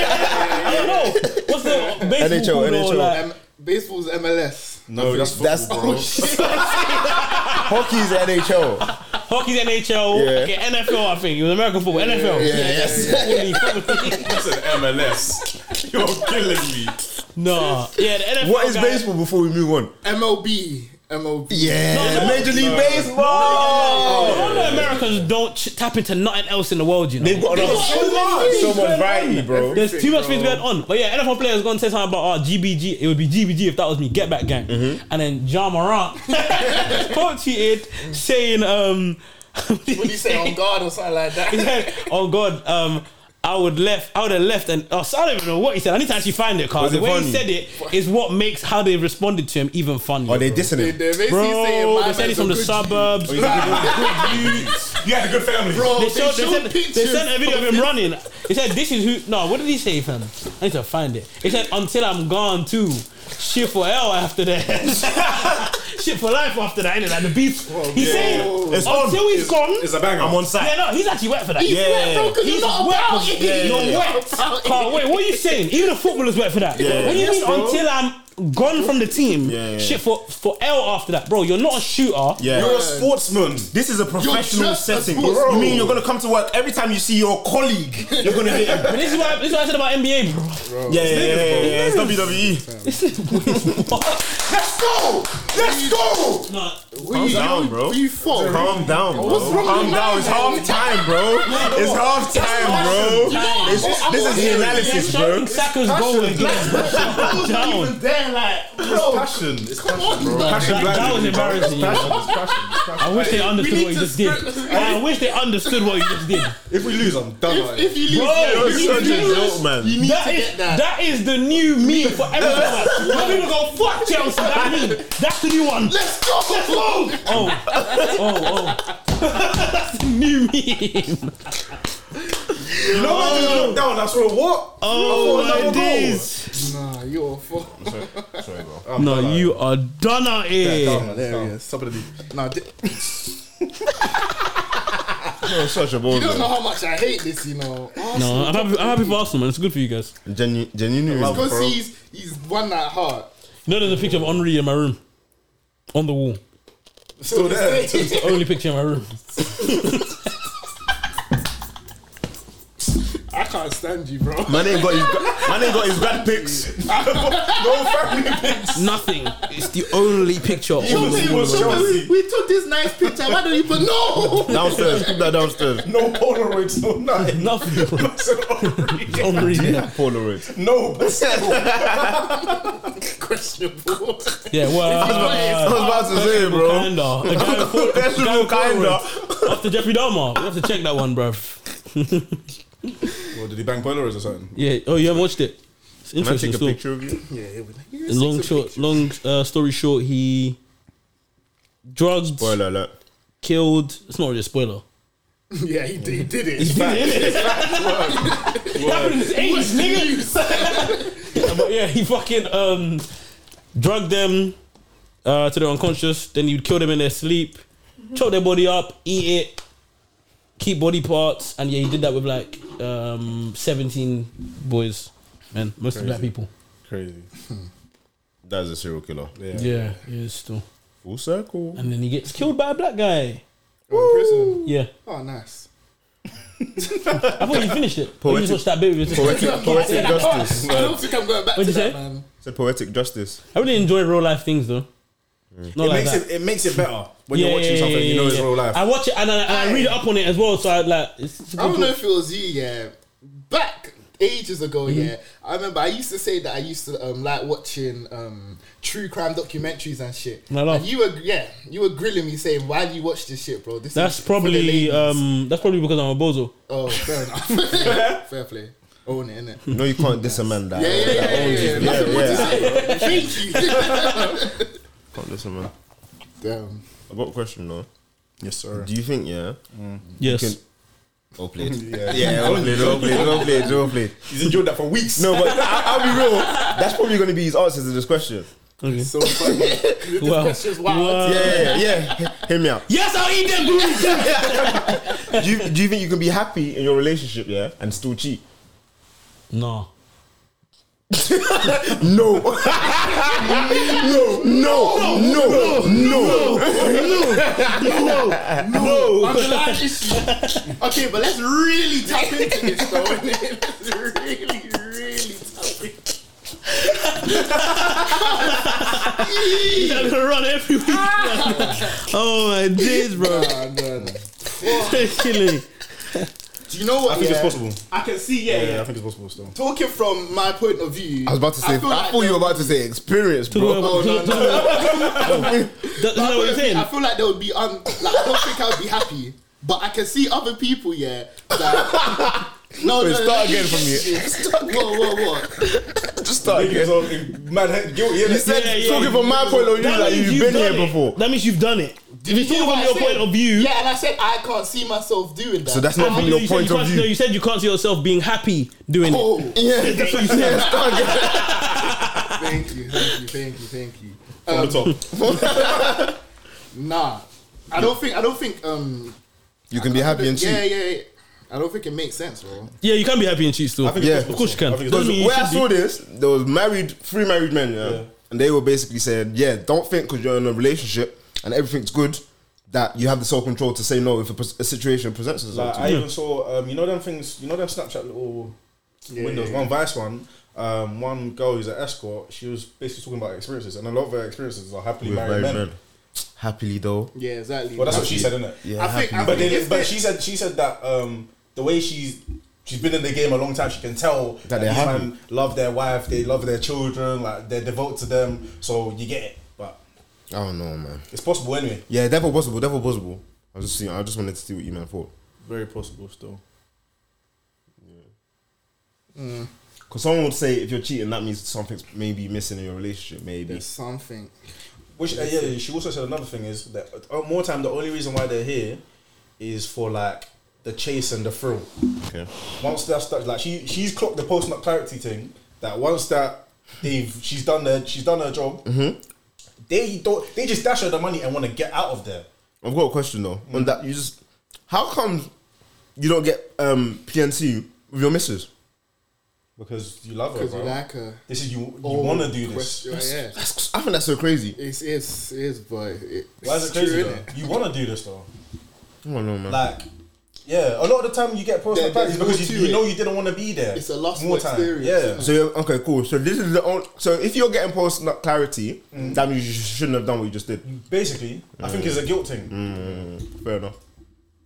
E: I don't know. What's the
G: NHL,
E: baseball called or
G: NHL.
E: like?
B: Um, baseball's MLS.
C: No, that's football,
G: that's-
C: bro.
G: Hockey's NHL.
E: Hockey's NHL,
G: Yeah.
E: okay, NFL, I think. It was American football, NFL.
G: Yeah, yes.
C: That's an MLS. You're killing me.
E: no. Yeah, the NFL.
G: What is
E: guy-
G: baseball before we move on?
B: MLB. MLB.
G: Yeah,
E: no,
G: Major League Baseball.
E: No wonder Americans don't ch- tap into nothing else in the world, you know.
G: Oh. They've got another
E: so
G: so
E: much.
G: much variety, bro.
E: There's too much things going on. But yeah, NFL players going to say something about oh, GBG. It would be GBG if that was me. Get back, gang.
B: Mm-hmm.
E: And then John Morant quote tweeted saying, um, what did
B: What do you say on guard or something like that?
E: He said, "Oh God, um, I would left. I would have left, and oh, so I don't even know what he said. I need to actually find it because
G: Was
E: the
G: it
E: way
G: funny?
E: he said it is what makes how they responded to him even funny.
G: Are Oh, they Oh,
B: They-
G: dissonant?
B: They're basically saying,
E: bro,
B: my
E: they said
B: man's
E: he's
B: a
E: from the
B: good
E: suburbs.
G: Or is it-
C: You, you had a good family.
B: Bro,
E: They,
B: they,
E: showed, they,
B: showed
E: sent,
B: pictures.
E: they sent a video of him running. He said, "This is who." No, what did he say, fam? I need to find it. He said, "Until I'm gone too, shit for hell after that, shit for life after that." And like the beats, he's saying,
G: Oh, It's on.
E: "Until he's gone."
C: It's a banger. I'm on
E: Yeah, no, he's actually wet for that.
G: Yeah.
B: Yeah, bro, 'cause
E: He's
B: you're not
E: wet.
B: about it.
E: You're
B: You're
E: wet.
B: about it.
E: Carl, wait, what are you saying? Even a footballer's wet for that.
G: Yeah.
E: What do you
G: Yes,
E: mean
G: bro.
E: until I'm gone from the team?
G: yeah.
E: Shit for for L after that, bro. You're not a shooter.
G: Yeah.
C: You're a sportsman.
G: This is a professional
B: just a
G: setting.
B: sports-
G: You mean you're gonna come to work every time you see your colleague, you're gonna hit him?
E: But this is what I, this is what I said about NBA, bro.
G: Yeah, yeah, yeah, yeah, yeah. It's E. WWE.
E: This is what?
B: Let's go! Let's go!
E: no,
B: Calm
G: down, bro.
B: You fuck.
G: Calm down, bro.
B: What's wrong
G: Calm
B: with
G: down.
B: mine,
G: It's
B: man?
G: half time, bro. It's half time, bro. It's just, this is the analysis, bro.
E: Shouting Saka's goal again.
B: I
E: Down.
B: wasn't even there, like, bro.
C: Passion. It's
B: Come on, bro.
E: That, that was embarrassing. you know.
C: passion.
E: I wish they understood
B: need
E: what you
B: to
E: just did.
B: script this.
E: I wish they understood what you just did.
C: If we lose, I'm done.
B: If, if you leave,
E: Bro,
B: yeah,
E: you
B: if you
G: Such
B: leave,
G: a joke, man.
B: you need
E: That
B: to
E: is
B: get that.
E: that is the new meme for everyone. When people go fuck Chelsea, that meme. That's the new one.
B: Let's go! Let's go!
E: Oh, oh, oh. That's the new meme.
C: you know what? I just looked down. I saw what?
E: Oh
C: another
E: my
C: goal.
E: days.
B: Nah, you're a fuck.
C: Sorry, bro.
E: No, you are done out here.
B: Hilarious.
C: Top of the league.
B: Nah, di-
G: You're Such a ball,
B: you don't know how much I hate this, you know.
E: No, I'm happy, I'm happy for Arsenal, man. It's good for you guys.
G: Genuine, genuine.
B: Because he's, he's one at heart.
E: You know, there's a picture of Henri in my room, on the wall.
C: Still there.
E: It's the only picture in my room.
B: I can't stand you, bro.
G: Man ain't got his gra- man ain't got his grad pics.
C: No family pics.
E: Nothing. It's the only picture. On the
B: Yo,
E: wall.
B: we, we, we took this nice picture. Why don't you put no?
G: Downstairs, keep that downstairs.
C: No Polaroids. No nothing.
E: Nothing. bro. It's Henri there.
G: Polaroids.
C: No. pastel.
B: Questionable.
E: Yeah,
G: I
E: well.
G: was about to say, bro.
E: Kinda. The guy with Pol-
G: That's
E: the guy with
G: kinda.
E: Polaroids. After Jeffrey Dahmer. We have to check that one, bruv.
C: Well, did he bang Polaroids or something?
E: Yeah. Oh, you haven't watched it. It's
G: Can I
E: interesting.
G: take a picture
E: still.
G: of you?
E: Long short. Long uh, story short. He drugged,
G: Spoiler alert.
E: killed. It's not really a spoiler.
B: yeah, he did, he did it.
E: It happened in his eighties, nigga. but yeah, he fucking um, drugged them uh, to their unconscious. Then he'd kill them in their sleep, choke their body up, eat it, keep body parts, and yeah, he did that with like um, seventeen boys, man, mostly black people.
C: Crazy.
G: That is a serial killer.
C: Yeah.
E: Yeah, yeah, still.
G: Full circle.
E: And then he gets killed by a black guy.
B: Oh, in prison.
E: Yeah.
B: Oh, nice.
E: I thought you finished it.
G: Poetic-
E: Poetic. You just watched that bit. with your sister.
G: Poetic, poetic justice.
B: I don't think I'm going back
E: What'd
B: to
E: you
B: that,
E: say?
B: man.
G: It's a poetic justice.
E: I really enjoy real life things though. Not
C: It
E: like
C: makes
E: that.
C: it, it makes it better when you're watching something you know
E: yeah,
C: it's
E: yeah.
C: real life.
E: I watch it and I, and I read up on it as well, so I like. It's, it's a
B: I
E: good
B: don't know
E: book.
B: if it was you, yeah. Back ages ago. Yeah, I remember I used to say that I used to um, like watching um, true crime documentaries and shit.
E: I love-
B: And you were yeah, you were grilling me saying, "Why do you watch this shit, bro?" This
E: That's
B: is for the
E: probably
B: ladies."
E: um, that's probably because I'm a bozo.
B: Oh, fair enough. fair play. Own it, innit?
G: No, you can't diss a man that.
B: Yeah, yeah, yeah, yeah, yeah, yeah. Nothing more to
G: yeah.
B: say. Thank you.
G: Can't diss a man.
B: Damn.
G: I got a question though.
C: Yes, sir.
G: Do you think yeah?
E: Yes.
G: can-
E: Oh,
G: Well played.
C: Yeah.
G: Yeah, well played, well played, well played, well played.
C: He's enjoyed that for weeks.
G: No, but I, will be real. That's probably going to be his answer to this question.
E: Okay.
B: So funny. This
E: Wow.
B: question's wild.
E: Wow.
G: Yeah, yeah, yeah. Hear me out.
E: Yes, I'll eat them booties.
G: Do you, do you think you can be happy in your relationship, yeah, and still cheat?
E: no.
G: No. no, no, no, no, no.
B: I'm glad you see. Okay, but let's really tap into this, though. let's really, really tap into
E: I'm gonna run every week. oh my days, bro. It's killing.
B: Do you know what?
C: I think
B: yeah?
C: it's possible.
B: I can see, yeah, yeah.
C: Yeah, I think it's possible still.
B: Talking from my point of view,
D: I was about to say. I,
B: feel like
D: thought you
B: there-
D: were about to say experience,
E: To the-
D: bro.
B: no, no,
E: to the- to the- That-
B: my point
E: That's not what you're
B: of view, I
E: saying.
B: feel like there would be un. Like, I don't think I'd be happy, but I can see other people, yeah. That, no, no, no,
D: start
B: no,
D: again from here.
B: Whoa, whoa, whoa!
D: Just start.
C: Niggas
D: again.
C: all in mad head guilty. innit?
D: You said
E: Yeah, yeah.
D: talking from my point of view,
E: That
D: like
E: means
D: you've been
E: done
D: here
E: it.
D: before.
E: That means you've done it. If you
B: hear
E: talk
B: what
E: from
B: I
E: your
B: said?
E: point of view,
B: Yeah, and I said I can't see myself doing that.
D: So that's not
E: I
D: from
E: believe
D: your
E: you said you
D: point of
E: can't- No,
D: view.
E: you said you can't see yourself being happy doing it.
B: oh.
D: Yeah,
E: That's what you said.
B: thank you, thank you, thank you, thank you. Um,
C: From the top.
B: Nah, I don't think I don't think um
D: you can be happy and
B: yeah
D: cheat.
B: yeah, yeah. I don't think it makes sense, bro.
E: Yeah, you can be happy and cheat still.
C: I think it's
D: Yeah.
C: possible
E: Of course you
C: still.
E: can.
C: I think it's possible.
E: Doesn't mean you
D: Where
E: should
D: I
E: be-
D: saw this, there was married, three married men, yeah,
C: Yeah.
D: and they were basically saying, "Yeah, don't think because you're in a relationship and everything's good that you have the self control to say no if a, pres- a situation presents itself."
C: Like,
D: to
C: Uh, I even saw, um, you know them things, you know them Snapchat little windows. One Vice one, um, one girl who's an escort. She was basically talking about experiences, and a lot of her experiences are happily
D: you. With
C: married, men.
D: married men. Happily though,
B: Yeah, exactly.
C: Well, that's what she said, isn't it?
D: yeah,
B: I think-
D: happily
B: I
C: But,
B: think-
C: they,
B: if
C: but
B: they-
C: she said she said that um, the way she's she's been in the game a long time, she can tell that,
D: they're
C: these
D: happy.
C: men love their wife, they love their children, like they're devoted to them. So you get it, but
D: I don't know, man.
C: it's possible anyway.
D: Yeah, devil possible, devil possible. I was just seeing, I just wanted to see what you man thought.
C: Very possible still.
G: Because someone would say if you're cheating, that means something's maybe missing in your relationship. Maybe.
B: There's something.
C: Which uh, yeah, she also said another thing is that uh, more time the only reason why they're here is for like the chase and the thrill.
G: Okay.
C: Once that's done, like she she's clocked the post nut clarity thing. That once that they've she's done their she's done her job. They don't they just dash her the money and want to get out of there.
G: I've got a question though. On that, you just how come you don't get um PNC with your missus?
C: Because you love her,
B: Because
C: bro.
B: you like her.
C: this is you. You
B: Oh,
C: want to do this.
B: question- Yeah,
G: That's, I think that's so crazy.
B: it's it's it's but it,
C: Why is
B: it's
C: it crazy?
B: true,
C: Though?
B: innit?
C: You want to do this though.
G: I don't know, man.
C: Like, yeah. A lot of the time you get post
B: There-
C: nut clarity
B: there's more
C: because
B: to
C: you,
B: it.
C: you know you didn't want to be there.
B: It's a lost
C: more
B: experience,
C: time.
B: isn't
C: Yeah.
B: it?
G: so you're, okay, cool. So this is the only. So if you're getting post nut clarity, that means you shouldn't have done what you just did.
C: Basically, I think it's a guilt thing.
G: Fair enough.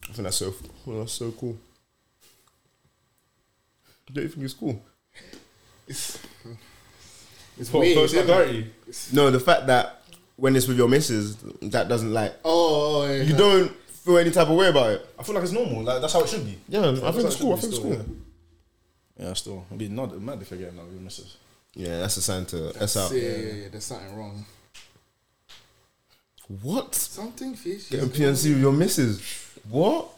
G: I think that's so. Well, that's so cool. I don't think it's cool.
B: It's, it's
C: What,
B: weird.
C: post nut
B: innit?
C: clarity?
G: No, the fact that when it's with your missus, that doesn't like
B: Oh, yeah.
G: you don't feel any type of way about it.
C: I feel like it's normal. Like that's how it should be.
G: Yeah, I think
C: That's
G: it's
C: how
G: cool. I
C: it should
G: think it's
C: be
G: cool.
C: still, Yeah, Yeah, still. I'd be not mad if I get another missus.
G: Yeah, that's a sign to that's out.
B: yeah, yeah, yeah. There's something wrong.
G: What?
B: Something fishy.
G: Getting PNC with your missus? What?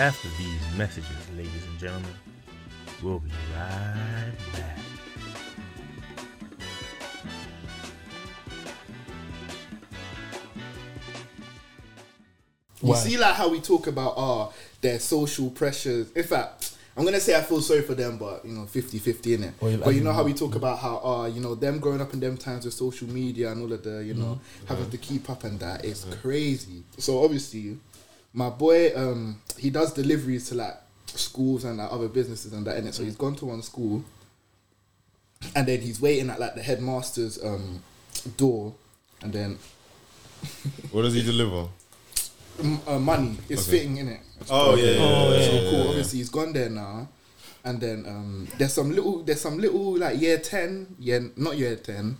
I: After these messages, ladies and gentlemen, we'll be right back.
B: You see, like how we talk about uh, their social pressures. In fact, I'm gonna say I feel sorry for them, but you know, 50 50 in it. But you know how we talk about how uh, you know, them growing up in them times with social media and all of the, you know, having to keep up and that is crazy. So obviously, my boy, um, he does deliveries to like schools and like, other businesses and that in it. So he's gone to one school, and then he's waiting at like the headmaster's um door, and then
G: What does he deliver?
B: m- uh, money. It's fitting in it.
C: Oh yeah, yeah, yeah.
B: so cool. Obviously, he's gone there now. And then um, there's some little, there's some little like year ten, yeah, not year ten.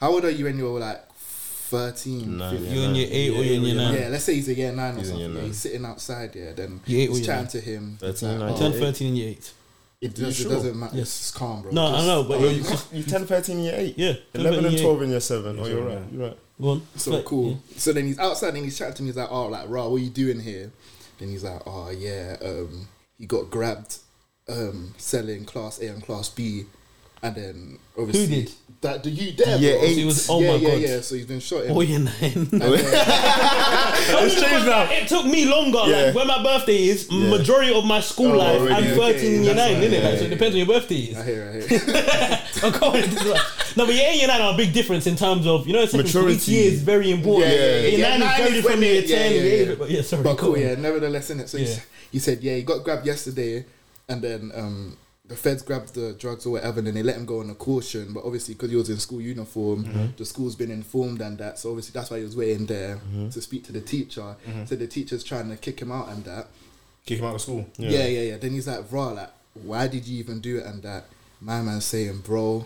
B: How old are you when you're like 13,
G: Nah,
B: 15?
G: yeah.
E: You're in your eight or you're in your nine.
B: Yeah, let's say he's a year nine or
G: He's in year
B: something.
G: nine.
B: He's sitting outside, yeah. Then
E: Year eight or
B: he's
E: year
B: chatting
E: nine?
B: to him. It's
G: 13,
B: like,
E: You
B: oh,
E: turn 13 and you're eight.
B: It, does,
G: sure?
B: it doesn't matter.
E: Yes.
B: It's calm, bro.
E: No, I
B: Just- Oh,
E: know, but
G: Well,
E: you
G: you, you 10, 13 in year 8.
E: Yeah,
G: 11 and
E: 10,
G: 12 in year 7. Oh, you're right. You're right.
E: Go on.
B: So
E: Like,
B: cool. So then he's outside and he's chatting to me. He's like, "Oh, like, rah, what you doing here?" Then he's like, "Oh, yeah, um, he got grabbed, um, selling class A and class B, and then obviously
E: did?
B: that? Do you dare?
G: Yeah,
B: bro.
G: eight.
E: He was- oh
B: yeah,
E: my
B: yeah,
E: God. Oh,
B: yeah. So he's been shot. in.
E: Or you're nine.
G: It's changed now.
E: It took me longer.
G: Yeah.
E: Like when my birthday is, majority of my school
G: Oh,
E: life,
G: already,
E: I'm
G: okay,
E: 13 in year
B: that's
E: nine,
B: right,
E: innit?
B: yeah,
E: like, so it depends on your birthday is.
B: I hear, it, I hear. it.
E: I'm going to this one. no, but year eight and year nine are a big difference in terms of you know secondary school, each
G: Maturity.
E: year is very important.
B: Yeah, yeah, yeah.
E: Year
B: Yeah,
E: nine,
B: nine
E: is very
B: is
E: different
B: when
E: from year
B: it- yeah,
E: ten.
B: yeah,
E: year eight,
B: yeah.
E: But yeah, sorry.
B: but
E: go
B: cool,
E: on.
B: yeah. Nevertheless, in it. So he,
E: Yeah.
B: s- he said, "Yeah, he got grabbed yesterday, and then um, the feds grabbed the drugs or whatever, and then they let him go on a caution. But obviously, because he was in school uniform,
E: Mm-hmm.
B: the school's been informed and that. So obviously, that's why he was waiting there
E: Mm-hmm.
B: to speak to the teacher. So the teacher's trying to kick him out and that.
C: Kick him out of school.
B: Yeah, yeah, yeah. Then he's like, "Bro, like, why did you even do it?" And that my man's saying, "Bro,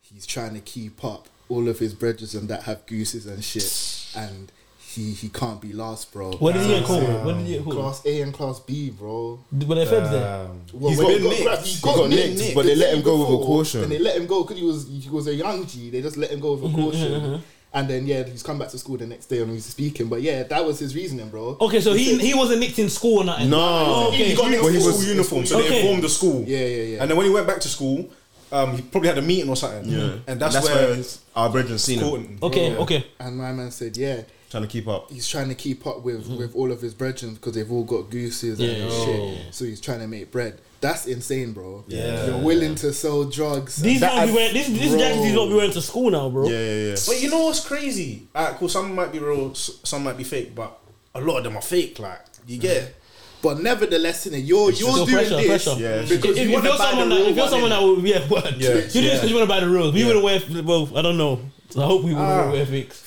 B: he's trying to keep up. All of his brothers and that have gooses and shit, and." He, he can't be last, bro.
E: What did he get
B: Um,
E: called? What did he get called?
B: Class A and Class B, bro.
E: Were there feds there?
C: Um,
B: Well,
G: He's
B: when
G: got
B: he
G: nicked.
B: grabbed,
G: He got nicked, but they let him go with a caution.
B: And they let him go because he was he was a young G. They just let him go with a
E: Mm-hmm,
B: caution. And then yeah, he's come back to school the next day and he's speaking. But yeah, that was his reasoning, bro.
E: Okay, so he he wasn't nicked in school or nothing.
G: No.
E: Okay.
C: He got
G: Well,
C: well,
G: he
C: school
G: was-
C: uniform, so
E: Okay.
C: they informed the school.
B: Yeah, yeah, yeah.
C: And then when he went back to school, um, he probably had a meeting or something. Yeah. And that's, where, it's
G: our brethren seen him.
C: important.
E: Okay, okay.
B: And my man said, yeah,
G: Trying to keep up.
B: he's trying to keep up with
C: Mm-hmm.
B: with all of his brethren because they've all got gooses
E: Yeah.
B: and
C: Oh.
B: shit. So he's trying to make bread. That's insane, bro.
G: Yeah.
B: you're willing to sell drugs.
E: These
G: That-
E: guys we went. This this
B: Bro.
E: jacket is what we went to school now, bro.
G: Yeah, yeah, yeah.
C: But you know what's crazy? Alright, cool. Some might be real, s- some might be fake, but a lot of them are fake. Like you get. it?
B: But nevertheless, in it, you're you're
E: still
B: doing
E: pressure,
B: this
E: pressure.
G: Yeah, it's
B: because
E: If, if
B: you want to
E: you're
B: buy the
E: someone that,
B: real
E: if you're
B: one.
E: someone
B: innit?
E: that would, yeah, word.
C: Yeah.
E: You do this because you want to buy the rules. We wouldn't wear, well, I don't know. I hope we wouldn't wear fakes.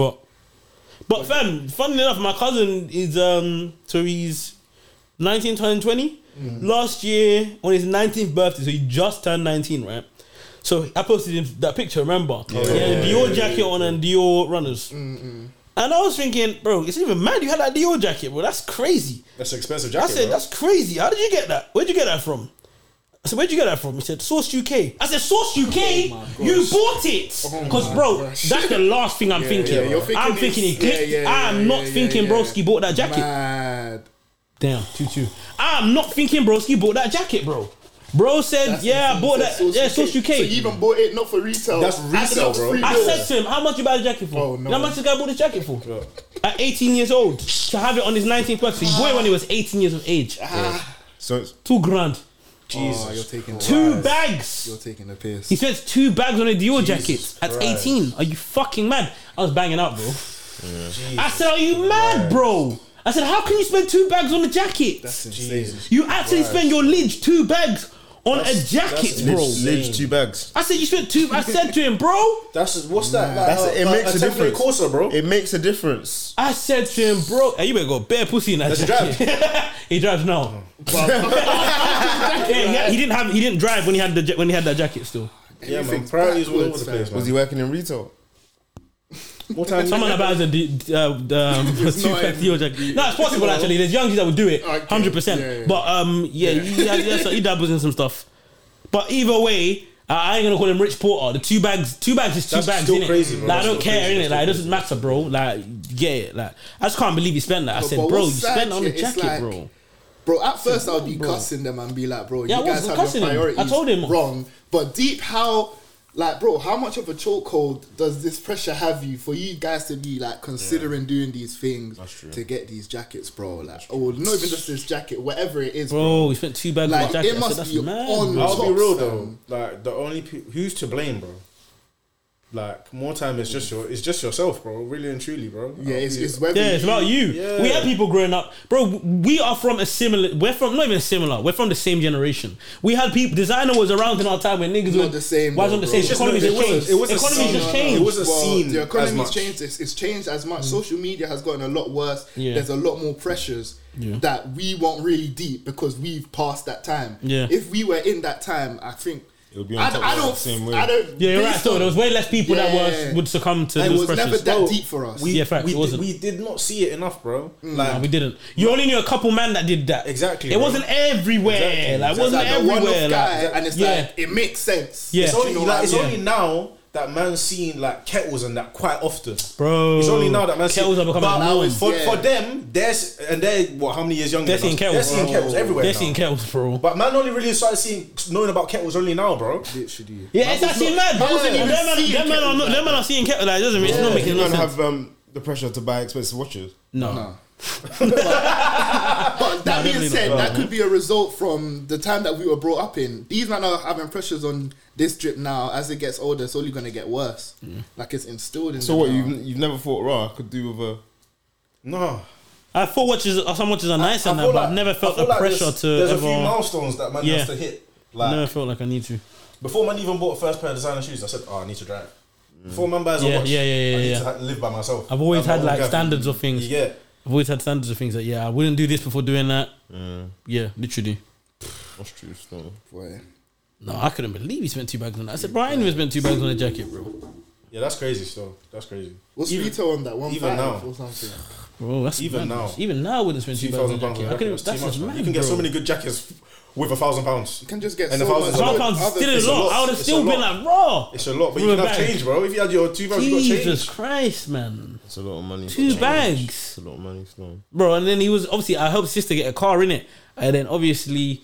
E: But, but fam, funnily enough, my cousin is, um, so he's 19, turning 20. Last year, on his 19th birthday, so he just turned 19, right? So I posted him that picture, remember? Yeah, Mm, Dior jacket on and Dior runners. And I was thinking, bro, it's even mad you had that Dior jacket, bro. That's crazy.
C: That's an expensive
E: I
C: jacket.
E: said,
C: bro.
E: that's crazy. How did you get that? Where'd you get that from? I said, where'd you get that from? He said, Source UK. I said, Source UK?
B: Oh
E: you bought it. Because, bro, that's the last thing I'm thinking.
B: yeah, you're thinking
E: I'm
B: it's-
E: thinking he clicked.
B: yeah, yeah,
E: I'm
B: yeah,
E: not
B: yeah,
E: thinking
B: yeah.
E: broski bought that jacket.
B: Mad.
E: Damn, 2 2. I'm not thinking broski bought that jacket, bro. Bro said,
B: That's insane.
E: yeah, I bought
B: So
E: that.
B: Source
E: yeah, Source UK.
B: So you even bought it not for retail.
C: Mm. That's
B: At
C: resale,
B: the
C: bro.
B: free
E: I
B: deal.
E: said to him, how much you buy the jacket for?
B: Oh, no.
E: How much this guy bought the jacket for? At 18 years old. To have it on his 19th birthday. He bought it when he was 18 years of age.
G: So it's
E: Two grand.
B: Ah. Jesus. Oh, you're taking
E: Two
B: Christ.
E: bags.
B: You're taking the
E: He
B: piss.
E: spent two bags on a Dior jacket at 18. Are you fucking mad? I was banging up, bro. I said, Are you mad, bro? I said, How can you spend two bags on a jacket?
B: That's insane.
E: you actually spend your lidge two bags on a jacket, bro.
G: Lidge, Lidge two bags.
E: I said, You spent two. I said to him, Bro.
C: That's what's that? Like,
G: That's it. Makes a
C: temporary
G: difference.
C: Corsa, bro.
G: It makes a difference.
E: I said to him, Bro, hey, you better go bare pussy in that
C: Does he
E: jacket. he drives now. yeah, he, he didn't have. He didn't drive when he had the ja- when he had that jacket still.
C: yeah, man.
B: Everything's
C: Priorities all over
B: backwards,
C: the place,
G: Was
C: man.
G: he working in retail?
C: What time?
E: Someone about the d- d- uh, the um, two-pack Dior jacket. No, it's possible actually. There's young kids that would do it,
B: Okay.
E: hundred percent.
B: Yeah, yeah.
E: But um, yeah, He, yeah, yeah, so he dabbles in some stuff. But either way, I I ain't gonna call him Rich Porter. The two bags, two bags is two
C: That's
E: bags.
C: still
E: innit?
C: crazy, bro.
E: Like, I
C: That's
E: don't
C: still
E: care
C: crazy.
E: in it.
C: That's
E: Like it
C: still
E: doesn't matter, bro. Like you get it. Like I just can't believe you spent that. I
B: But-
E: said,
B: but
E: bro, you
B: what's sad
E: spent it on a
B: shit, it's
E: jacket,
B: like-
E: bro.
B: Bro, at first I'll be cussing them and be like, bro,
E: Yeah, I
B: you
E: was
B: guys have
E: cussing
B: your
E: him. I
B: priorities
E: told him.
B: wrong. But deep, how, like, bro, how much of a chokehold does this pressure have you for you guys to be like considering doing these things to get these jackets, bro? Like, or not even just this jacket, whatever it is, bro.
E: Bro, we spent two bags on
B: Like
E: a jacket.
B: it
E: I said,
B: must
E: that's
B: be
E: mad.
B: on.
E: bro.
C: I'll
B: top,
C: be real
B: fam.
C: though. Like the only pe- who's to blame, bro. Like more time is just your, it's just yourself, bro. Really and truly, bro.
B: Yeah,
C: I'll
B: it's,
C: be-
B: it's whether
E: Yeah, it's about you.
C: Yeah.
E: We had people growing up, bro. We are from a similar. We're from not even similar. We're from the same generation. We had people. Designer was around in our time when niggas
B: Not
E: were
B: the same,
E: Why
B: though,
E: not the
B: bro.
E: same?
B: It's
C: just
E: Economies
C: not- it
E: just
C: wasn't-
E: changed.
C: it wasn't
E: Economies
C: same.
E: just
C: No, no, no.
E: changed.
C: It wasn't seen
B: The
C: as
B: economy's
C: much.
B: changed. It's, it's changed as much. Social media has gotten a lot worse.
E: Mm. Yeah.
B: There's a lot more pressures
E: Yeah.
B: that we want really deep because we've passed that time.
E: Yeah.
B: If we were in that time, I think
G: It would be on
B: I,
G: top
B: I
G: of
B: don't.
G: the same way.
B: I don't.
E: Yeah, you're
B: based
E: right. So
B: on-
E: there was way less people that
B: Yeah.
E: was would succumb to
B: It
E: those
B: was
E: pressures.
B: never that deep for us.
C: We,
E: Yeah, facts,
C: we,
E: it wasn't.
C: Did, we did not see it enough, bro. Like
E: Nah, we didn't. You only knew a couple man that did that.
C: Exactly,
E: It
C: bro.
E: wasn't everywhere.
C: Exactly,
E: Like, it
B: It's
E: wasn't
B: like the one-off
E: everywhere.
B: guy,
E: like-
B: and it's
E: yeah.
B: like it makes sense.
E: Yeah.
C: It's only,
B: You know
C: like,
B: what I
C: it's
B: mean?
C: only now that man's seeing like kettles and that quite often,
E: Bro.
C: It's only now that man's
E: Kettles
C: seeing,
E: are becoming
C: but
E: the norm.
C: For,
B: Yeah.
C: for them, there's and they're what? How many years younger?
E: They're
C: than
E: seeing
C: us?
E: kettles.
C: They're seeing
E: bro.
C: kettles everywhere.
E: They're
C: now.
E: seeing kettles, bro.
C: But man only really started seeing knowing about kettles only now, bro.
B: Literally.
E: yeah, it's actually mad.
B: I wasn't
E: Yeah.
B: even
E: Them man-
B: seeing
E: them man are
B: kettles
E: not-
B: like
E: them man are seeing kettles. Like, it doesn't. It's not making
G: you
E: no
G: don't
E: sense.
G: have um, the pressure to buy expensive watches.
C: Uh-huh.
E: No.
B: But that being
E: definitely
B: said,
E: not.
B: that could be a result from the time that we were brought up in. These men are having pressures on this drip now. As it gets older, it's only going to get worse. Like it's instilled in.
G: So
B: them
G: what?
B: now.
G: You've, you've never thought, raw, I could do with a.
C: No,
E: I thought watches, uh, some watches are nice and that, but I've never felt
C: I feel
E: the
C: like
E: pressure
C: there's,
E: to
C: There's
E: ever.
C: a few milestones that man
E: Yeah.
C: has to hit.
E: I
C: Like
E: never felt like I need to.
C: before man even bought a first pair of designer shoes, I said, "Oh, I need to drive."
B: Mm.
C: Before man buys
E: Yeah,
C: a watch,
E: yeah, yeah, yeah,
C: I need
E: yeah.
C: to ha- live by myself.
E: I've always
C: I'm my
E: had
C: own
E: like
C: guy.
E: standards of things.
C: Yeah,
E: I've always had standards of things that yeah, I wouldn't do this before doing that.
C: Mm.
E: Yeah, literally.
G: That's true, still.
B: Boy.
E: No, I couldn't believe he spent two bags on that. I said, bro, I ain't even spent two bags on a jacket, bro.
C: yeah, that's crazy. Still, that's crazy.
B: What's
C: Even-
B: retail on that? One
C: even now.
B: or something.
E: Bro, that's
C: Even now.
E: Even now, I wouldn't spend two
C: two
E: bags on a
C: thousand pounds.
E: jacket.
C: on
E: I
C: jacket
E: couldn't.
C: was too
E: That's
C: much,
E: just
C: man.
E: mad,
C: You can get
E: bro.
C: so many good jackets with a thousand pounds.
B: You can just get
C: And
B: so
C: if I was
B: much.
C: a
E: Twelve
C: lot-
E: pounds
B: other
E: still
B: things.
E: a lot. I would have
C: It's a
E: still been
C: lot.
E: like, raw.
C: It's a lot, but you
E: Bro,
C: can have
E: bag.
C: change, bro. If you had your two pounds, you got change.
E: Jesus Christ, man.
G: It's a lot of money.
E: Two
G: It's
E: bags.
G: a lot of money, still.
E: bro. And then he was obviously I helped sister get a car in it, and then obviously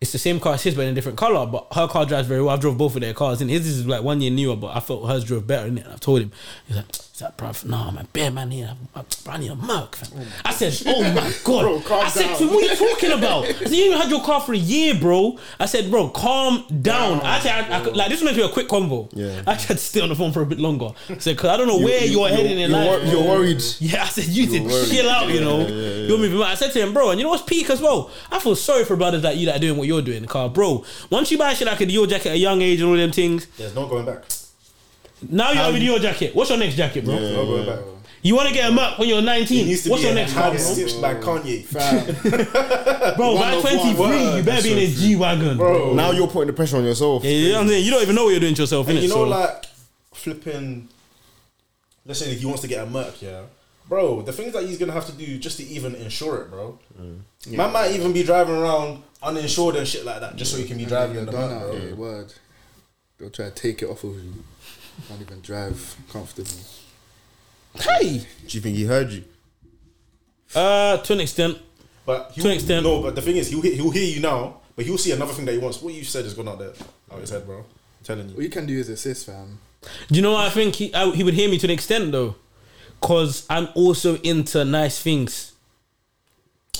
E: it's the same car as his, but in a different color. But her car drives very well. I drove both of their cars, and his is like one year newer, but I felt hers drove better in it. And I told him, he's like, "Is that bruv? Nah, man, bear man here. I, I need a Merc." fam." I said, "Oh my god!"
B: Bro, calm
E: I said,
B: down.
E: to him, "What are you talking about?" I said, "You even had your car for a year, bro." I said, "Bro, calm down." I said, I, I could, "Like this was meant to be a quick convo."
G: Yeah.
E: I tried to stay on the phone for a bit longer. I said, "Cause I don't know where you're, heading
G: you're,
E: in life."
G: wor-
E: bro."
G: You're worried.
E: Yeah, I said you did chill out, you know.
G: yeah, yeah.
E: You're moving. mad. I said to him, bro, and you know what's peak as well? I feel sorry for brothers like you that are doing what you're doing, car, bro. Once you buy shit like a Dior jacket at a young age and all them things,
C: There's no going back.
E: now you have a Dior jacket. What's your next jacket, bro?
C: No going back.
E: You want to get a Merc when you're 19.
C: It needs to
E: What's
C: be
E: your
C: a
E: next car,
C: hand
E: bro?
C: stitched by Kanye.
B: Fam.
E: Bro, by
B: of
E: 23,
B: one.
E: you better be in a G wagon, bro.
G: Now you're putting the pressure on yourself.
E: Yeah, you know what I'm saying? You don't even know what you're doing to yourself,
C: And
E: innit?
C: you know,
E: so.
C: like flipping. Let's say like he wants to get a Merc, yeah, bro. The things that he's gonna have to do just to even insure it, bro.
E: Mm.
C: Man might even be driving around uninsured and shit like that, just so he can be driving in the
B: You're done
C: Merc,
B: out
C: bro.
B: here. Word. They'll try to take it off of you. Can't even drive comfortably.
E: hey!
G: Do you think he heard you?
E: Uh, to an extent.
C: But he
E: To an extent.
C: no. But the thing is, he'll hear- he'll hear you now, but he'll see another thing that he wants. What you said has gone out there, out his head, bro. I'm telling
B: All
C: you.
B: you can do is assist, fam.
E: Do you know what I think? He, I, he would hear me to an extent, though. Because I'm also into nice things.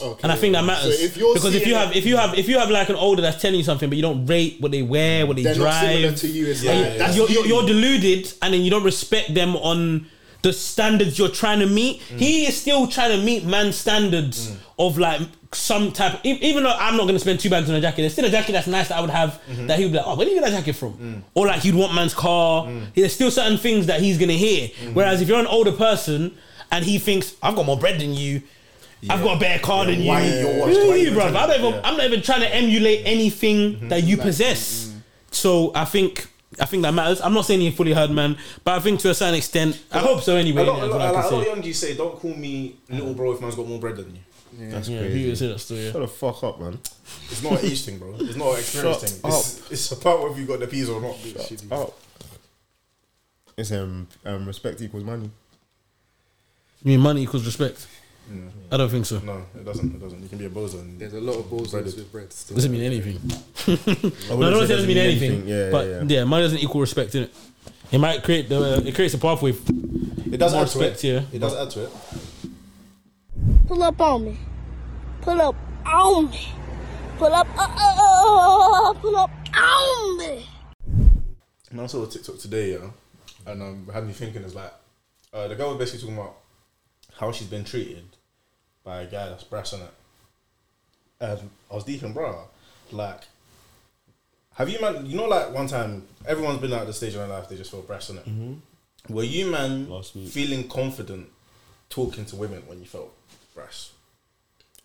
B: Okay.
E: And I think that matters
B: So if you're
E: because if
B: seeing
E: you
B: it-
E: have if you have if you have like an older that's telling you something, but you don't rate what they wear, what they
B: they're not
E: drive,
B: similar to you, it's
C: Yeah,
B: like,
C: yeah, yeah.
B: that's
E: you're, you're,
B: you.
E: you're deluded, and then you don't respect them on the standards you're trying to meet.
C: Mm.
E: He is still trying to meet man's standards of like some type. e- even though I'm not going to spend two bags on a jacket, there's still a jacket that's nice that I would have
C: Mm-hmm.
E: that he would be like, oh, where did you get that jacket from?
C: Mm.
E: Or like you'd want man's car. There's still certain things that he's going to hear.
C: Mm-hmm.
E: Whereas if you're an older person and he thinks I've got more bread than you. I've got a better car than you.
C: why you
E: Who
C: watched? Why
E: are
C: you
E: you, bruv?
C: watching
E: I don't
C: it?
E: even,
C: Yeah.
E: I'm not even trying to emulate anything that you possess. So I think I think that matters. I'm not saying he fully heard man, but I think to a certain extent, I hope so
C: A
E: anyway.
C: lot, a lot,
E: that's what
C: a
E: I
C: lot, a
E: can
C: lot of
E: say.
C: young G's say, "Don't call me little bro if man's got more bread than you."
G: That's
E: Yeah,
G: crazy.
E: people say that still, yeah.
G: Shut the fuck up, man.
C: It's not an age thing, bro. It's not an experience
G: Shut
C: thing. It's, it's about whether you got the peas or not. Shut
G: Up. It's um, um respect equals money.
E: You mean money equals respect? I don't think so.
C: No, it doesn't. It doesn't. You can be a bozo. And
B: There's a lot of balls
C: Breaded.
B: with bread still.
E: Doesn't mean
G: I
E: anything. No, I
G: wouldn't
E: don't
G: say
E: say it doesn't mean anything.
G: Yeah,
E: but
G: yeah,
E: yeah,
G: yeah.
E: money doesn't equal respect in it. It might create the it creates a pathway.
C: it does
E: more
C: add to
E: respect,
C: it.
E: yeah.
C: It does add to it.
J: Pull up on me. Pull up on me. Pull up. Uh, uh, uh, pull up on me.
C: And I saw a TikTok today, yeah, and um, had me thinking is like, uh, the girl was basically talking about how she's been treated by a guy that's brassing it. And I was deep in bro, like, have you man? You know, like one time, everyone's been at the stage in their life they just feel brassing it.
G: Mm-hmm.
C: Were you man
I: Last week.
C: feeling confident talking to women when you felt brass?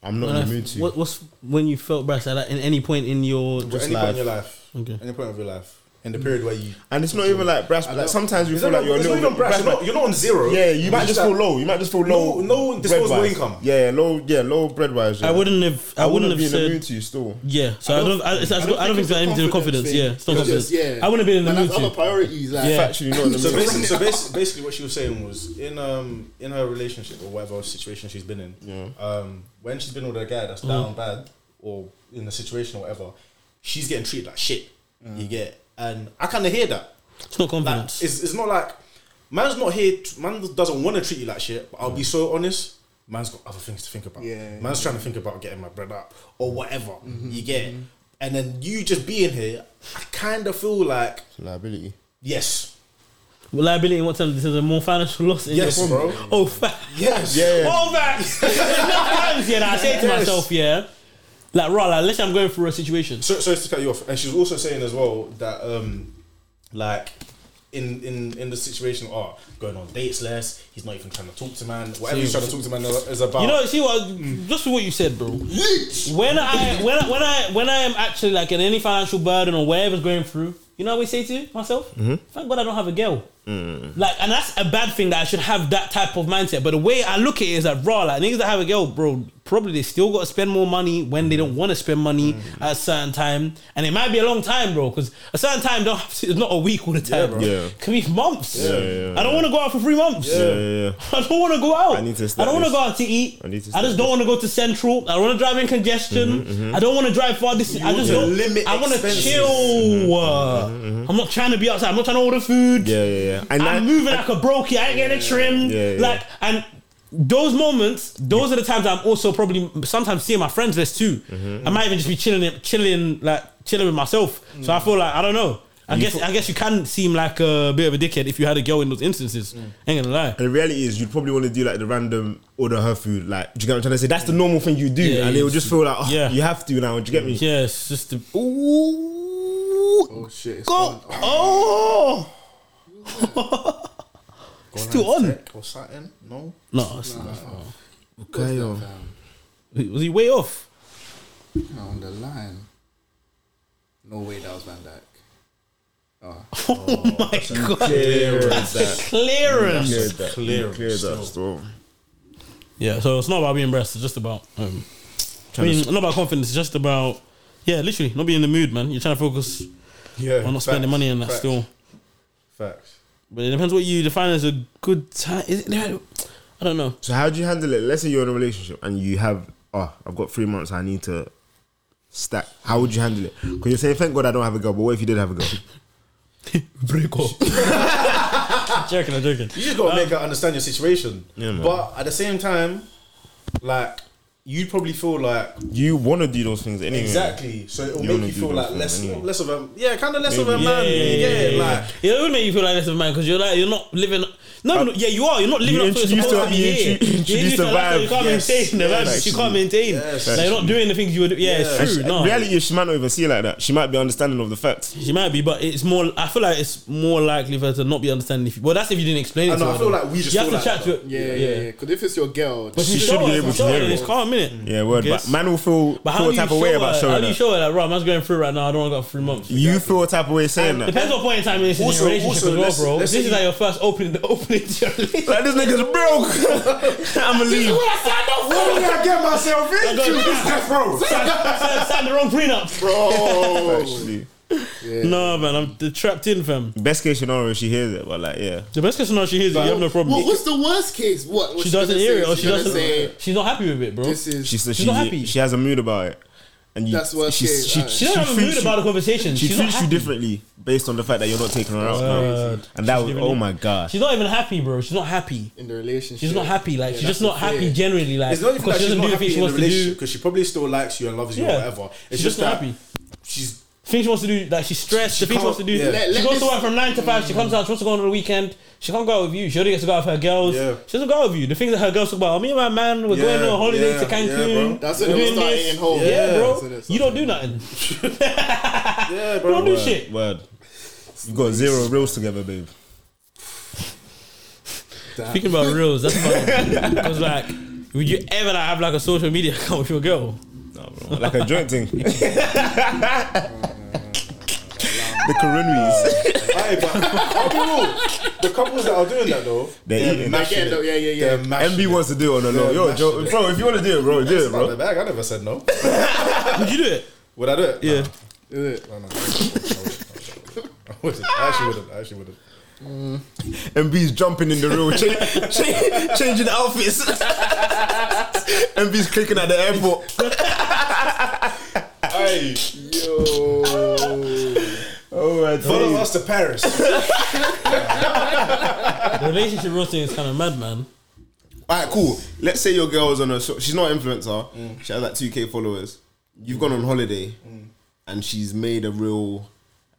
G: I'm not
E: When I-
G: in the mood to.
E: what, what's when you felt brass at that in any point in your
C: Just any point in your life,
E: Okay.
C: any point of your life, in the period where you
G: and it's not even like brass. Like sometimes you
C: It's
G: feel
C: not-
G: like you're a
C: it's
G: little
C: not
G: bit
C: even brass,
G: brass,
C: You're not, you're not on zero.
G: Yeah, you might just feel
C: like-
G: low. You might just feel low.
C: no disposable
G: bread-wise.
C: income.
G: Yeah, low. Yeah, low bread wise.
E: I wouldn't have. I, wouldn't,
G: be
E: have
G: in the
E: said.
G: mood to you still.
E: Yeah, so I don't. I, it's- I, don't, I don't think it's got anything to do with confidence. Yeah, it's not
B: It's
E: confidence.
B: just, yeah.
E: I wouldn't have been in the
B: Man,
E: mood
B: that's Other
E: to.
B: priorities, like
E: Yeah.
G: Actually, not in the
C: So
G: mood.
C: basically, so basically, basically, what she was saying was in um in her relationship or whatever situation she's been in, um when she's been with a guy that's down bad or in a situation or whatever, she's getting treated like shit. You get, and I kind of hear that.
E: It's not
C: Like,
E: confidence.
C: it's, it's not like man's not here. t- Man doesn't want to treat you like shit. But I'll be so honest. Man's got other things to think about.
B: Yeah.
C: man's trying to think about getting my bread up or whatever. You get, and then you just being here. I kind of feel like
G: Liability.
C: yes,
E: Liability in what terms? This is a more financial loss. In
C: yes,
E: your
C: bro.
E: Oh, fa-
C: Yes.
E: all that. Enough times, yeah. That I say to
C: Yes.
E: myself, yeah. Like, right, like, let's say I'm going through a situation.
C: So, sorry to cut you off. And she's also saying as well that, um, like, in in in the situation, oh, going on dates less. He's not even trying to talk to man. Whatever he's trying to talk to man is about.
E: You know, see what? Just what you said, bro. When I when I, when I when I am actually like in any financial burden or whatever's going through, you know, what I always say to myself,
G: Mm-hmm.
E: "Thank God I don't have a girl."
G: Mm.
E: Like, and that's a bad thing that I should have that type of mindset. But the way I look at it is that raw, like niggas that have a girl, bro, probably they still got to spend more money when they don't want to spend money
G: Mm.
E: at a certain time, and it might be a long time, bro, because a certain time don't have to, it's not a week all the time, bro.
G: Yeah.
E: Can be months.
G: yeah,
E: I don't want to go out for three months.
G: Yeah, yeah.
E: I don't want to go out.
G: I need to
E: I don't want to
G: establish-
E: go out to eat. I,
G: I need to Mm-hmm,
E: just don't want to go to Central. I don't want to drive in congestion. I don't want to drive far distance. I
C: want
E: just
C: to
E: don't.
C: limit
E: I want to
C: expenses.
E: chill. Uh, I'm not trying to be outside. I'm not trying to order food.
G: Mm-hmm, Yeah, yeah, yeah. And
E: I'm
G: that-
E: moving like a brokey. I ain't getting it trimmed.
G: Yeah, yeah.
E: Like and. Those moments, those are the times I'm also probably sometimes seeing my friends list too.
G: Mm-hmm,
E: I might even just be chilling, chilling, like chilling with myself. So
G: Mm.
E: I feel like I don't know. I guess I guess you can seem like a bit of a dickhead if you had a girl in those instances.
G: Mm.
E: Ain't gonna lie.
G: And the reality is, you'd probably want to do like the random order her food. Like, do you get what I'm trying to say? That's the normal thing you do,
E: Yeah,
G: and
E: yeah.
G: it will just feel like, oh,
E: Yeah.
G: you have to now. Do you get me?
E: Yeah, it's just the ooh.
B: Oh shit! It's
E: Go!
B: gone.
E: Oh! Still on?
C: Or something? No.
E: No, it's
G: Okay, yo.
E: not. was he way off?
B: Now on the line. No way, that was Van Dyke.
E: My God,
G: Clearance.
E: the clearance.
G: Cleared that.
C: Clearance
G: Cleared that store.
E: Yeah, so it's not about being breast. It's just about. Um, I mean, not about confidence. It's just about. Yeah, literally, not being in the mood, man. You're trying to focus
C: Yeah.
E: on not spending money and that
C: facts,
E: still.
C: Facts.
E: But it depends what you define as a good time. Is it, I don't know.
G: So how do you handle it? Let's say you're in a relationship and you have, oh, I've got three months. I need to stack. How would you handle it? Because you're saying, thank God I don't have a girl. But what if you did have a girl?
E: Break up. joking, I'm joking.
C: You just gotta make her understand your situation.
G: Yeah, man.
C: But at the same time, like you'd probably feel like
G: You want to do those things anyway.
C: exactly. So it'll
G: You
C: make
G: wanna
C: you
G: do
C: feel
G: those
C: like
G: things
C: less,
G: anyway.
C: less of a yeah, kind of less of a
G: Maybe.
C: man. Yeah, like
E: yeah, it would make you feel like less of a man because you're like you're not living. No, no, yeah, you are. You're not living
G: you
E: up to what you're
G: introduced a-
E: supposed to be
G: you
E: here.
G: intro- introduced
E: introduced
G: a
E: a lifestyle You
G: vibe.
E: can't
C: Yes,
E: maintain the
C: yes.
E: vibes you can't maintain.
C: Yes.
E: Like, you're not doing the things you would. Yeah,
C: Yes.
E: it's true.
G: In
E: No,
G: reality, she might not even see it like that. She might be understanding of the facts.
E: she might be, but it's more. I feel like it's more likely for her to not be understanding. If you, well, that's if you didn't explain it.
C: I
E: to
C: know.
E: her,
C: I feel
E: though.
C: like we just
E: you
C: feel
E: have to
C: like
E: chat
C: that.
E: to it.
B: Yeah, yeah, yeah. Because if it's your girl,
E: But
B: she-
E: she
G: should
E: should
G: be
E: be
G: able to hear it.
E: It's calm, innit?
G: Yeah, word.
E: Guess-
G: But man will feel,
E: But how
G: feel
E: do
G: a
E: you
G: type of way
E: show
G: about
E: her?
G: showing
E: How do you
G: that.
E: show her that? Right, man's going through right now. I don't want to go out for three months.
G: You feel a type of way saying that.
E: Depends what point in time this is in
C: Also-
E: your relationship
C: also,
E: as well,
C: let's-
E: bro.
C: let's
E: This is
C: say-
E: like your first opening, opening to your relationship.
G: Like this nigga's broke. I'ma leave.
D: What did I get myself into? This is bro.
E: Signed- signed the wrong prenup.
B: bro.
G: Actually,
E: No, man, I'm d- trapped in, fam.
G: best case scenario, she hears it, but like, yeah,
E: The best case scenario she hears, it, you have no problem.
B: What, what's the worst case? What? what's
E: she doesn't
B: gonna
E: hear
B: say?
E: it, or
B: She's
E: she
B: gonna
E: doesn't.
B: say
E: she's not happy with it, bro.
B: this is.
G: she says
E: She's
G: she
E: not happy.
G: she has a mood about it, and you
B: That's worst
G: she,
B: case,
G: she,
B: alright.
E: she doesn't have a
G: treats
E: mood
G: you-
E: about the conversation.
G: She
E: she's not
G: treats you
E: happy.
G: differently based on the fact that you're not taking her out, bro.
E: Word.
G: and that
E: She's
G: was
E: giving
G: oh
E: you-
G: my god.
E: She's not even happy, bro. She's not happy.
B: in the relationship.
E: She's not happy. Like she's
B: that's
E: just not
B: the fear.
E: happy generally. Like
C: It's not even
E: because
C: that
E: she
C: she's
E: doesn't
C: not
E: do the
C: happy
E: things she
C: in the
E: wants to
C: relationship
E: do.
C: because she probably still likes you and loves you
E: Yeah.
C: or whatever. It's
E: She's
C: just
E: just not
C: that
E: happy.
C: She's
E: things she wants to do, like she's stressed. the things
D: can't-
E: she wants to do,
D: yeah. Let-
E: she
B: let
E: goes to
B: this-
E: work from nine to five. She comes out. She wants to go on the weekend. She can't go out with you. She only gets to go out with her girls.
C: Yeah.
E: She doesn't go out with you. The things that her girls talk about. Oh, me and my man, we're
C: Yeah,
E: going on a holiday
C: yeah,
E: to
C: yeah,
E: Cancun.
C: bro.
B: That's
E: we're
B: when they
E: doing
B: start
E: this.
B: eating home.
E: Yeah,
B: Yeah, that's when
E: bro.
B: they start
E: You don't do nothing.
C: Yeah,
E: Don't do shit.
G: Word. You've got zero reels together, babe.
E: Speaking about reels, that's funny. Because like, would you ever like have like a social media account with your girl?
G: No, bro. Like a joint thing. the Karunwis.
C: Aye, but I'll be real. The couples that are doing that though,
G: They're
C: they're
G: eating.
C: mashing
B: Again,
C: it.
B: though, yeah, yeah, yeah.
C: They're mashing
G: MB
C: it.
G: wants to do it on the low.
C: Yeah,
G: Yo,
C: mash
G: Joe,
C: it.
G: bro, if you want to do it, bro, do it,
C: It's out the
G: bro.
C: bag. I never said no.
E: Would you do it?
C: Would I do it?
E: Yeah.
C: No, no, no, no, no, no, no, no. I wouldn't. I actually wouldn't. I actually wouldn't.
G: MB's jumping in the reel, cha- cha- changing outfits. MB's clicking at the airport.
C: Hey,
G: Oh, my
C: follow us to Paris.
E: The relationship real thing is kind of mad, man.
G: All right, cool. Let's say your girl is on a. so- She's not an influencer. She has like two k followers. You've gone on holiday, and she's made a real.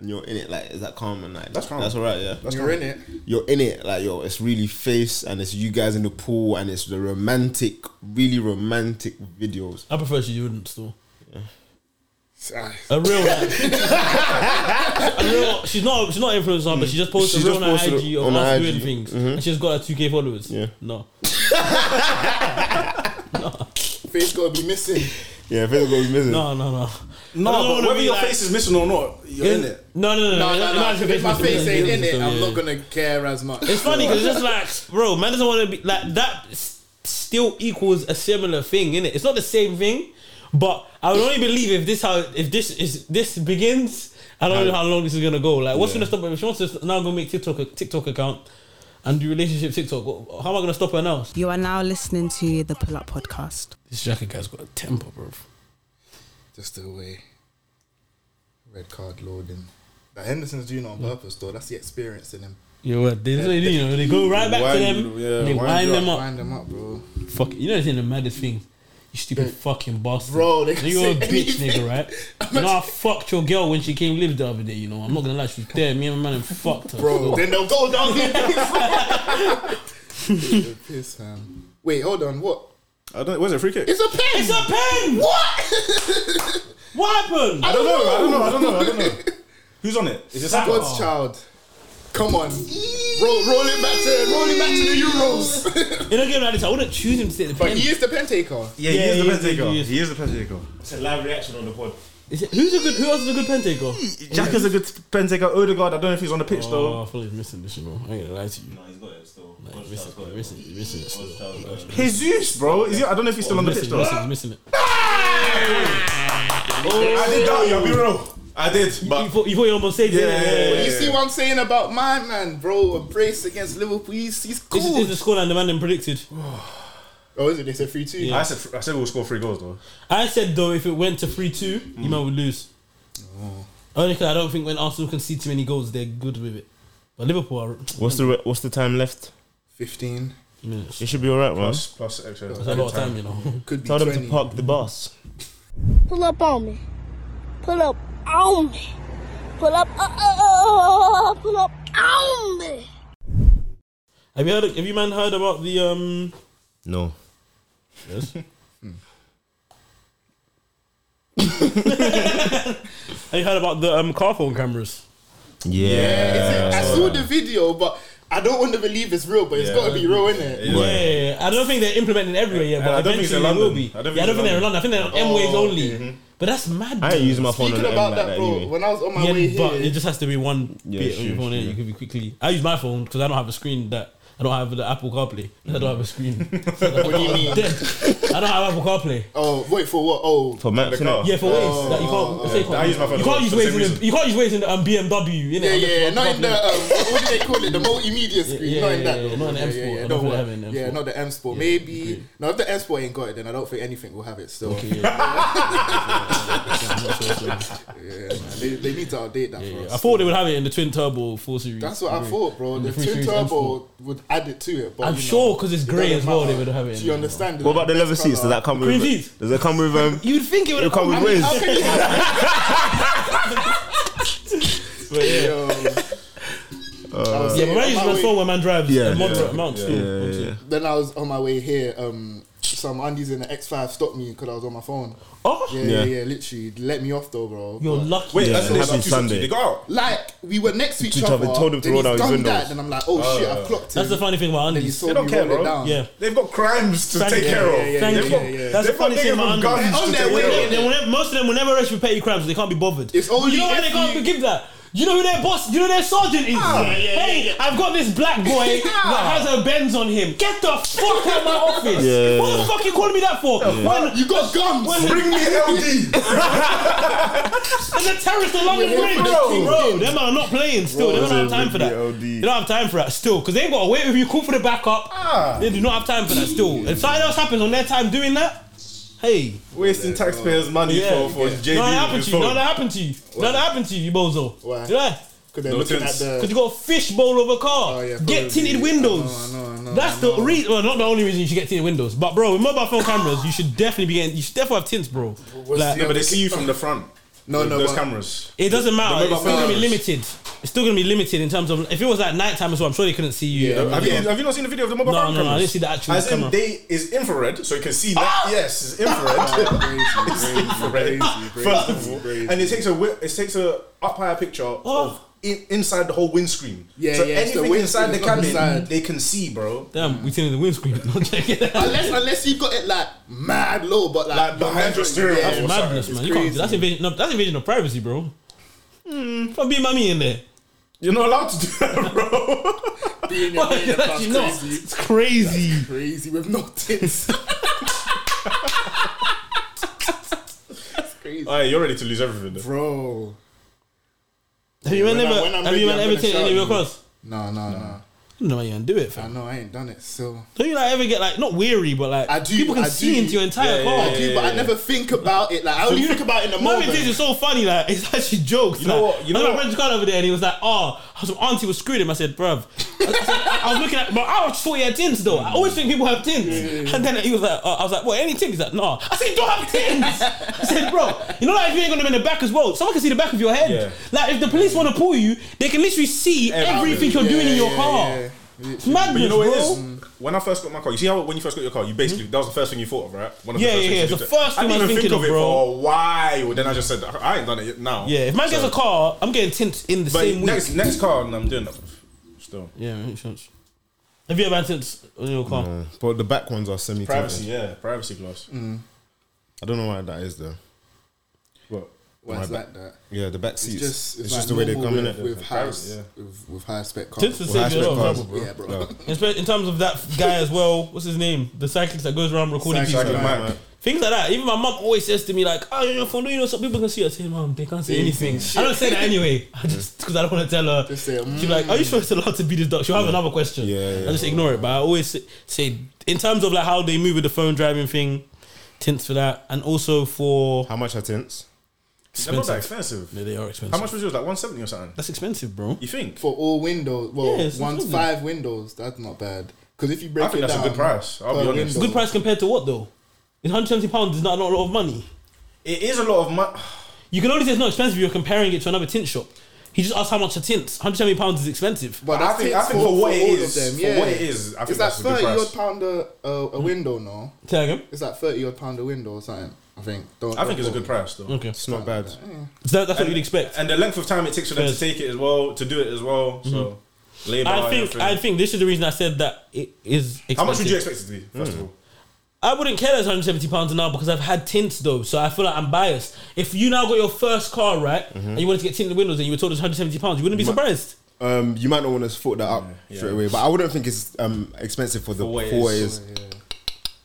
G: And you're in it, like is that calm and like
C: That's calm.
G: That's all right, yeah.
B: You're in it.
G: you're in it, like yo. It's really face, and it's you guys in the pool, and it's the romantic, really romantic videos.
E: I prefer she wouldn't still.
B: Ah,
E: A real, like, a real. She's not. She's not an influencer, but she just posted
G: Mm. She
E: a real
G: just
E: on her
G: posted
E: IG of
G: on her
E: us
G: IG.
E: doing things, and she's got her two K followers.
G: Yeah.
E: No.
B: Face gotta be missing.
G: Yeah, Facebook goes missing.
E: No. No. No.
C: No,
E: I don't
C: but
E: wanna
C: whether
E: be
C: your
E: like-
C: face is missing or not, you're in it.
E: No. No. No.
B: No, no, no.
E: Imagine
B: If my
E: was
B: face ain't in it,
E: so,
B: I'm
E: yeah.
B: not gonna care as much.
E: It's funny because it's just like, bro, man doesn't want to be like that. s- Still equals a similar thing, innit? It's not the same thing, but I would only believe if this how if this is this begins. I don't know how long this is gonna go. Like, what's gonna stop her? If she wants to now go make TikTok a TikTok account and do relationship TikTok, wh- how am I gonna stop her now?
H: You are now listening to the Pull Up Podcast.
E: This jacket guy's got a temper, bro.
B: Just the way. Red card loading. That Henderson's doing it on purpose though. That's the experience in him.
E: You what? They, they, you know, they go right back to
C: Wind-
E: them.
C: yeah,
E: and they
C: wind
E: wind
C: you
E: them up.
B: Wind them up, bro.
E: Fuck, you know it's in the maddest thing. You stupid fucking bastard.
B: Bro, they
E: Now
B: can
E: you're a
B: say
E: bitch
B: anything.
E: nigga, right? You know I fucked your girl when she came live the other day, you know. I'm not gonna lie, she was there, me and my man and fucked her.
B: Bro, then they'll go down. You're Piss, man. Wait, hold on. What?
C: I don't. Was it a free kick?
B: It's a pen.
E: It's a pen!
B: What?
E: What happened?
C: I don't know. I don't know. I don't know. I don't know. Who's on it? Is it Saka?
B: God's child. Come on. Roll, roll it back to roll it back to the Euros.
E: In a game like this, I wouldn't choose him to take the
B: but
E: pen.
B: he is the pen taker.
D: Yeah, he
E: Yeah,
D: is the
E: he
D: best
E: is,
D: taker.
E: he is.
D: He is the best taker.
I: It's a live reaction on the pod.
E: Is it, who's a good who else is a good pen taker?
B: Hmm.
D: Jack is a good pen taker. Odegaard, I don't know if he's on the pitch
E: Oh, I feel he's missing this, bro. I ain't gonna lie to you.
I: No, he's got it still.
E: He's missing, he's missing, he's missing it. He's
D: Jesus, bro. Is he, I don't know if he's still on the pitch
E: missing,
D: though.
E: he's missing it.
C: I did that. Yeah, be real. I did.
E: You thought you thought you were gonna say yeah,
B: But you see what I'm saying about my man, bro? A brace against Liverpool. He's, he's
E: This is,
B: cool.
E: the scoreline the man then predicted.
B: oh, is it? They said three two.
C: I said. I said we'll score three goals though.
E: I said though, if it went to three two,
C: Mm.
E: you man would lose.
C: Oh.
E: Only because I don't think when Arsenal concede too many goals, they're good with it. But Liverpool are
G: What's the re- What's the time left?
B: Fifteen.
E: minutes.
G: It should be all right, man.
C: Plus, plus extra.
E: That's a lot of time, you know.
B: Could be
G: Tell them
B: twenty.
G: to park the bus.
J: Pull up on me. Pull up on me. Pull up. Uh, uh, uh, pull up on me.
E: Have you heard? Have you man heard about the um?
G: No.
E: Yes. have you heard about the um car phone cameras?
G: Yeah.
B: Is it- I saw the video, but I don't want to believe it's real. But it's got to be real, isn't it?
E: Yeah, yeah, yeah. I don't think they're implementing everywhere yet, but
C: I don't think it's in
E: eventually they will
C: London.
E: be.
C: I don't
E: yeah, I don't
C: think
E: think
C: it's
E: they're
C: in Oh,
E: in London. I think they're on M waves only. But that's mad.
G: I ain't
E: dude.
G: using my phone on
B: Speaking
G: the M
B: about
G: like
B: that,
G: that,
B: bro,
G: anyway.
B: when I was on my
E: Yeah,
B: way
E: but
B: here,
E: it just has to be one
G: Yeah,
E: bit on
G: sure,
E: your phone. innit? You could be quickly. I use my phone because I don't have a screen that I don't have the Apple CarPlay. I don't have a screen.
B: what do you mean?
E: Dead. I don't have Apple CarPlay.
B: Oh, wait for what? Oh,
G: For Max,
C: The car.
G: innit?
E: Yeah, for ways that you can't. say you can't
C: I use my phone
E: You
C: as well,
E: can't use
C: for the
E: ways
C: same
E: in the,
C: reason.
E: you can't use ways in the um, BMW.
B: yeah,
E: innit? On the-
B: yeah,
E: on
B: not in the
E: CarPlay.
B: um, what do they call it? The multimedia screen,
E: yeah,
B: not in
E: yeah,
B: that.
E: yeah,
B: though.
E: not in M
B: Yeah,
E: Sport.
B: yeah,
E: I
B: don't
E: don't think they
B: work.
E: have it in M
B: yeah,
E: Sport.
B: not the M Sport. Maybe no, if the M Sport ain't got it, then I don't think anything will have it still.
E: Okay, yeah,
B: Yeah, man, they, they need to update that for
E: yeah.
B: us.
E: I thought they would have it in the twin turbo four series.
B: That's what I thought, bro. The,
E: three
B: twin
E: series M Sport.
B: turbo would add it to it. But
E: I'm
B: you know,
E: sure 'cause it's
B: it
E: grey
B: doesn't
E: as well, they
B: matter.
E: would have it in
B: Do you
E: it,
B: understand?
G: What about the leather seats? Does that come with?
E: Green seats.
G: Does it come with? Um,
E: You'd think it would
G: it'll come with ways.
B: How can you have here.
E: Rage
B: on my
E: is
B: way-
E: for when man drives
G: Yeah,
E: a moderate
G: yeah,
E: amount still. obviously.
B: Then I was on my way here. Um, some undies in the X5 stopped me because I was on my phone.
E: Oh,
B: Yeah, yeah, yeah, literally let me off though, bro.
E: you're
B: But-
E: lucky.
C: Wait, that's
G: Yeah,
C: that's
G: happy
C: two
G: Sunday.
C: They got out.
B: Like we were next to each
G: To each
B: other.
G: other, told him to
B: then
G: roll down
B: he's
G: his
B: done
G: windows.
B: that, and I'm like, oh, shit, I've clocked him.
E: Uh, That's the funny thing about
B: Then he
E: undies.
B: saw
C: They
B: me
C: don't care,
B: roll it
C: bro.
B: down.
E: Yeah.
C: They've got crimes to
E: Thank
C: take
E: you.
C: care of.
B: Yeah,
E: Thank
C: They've
E: you.
C: got-
E: That's
C: they've
E: the funny
C: got
E: thing
C: niggas
E: about
C: with
E: Andy.
C: guns
B: They're on
C: to
B: their
C: take
B: way.
C: care
E: They-
C: of.
E: they will never- most of them will never repay you crimes. They can't be bothered.
B: It's only
E: you know why
B: if
E: they can't
B: you-
E: forgive that. You know who their boss? You know their sergeant is. hey, I've got this black boy that has a Benz on him. Get the fuck out of my office.
G: Yeah.
E: What the fuck you calling me that for? When,
B: You got guns.
C: Bring me LD.
E: and the terrorists on London Bridge, bro. Them man are not playing still. they don't have time for that. They don't have time for that still because they've got to wait if you call for the backup. They do not have time for that still. If something else happens on their time doing that, hey.
G: Wasting taxpayers' money
E: Yeah.
G: for, for JD.
E: No, that
G: on
E: happened
G: his
E: to you. No,
G: phone.
E: that happened to you. No, that happened to you, you bozo.
B: Why?
E: Did I?
B: Because they're looking at
C: sense.
E: Because
B: the.
E: you got a fishbowl of a car.
B: Oh, yeah,
E: get
B: probably.
E: tinted windows.
B: I know, I know, I know,
E: That's
B: I know.
E: the reason. Well, not the only reason you should get tinted windows, but bro, with mobile phone cameras, you should definitely be getting. You should definitely have tints, bro. Like,
C: Yeah, but they see you from the front.
B: No,
C: with
B: no,
C: Those
B: but-
C: cameras.
E: it doesn't matter.
C: mobile
E: It's still gonna be
C: phones.
E: limited. It's still gonna be limited in terms of if it was like nighttime as well. I'm sure they couldn't see you.
B: Yeah.
C: Have you, have you not seen the video of the mobile
E: No,
C: phone
E: no, no, I
C: cameras?
E: didn't see the actual
C: As
E: camera. Ah!
C: in, they is infrared, so you can see. that. Yes, it's infrared.
B: Crazy,
C: infrared. First of all,
B: crazy.
C: and it takes a wi- it takes a up higher picture
E: Oh.
C: of. In, inside the whole windscreen,
B: Yeah,
C: so
B: yeah, it's the
C: anything
B: windscreen,
C: inside the
B: it's not
C: cabin,
B: inside.
C: they can see, bro.
E: Damn, we tinted the windscreen. No, check it out.
B: unless unless you got it like mad low, but like,
C: Like, behind your steering
B: Yeah.
C: wheel.
E: Madness,
C: It's
E: man. You can't,
B: crazy.
E: that's invasion. No, that's invasion of privacy, bro. Mm, for being mummy in there.
C: You're not allowed to do that, bro.
B: Being your main
E: That's
B: that's
E: not-
B: crazy,
E: It's crazy.
B: crazy with no tits. That's crazy,
G: Uh,
C: Alright, you're ready to lose everything. Though.
B: bro.
E: Have you
B: When
E: ever,
B: I- when I'm
E: have you
B: ready, I'm
E: ever
B: gonna
E: taken any of your
B: shout you.
E: cross?
B: No, no, no.
E: No, you don't do it,
B: I
E: fam.
B: know I ain't done it, so
E: Don't you like ever get like not weary, but like
B: I do.
E: people can
B: I
E: see
B: do.
E: into your entire
B: yeah,
E: car.
B: I do, but I never think about it. Like I only think about it in the
E: Mummy
B: moment.
E: things is so funny, like it's actually jokes.
C: You know
E: like,
C: what- you
E: I
C: know
E: had my
C: what-
E: friend's car over there, and he was like, "Oh, some auntie was screwing him." I said, "Bruv," I, said- I was looking at, but I just thought he had tints though. I always think people have tints, and then he was like, oh, "I was like, what? Any tints?" He's like, "No." I said, "You "Don't have tints." I said, "Bro, you know, like if you ain't gonna be in the back as well, someone can see the back of your head.
C: Yeah.
E: Like if the police want to pull you, they can literally see everything you're doing in your car. It's madness,
C: But you know what
E: bro.
C: it is? When I first got my car, you see how when you first got your car, you basically that was the first thing you thought of, right? One of
E: Yeah,
C: the
E: yeah,
C: things
E: yeah,
C: you
E: it's
C: did
E: the
C: there.
E: first
C: I
E: thing
C: didn't
E: I
C: even
E: was
C: think of
E: thinking
C: it
E: of, bro.
C: for a while. Then I just said, I ain't done it yet now.
E: Yeah, if man gets
C: So-
E: a car, I'm getting tints in the
C: But
E: same week.
C: next next car, and I'm doing that. Still,
E: Yeah, makes sense. Have you ever had tints on your car?
G: But the back ones are semi
C: privacy, yeah, privacy glass.
G: I don't know why that is though.
C: But
B: Why
G: My
B: is
G: back.
B: that that?
G: Yeah, the back seats.
B: It's just, it's
G: just
B: like
G: the way they
B: normal
G: come in
B: with,
G: it.
B: with high,
C: Paris, yeah.
B: with, with high spec cars.
E: Tints to save you
G: aspect
E: a lot of
G: cars.
E: trouble, bro.
B: yeah, bro.
E: In spe- In terms of that guy as well, what's his name? The cyclist that goes around recording
B: Cyclist,
E: people.
B: yeah.
C: Mac,
E: Things like that. Even my mum always says to me, like, oh, you know, for you know, some people can see. I say, mum, they can't see anything. I don't say that anyway. I just, because I don't want to tell her.
B: Just say,
E: She's like, are you sure it's allowed to be this dark? She'll have another question.
G: Yeah, yeah.
E: I just ignore it. But I always say, say, in terms of like how they move with the phone driving thing, tints for that. And also for.
G: How much are tints?
C: they're not that
E: Expensive.
C: expensive.
E: Yeah, they are expensive.
C: How much was yours? Like one seventy or something.
E: That's expensive, bro.
C: You think?
B: for all windows. Well,
E: Yeah, it's
B: one
E: lovely.
B: five windows. That's not bad. Because if you break
C: I think
B: it
C: that's a
B: down,
C: good price, I'll be
B: per
C: honest.
E: It's a good price compared to what though? It's 170 pounds is not, not a lot of money.
C: It is a lot of money.
E: You can only say it's not expensive if you're comparing it to another tint shop. He just asked how much a tint. 170 pounds is expensive.
B: But
C: I
B: that's
C: think-
B: it
C: I think for what it
B: all of
C: is-
B: them,
C: for
B: yeah.
C: what it is, I think
B: it's
C: that's a
B: like
C: good
B: thirty
C: price.
B: odd pound a, a, a window. No,
E: Tell him.
B: it's like thirty odd pound a window or something. I think. Don't,
C: I think it's a
B: don't
C: good
B: quote
C: price though.
E: Okay.
G: It's not bad.
E: So that- that's what you'd expect.
C: And the length of time it takes for them to
E: Yes.
C: take it as well, to do it as well. So labor.
E: I
C: and
E: think
C: everything.
E: I think this is the reason I said that it is expensive.
C: How much would you expect it to be? First of all,
E: I wouldn't care that's 170 pounds an hour because I've had tints though, so I feel like I'm biased. If you now got your first car right
C: Mm-hmm.
E: and you wanted to get tinted windows and you were told it's 170 pounds, you wouldn't be surprised.
G: Um, you might not want to sort that up
C: Yeah,
G: straight
C: yeah.
G: away, but I wouldn't think it's um expensive for the
C: For
G: for
C: what it
G: what it
C: is.
G: is.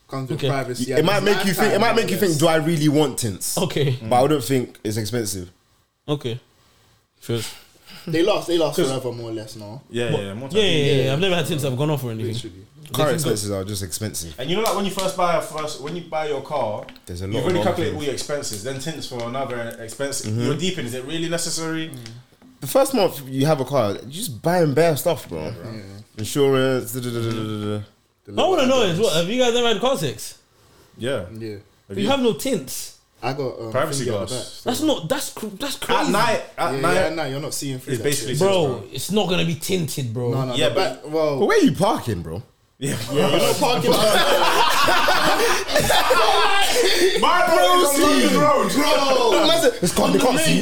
B: Comes with
E: Okay.
B: privacy.
G: it might make you think. It might make you think. Do I really want tints?
E: Okay.
G: But I wouldn't think it's expensive.
E: Okay. Sure.
B: They last. They last forever, more or less. No,
C: yeah, yeah, more time.
E: Yeah, yeah, yeah, yeah. I've never had tints that have gone off or anything.
B: literally.
G: Car expenses are just expensive.
C: And you know, like when you first buy a first, when you buy your car,
G: There's a lot
C: you
G: of
C: really
G: other
C: calculate
G: things.
C: all your expenses. Then tints for another expense. You're deep in. Is it really necessary?
G: The first month you have a car, you just buying bare stuff, bro. Insurance. Da, da, da, da, da, da.
E: I want to know is what have you guys ever had car sex?
C: Yeah.
B: Yeah,
E: You have no tints.
B: I got um,
C: Privacy
B: thingy at the
C: glass.
B: back.
E: That's not. That's cr- that's crazy.
C: At night, at
B: Yeah,
C: night,
B: yeah, at night you're not seeing through.
C: It's
B: that
C: basically
B: shit.
C: says,
E: bro,
C: bro.
E: It's not gonna be tinted, bro.
B: no, no,
C: Yeah,
B: yeah, the
C: but-
B: back. Well,
G: But where you parking, bro?
C: Yeah, yeah.
B: parking lot.
C: My bro's
G: Proceed.
C: road.
G: Man said, It's can't, they can't see.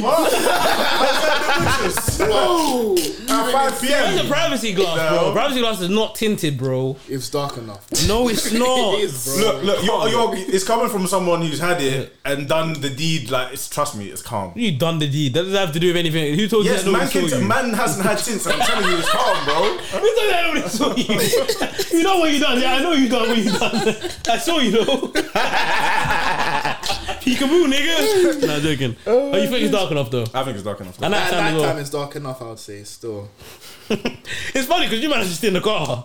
C: Bro, at 5
E: That's a
C: p.m.
E: privacy glass, bro. Privacy glass is not tinted, bro.
B: It's dark enough.
E: No, it's not.
C: Look, look, you're, you're, it's coming from someone who's had it and done the deed. Like, it's trust me, it's calm.
E: You done the deed. That doesn't have to do with anything. Who told
C: Yes,
E: you
C: man,
E: that nobody
C: can
E: saw you?
C: man hasn't had since. I'm telling you, it's calm, bro.
E: Who told you that nobody saw you? you know what you done. Yeah, I know you done what you done. I saw you though. Peekaboo, nigga. Nah, joking. Oh, you think it's dark enough though?
C: I think it's dark enough.
E: And
B: At
E: that time
B: night time
E: as well.
B: it's dark enough. I would say still.
E: It's funny because you managed to stay in the car.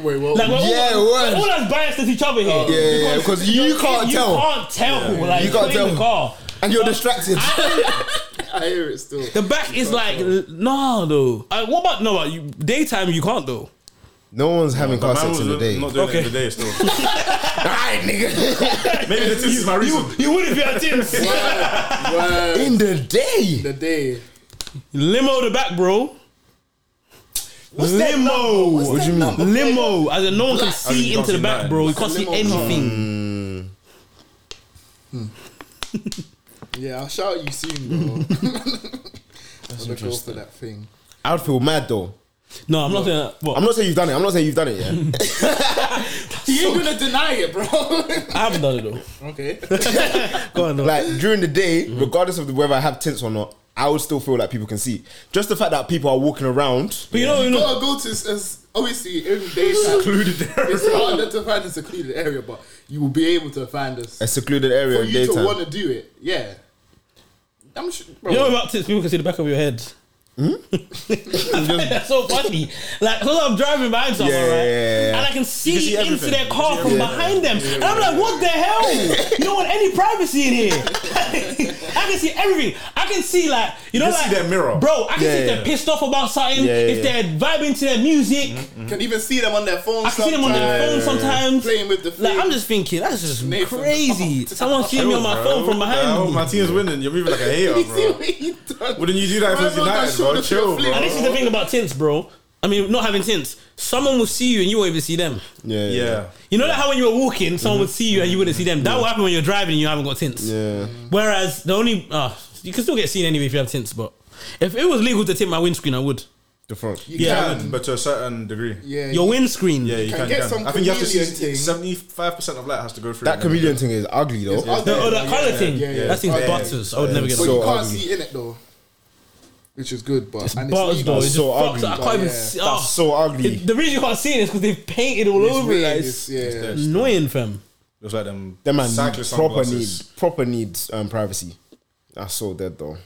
B: Wait, what?
E: Like, we're
G: Yeah,
E: all,
G: word.
E: we're all as biased as each other here.
C: Oh,
G: Yeah, yeah, because you can't
E: you
G: tell.
E: can't tell. Like,
G: You can't
E: you're in the
G: tell.
E: car.
G: And you're distracted.
B: I hear it still.
E: The back is like, nah, though. Uh, what about, no, like, you, daytime you can't, though.
G: No one's having car
C: Man
G: sex
C: was
G: in the day.
C: not doing
E: Okay.
C: it in the day still.
G: Alright, nigga.
C: Maybe the tits is my reason.
E: You wouldn't be at tips.
B: Word.
G: in the day.
B: The day.
E: Limo the back, bro. limo.
G: What do you mean?
E: limo. As in, no one can see
C: Oh, you
E: into
C: can't
E: the
C: see
E: back,
C: nothing.
E: bro. You can't see
B: limo?
E: anything.
B: Yeah, I'll shout at you soon, bro. That's I'm go for that thing.
G: I would feel mad though.
E: No, I'm not saying that. What?
G: I'm not saying you've done it. I'm not saying you've done it. Yeah.
B: He ain't gonna deny it, bro.
E: I haven't done it, though.
B: okay.
E: Go on, though.
G: like during the day,
B: Mm.
G: regardless of whether I have tints or not, I would still feel like people can see. Just the fact that people are walking around.
E: but you know, you know.
B: gotta go to s- as obviously every day secluded area. It's harder to find a secluded area, but you will be able to find us
G: A secluded area
B: for
G: in
B: you to
G: daytime.
B: want to do it. Yeah, I'm sure. Bro.
E: You know about tips, people can see the back of your head. That's so funny. Like, because I'm driving behind someone,
G: Yeah,
E: right?
G: yeah, yeah.
E: And I can see,
C: see
E: into
C: everything.
E: their
C: You
E: car
C: see
E: from
C: everything.
E: behind them. and I'm like, what the hell? you don't want any privacy in here. I can see everything. I can see, like, you know,
C: can
E: like,
C: see their mirror.
E: Bro, I can
G: Yeah,
E: see if
G: yeah.
E: they're pissed off about something,
G: Yeah, yeah,
E: if they're vibing to their music.
B: can even see them on their phone.
E: I can see them on their phone
B: Mm-hmm. sometimes,
E: sometimes.
B: playing with the.
E: Like, I'm
B: thing.
E: just thinking, that's just
B: Nathan.
E: crazy. Someone seeing me on my phone from
C: Nah,
E: behind me.
C: My team's winning. You're moving like a hater,
B: You see
C: bro.
B: what you done?
C: Wouldn't you do that if it was
B: Bro, bro, that
C: United, bro?
B: shoulder
C: Chill,
B: flick.
E: And
C: bro.
E: this is the thing about tints, bro. I mean, not having tints. Someone will see you and you won't even see them.
G: Yeah.
C: Yeah.
E: You know that how when you were walking, someone would see you and you wouldn't see them. That will happen when you're driving and you haven't got tints.
G: Yeah.
E: Whereas the only uh, you can still get seen anyway if you have tints, but if it was legal to tint my windscreen, I would.
G: The front.
B: You
E: Yeah.
B: can.
C: But to a certain degree.
B: Yeah,
E: Your windscreen.
C: Yeah, you
B: Can
C: can. you
B: get
C: can.
B: some
C: I think you have to see
B: chameleon thing.
C: seventy-five percent of light has to go through.
G: That comedian thing is ugly though.
B: It's
E: The, oh, that
B: Yeah,
E: color
B: yeah,
E: thing.
B: yeah, yeah.
E: That thing's
B: Yeah, yeah.
E: butters. I would never get
B: But
E: that.
G: So um,
B: you can't
G: ugly.
B: see in it though, which is good. But and it's
E: Butters
B: legal.
E: though. It
G: That's
E: just
G: so
E: fucks
G: ugly.
E: it. I can't even
B: Yeah.
E: see.
G: That's
E: ah.
G: so ugly.
E: It- the reason you can't see it is because they've painted all
B: It's
E: over it.
B: weird,
E: Like,
B: it's-
E: it's
B: yeah.
E: annoying, fam.
C: Looks like them.
G: That man
C: cyclist
G: proper
C: sunglasses.
G: needs proper needs um, privacy. That's so dead though.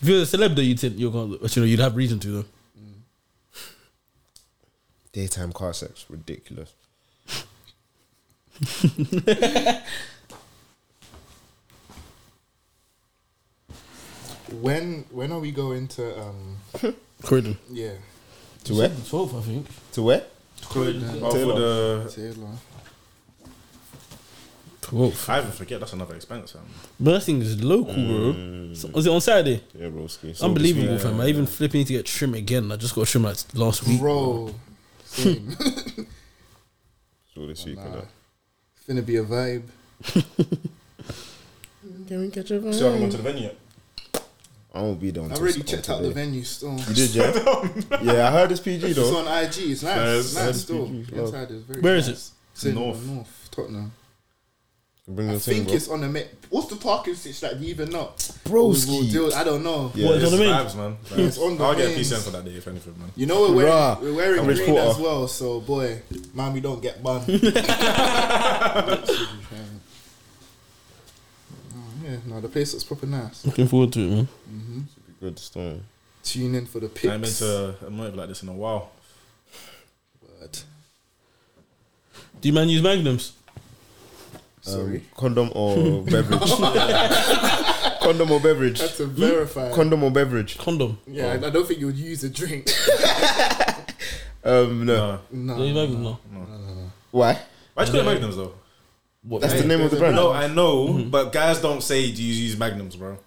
E: If you're a celeb, though, you tint. You're gonna, but, you know, you'd have reason to though.
G: Daytime car sex, ridiculous.
B: When when are we going to um
E: Croydon.
B: yeah
G: To where?
E: 12, I think.
G: To where?
C: Well, for
G: Taylor.
C: the,
B: Taylor?
E: 12.
C: I even forget that's another expense. Man.
E: But that thing is local, bro. So- was it on Saturday?
G: Yeah, broski. So
E: Unbelievable, fam. I even flipping need to get trim again. I just got trim like last week.
B: Bro, same.
G: So this week,
B: Nah. finna be a vibe.
C: So I haven't gone to the venue yet.
G: I won't be there.
B: I
G: until-
B: already
G: until
B: checked out the
G: today.
B: venue still.
G: You did, yeah. yeah, I heard this PG
B: It's
G: though.
B: on IG. It's nice.
C: Nice.
B: it's nice still.
G: Nice.
B: Inside is very.
E: Where
B: Where is
E: is it?
B: It's in
C: North.
B: north. north Tottenham.
G: Bring
B: I
G: your thing,
B: think
G: bro.
B: it's on the Met. What's the parking stitch that you even know?
G: Broski.
B: We will deal- I don't know.
G: Yeah,
E: What,
G: it's-
E: you know what I mean?
C: Vibes, man. Vibes.
B: It's on the
C: I'll get a
B: veins.
C: PCM for that day if anything, man.
B: You know we're wearing,
G: Rah.
B: we're wearing
G: Average
B: green
G: quarter.
B: as well, so boy, man, we don't get bun. yeah, no, the place looks proper nice.
E: Looking forward to it, man.
G: Good story.
B: Tune in for the
C: I haven't been
B: pics.
C: to a motive like this in a while.
B: Word.
E: Do you man use magnums?
B: Sorry,
G: Condom or beverage? Condom or beverage?
B: that's a verify.
G: Condom or beverage?
E: Condom.
B: yeah, I I don't think you would use a drink.
G: Um, no.
C: No.
G: Um,
B: no,
E: Do you use magnums? No.
G: Why?
C: Why'd you call it Magnums though?
B: What,
D: That's the name of the brand.
C: No, I know, but guys don't say, do you use magnums, bro?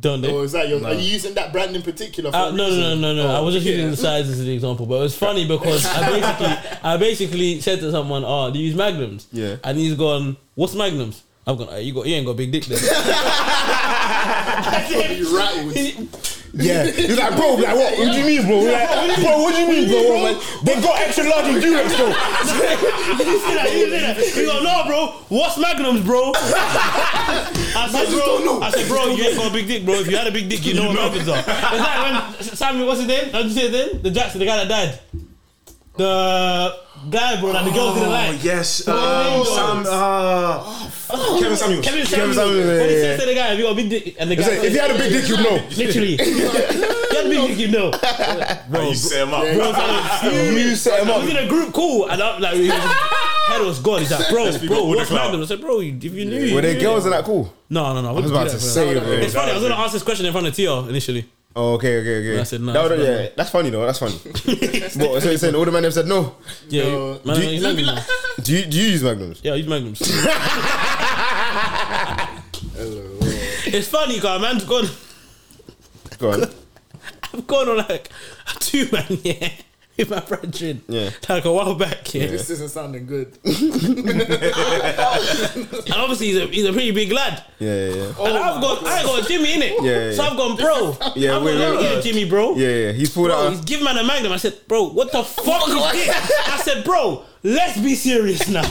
E: Don't they?
B: Or is that your? Are you using that brand in particular? For
E: Uh,
B: a
E: no,
B: reason?
E: no, no, no, no. I was just
B: yeah.
E: using the size as an example, but it was funny because I basically, I basically said to someone, "Oh, do you use magnums?"
D: Yeah.
E: and he's gone, "What's magnums?" I've gone, oh, "You got, you ain't got a big dick then."
B: You rattled.
D: Yeah, he's like, bro, like what? What do you mean, bro? We're Like, bro, what do you mean, bro? We're Like, they got extra large in Durex though.
E: He goes, "No, bro. What's magnums, bro?" I said, "Bro, I said, bro, you ain't got a big dick, bro. If you had a big dick, you know what magnums are." It's like when Samuel, what's his name? How did you say his name? The Jackson, the guy that died. The guy, bro, that the girls didn't like.
C: yes.
E: Oh,
C: um, Sam, uh, Kevin Samuels.
E: Kevin Samuels.
D: Samuels, yeah,
E: When he
D: yeah.
E: said to the guy, "Have you got a big dick?" and the guy,
D: If you had a big dick, you'd know.
E: Literally. That's big you know.
C: Bro, you set him up.
E: Bro, you set him up. was in a group call and I'm like, head was gone. He's like, bro, bro,
C: all the
E: what's
C: clout.
E: random? I said, bro, if you knew. you
D: Were there
E: knew.
D: girls in that cool?
E: No, no, no. I
D: I was
E: wouldn't
D: about
E: do
D: to
E: that, bro.
D: say, bro.
E: It's funny, I was going to ask this question in front of TR initially.
D: Oh, okay, okay, okay.
E: I said, nah,
D: That would-
E: it's
D: yeah, that's funny though. That's funny. what, so you're saying all the men have said no?
E: Yeah,
B: No.
E: man,
D: Do
E: he's
D: you-
E: magnums. now.
D: Do you do you use magnums?
E: Yeah, he's magnums. It's funny, guy. Man's gone.
D: Go on.
E: I've gone on like a two man, yeah, with my brethren.
D: Yeah.
E: Like a while back, yeah.
B: This isn't sounding good.
E: And obviously, he's a, he's a pretty big lad.
D: Yeah, yeah, yeah.
E: and I've got I got Jimmy in it.
D: Yeah, yeah,
E: So I've gone, bro.
D: Yeah,
E: I've
D: wait,
E: gone,
D: wait,
E: "Let me get Jimmy, bro.
D: Yeah, yeah. He's pulled
E: Bro,
D: out.
E: he's giving man a magnum. I said, bro, what the fuck is this? I said, bro, let's be serious now.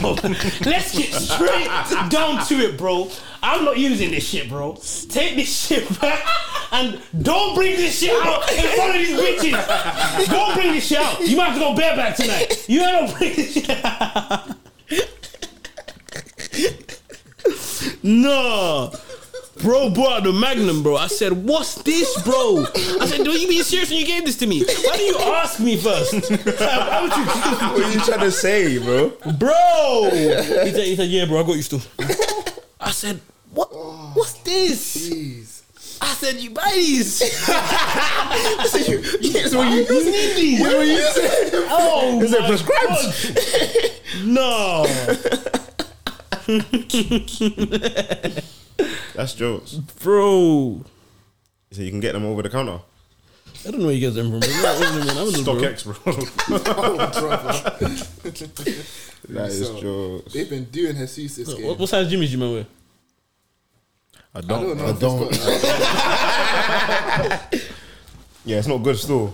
E: let's get straight down to it, bro. I'm not using this shit, bro. Take this shit back and don't bring this shit out in front of these bitches. Don't bring this shit out. You might have to go bareback tonight. You ain't gonna bring this shit out. No. Bro brought out the Magnum, bro. I said, "What's this, bro?" I said, "Do you being serious when you gave this to me? Why do you ask me first? Why would you,
D: What are you trying to say, bro?
E: bro?" He said, "He said, yeah, bro, I got you still." I said, "What? What's this?"
B: Jeez.
E: I said, "You buy these?
D: Yes, what you
E: You need these?
D: what you said.
E: Oh,
D: Is it
E: my
D: prescribed?
E: God. No,
D: That's jokes.
E: bro.
D: So you can get them over the counter.
E: I don't know where you guys are from. Bro. You're not ordering one. I'm just,
C: Stock
E: bro.
C: X, bro.
B: Oh,
D: That is
B: So-
D: jokes.
B: They've been doing Jesus this game.
E: What, what size Jimmy's you man wear?
D: I
B: I don't
D: I
B: know. if
D: don't.
B: It's got,
D: Yeah, it's not good still.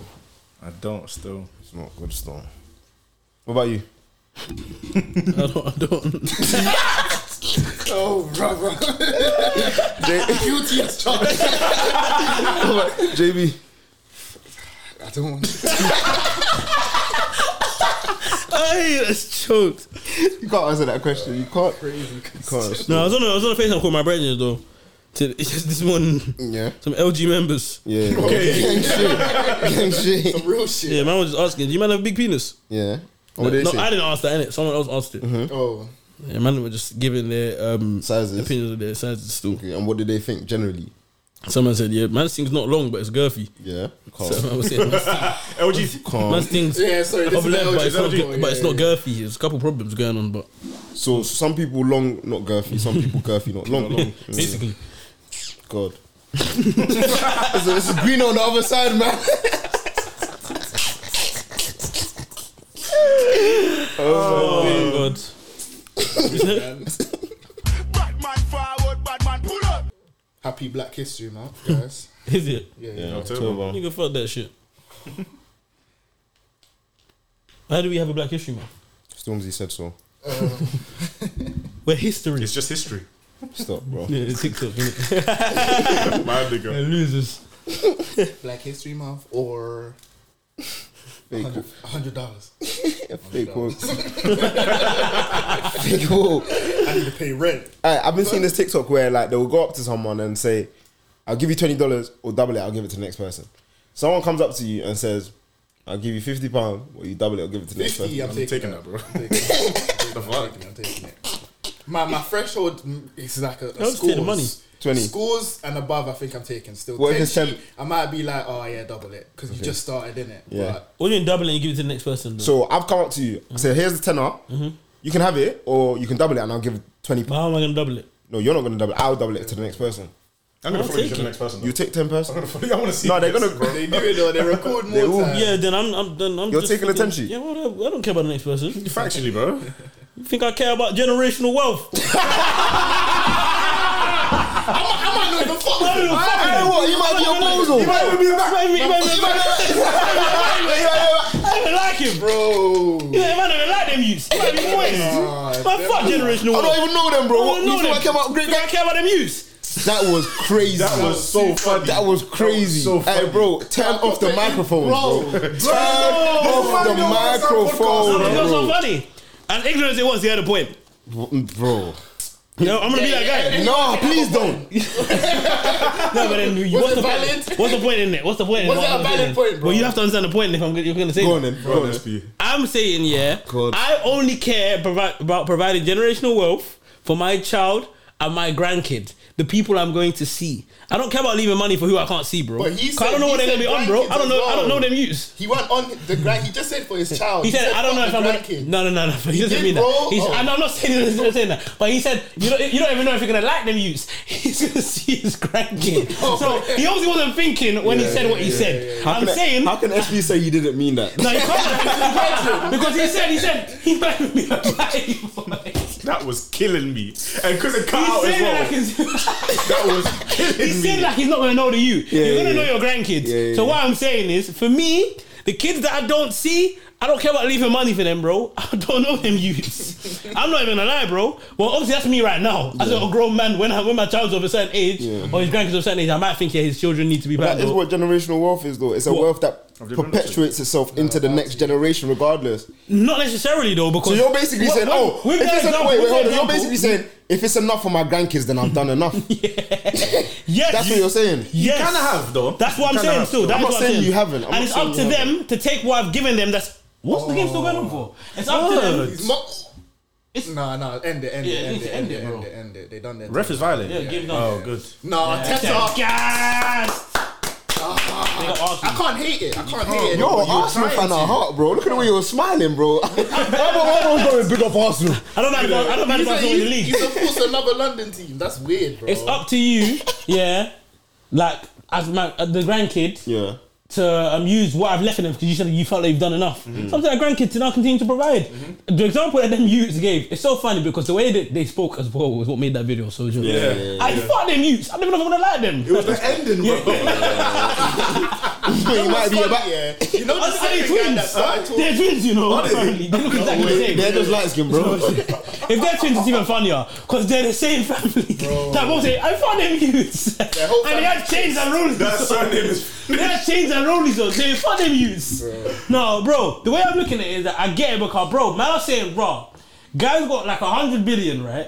C: I don't still.
D: It's not good still. What about you?
E: I don't. I don't.
B: oh, brother. Guilty as charged.
D: JB.
B: I don't want
E: Hey, that's choked.
D: You can't answer that question. You can't.
B: crazy.
D: can't.
E: No, I was on a, I was on a FaceTime call with my brethren though. To, this morning,
D: Yeah.
E: some LG members.
D: Yeah. Okay. Gang shit. Gang shit.
B: Some real shit.
E: Yeah, man was just asking, do you man have a big penis?
D: Yeah. Oh, What
E: no,
D: did they say? Mm-hmm.
E: I didn't ask that, innit? Someone else asked it.
B: Oh,
E: Yeah, man were just giving their um,
D: Sizes.
E: opinions of their sizes still.
D: Okay, and what did they think generally?
E: Someone said, yeah, man's thing's not long, but it's girthy.
D: Yeah.
E: So man was saying, man's,
C: LG.
E: man's thing's
B: yeah. Sorry, this
E: of
B: is
E: length, but
B: LG,
E: it's, not,
B: LG.
E: but it's not girthy. There's a couple problems going on, but
D: So some people long, not girthy. Some people girthy, not long. Yeah.
E: basically.
D: God. so this is green on the other side, man.
E: Oh, God.
K: Bad man forward, bad man pull up.
B: Happy Black History Month, guys.
E: Is it?
B: Yeah, yeah.
D: Yeah,
E: You
D: October.
E: can fuck that shit. Why do we have a Black History Month?
D: Stormzy said so.
E: We're history.
C: It's just history.
D: Stop, bro.
E: Yeah, it's TikTok, innit?
C: My nigga.
E: Losers.
B: Black History Month or
D: Fake,
B: hundred- a hundred dollars.
D: fake quotes. fake quote.
B: I need to pay rent.
D: I, I've been seeing this TikTok where like they'll go up to someone and say, "I'll give you twenty dollars or double it. I'll give it to the next person." Someone comes up to you and says, "I'll give you fifty pound or you double it. I'll give it to the next
B: Fifty.
D: person."
B: I'm,
C: I'm
B: taking,
C: taking
B: that.
C: that, bro.
B: I'm taking it. I'm taking it. I'm taking it. My my threshold mm, is like a, a
E: just take the
B: scores.
E: money.
D: 20.
B: Scores and above, I think I'm taking still.
D: What if
B: 10
D: it's 10?
B: sheet, I might be like, oh yeah, double it because you just started in it.
D: Yeah.
E: What do you mean double it and give it to the next person? Though? Mm-hmm.
D: So I've come up to you. I say, "Here's the tenner. You can have it or you can double it, and I'll give twenty.
E: But how am I gonna double it?
D: No, you're not gonna double. it. I'll double it to the next person.
G: I'm gonna
E: I'll
G: follow you
E: take
G: to
E: it.
G: the next person.
D: You take ten
G: I'm
D: person.
G: gonna follow you. I want to see.
D: No, they're
G: this,
D: gonna.
G: bro.
B: They do it though. They record more time.
E: Yeah, then I'm, I'm, then I'm.
D: You're
E: just
D: taking the
E: fucking-
D: 10 sheet?
E: Yeah, whatever. I don't care about the next person.
G: Factually, bro.
E: You think I care about generational wealth?
B: I might not even fuck with
E: Hey,
B: them.
E: what? You might be a bozo. You might even be back. You might even- you might even like him, bro.
B: Bro.
E: Yeah, you might not even like them youths. You might be
B: Nah,
E: moist. But fuck generational
D: I don't
E: wealth.
D: even know them, bro. What,
E: I don't know
D: you think
E: them.
D: I care about great
E: You think I care about them youths.
D: That was crazy. That
G: was so funny.
D: That was crazy.
G: so
D: Hey, bro, turn off the microphone, bro. Turn off the
E: That was just so
D: microphone,
E: funny. And ignorance it was, he had a point.
D: bro. bro.
E: You know, I'm gonna be that guy.
D: No, please don't.
E: No, but then you- what's
B: it
E: the
B: valid?
E: point? What's the point in it? What's the point in
B: Was
E: what
B: it a
E: I'm
B: valid
E: saying?
B: point, bro?
E: Well, you have to understand the point if I'm, you're gonna say.
D: Go
E: that.
D: on then. Go
G: Bro,
D: on
G: let's
D: then.
G: be.
E: I'm saying, yeah,
D: God.
E: I only care provi- about providing generational wealth for my child and my grandkid, the people I'm going to see. I don't care about leaving money for who I can't see, bro.
B: But he
E: 'Cause
B: said-
E: I don't know
B: he
E: what they're
B: said
E: gonna be on, bro. I don't know.
B: grandkids
E: I don't know
B: as well.
E: them use.
B: He went on the grind. He just Oh, said for his child.
E: He said, "I don't know if I'm
B: going
E: gonna." No, no, no, no. He doesn't
B: did,
E: mean
B: bro?
E: that. He's,
B: Oh.
E: and I'm not saying he's not saying that, but he said, "You don't, you don't even know if you're gonna like them use." He's gonna see his grandkid,
B: Oh,
E: so he obviously wasn't thinking when he said what he said. I'm
D: Can I-
E: saying,
D: How can SB say you didn't mean that?
E: no, you can't because he said he said he might be a life.
G: That was killing me. And because it cut
E: He's
G: out as
E: saying
G: well.
E: like he's,
G: that was killing
E: he's
G: me.
E: saying like he's not gonna know the you. You're gonna
D: yeah,
E: know your grandkids.
D: yeah,
E: so what I'm saying is, for me, the kids that I don't see, I don't care about leaving money for them, bro. I don't know them youths. I'm not even gonna lie, bro. Well, obviously that's me right now. As a grown man, when I, when my child's of a certain age or his grandkids of a certain age, I might think yeah, his children need to be back.
D: That is
E: bro.
D: what generational wealth is, though. It's a
E: What?
D: wealth that
G: Have they been
D: perpetuates itself into the next generation, regardless.
E: Not necessarily though, because
D: So you're basically
E: Well,
D: saying,
E: um,
D: oh,
E: with
D: if
E: that
D: it's en-
E: example-
D: wait, wait,
E: with that
D: hold on. You're
E: example-
D: basically saying if it's enough for my grandkids, then I've done enough.
E: Yes,
D: That's what you're saying.
E: Yes.
G: kinda have, though.
E: That's what
G: You
E: I'm
G: kinda
E: saying
G: have,
E: still.
G: though.
E: That's
D: I'm not
E: what I'm
D: saying
E: saying
D: you haven't. I'm
E: and
D: not
E: it's
D: saying
E: up
D: you
E: to them to take what I've given them. That's what's the game still going on for? It's up to them.
D: Oh.
B: No, no, end it, end it,
E: Yeah,
B: end
E: it's
B: it, end it, end it, end it. They done their
G: Ref is violent.
E: Yeah, give them.
G: Oh, good.
B: No, Tessa.
E: Yes. They got
B: I
E: Arsenal.
B: can't hate it. I can't hate it.
D: Yo,
B: You're
D: Arsenal
B: trying
D: fan
B: to.
D: at heart, bro. Look at the way you're smiling, bro. Everyone's going big up Arsenal.
E: I don't mind. I don't mind
B: He's, a,
E: about in the
B: he's,
E: league.
B: he's of course another London team. That's weird, bro.
E: It's up to you. Yeah, like as my uh, the grandkid.
D: Yeah.
E: to um, use what I've left in them because you said you felt they've done enough. Something that grandkids now continue to provide. The example that them youths gave is so funny because the way that they spoke as well was what made that video so good.
D: Yeah, yeah, yeah.
E: I fuck them youths. I don't even know if I'm gonna like them. It was
B: the ending, bro.
D: You might be
B: Funny,
D: about.
B: yeah. You know the
E: Are they
B: second guy that
E: twins?
B: started
E: They're
B: talking.
E: twins, you know. Apparently, they look exactly the same.
D: They're just light skin, bro.
E: if they're twins, it's even funnier because they're the same family. That both say, I found them youths, and
B: whole
E: they have chains and rollies.
G: That surname is.
E: They have chains and rollies on. They found them youths. No, bro. The way I'm looking at it is that I get it because, bro, man, I'm saying, bro, guys got like a hundred billion, right?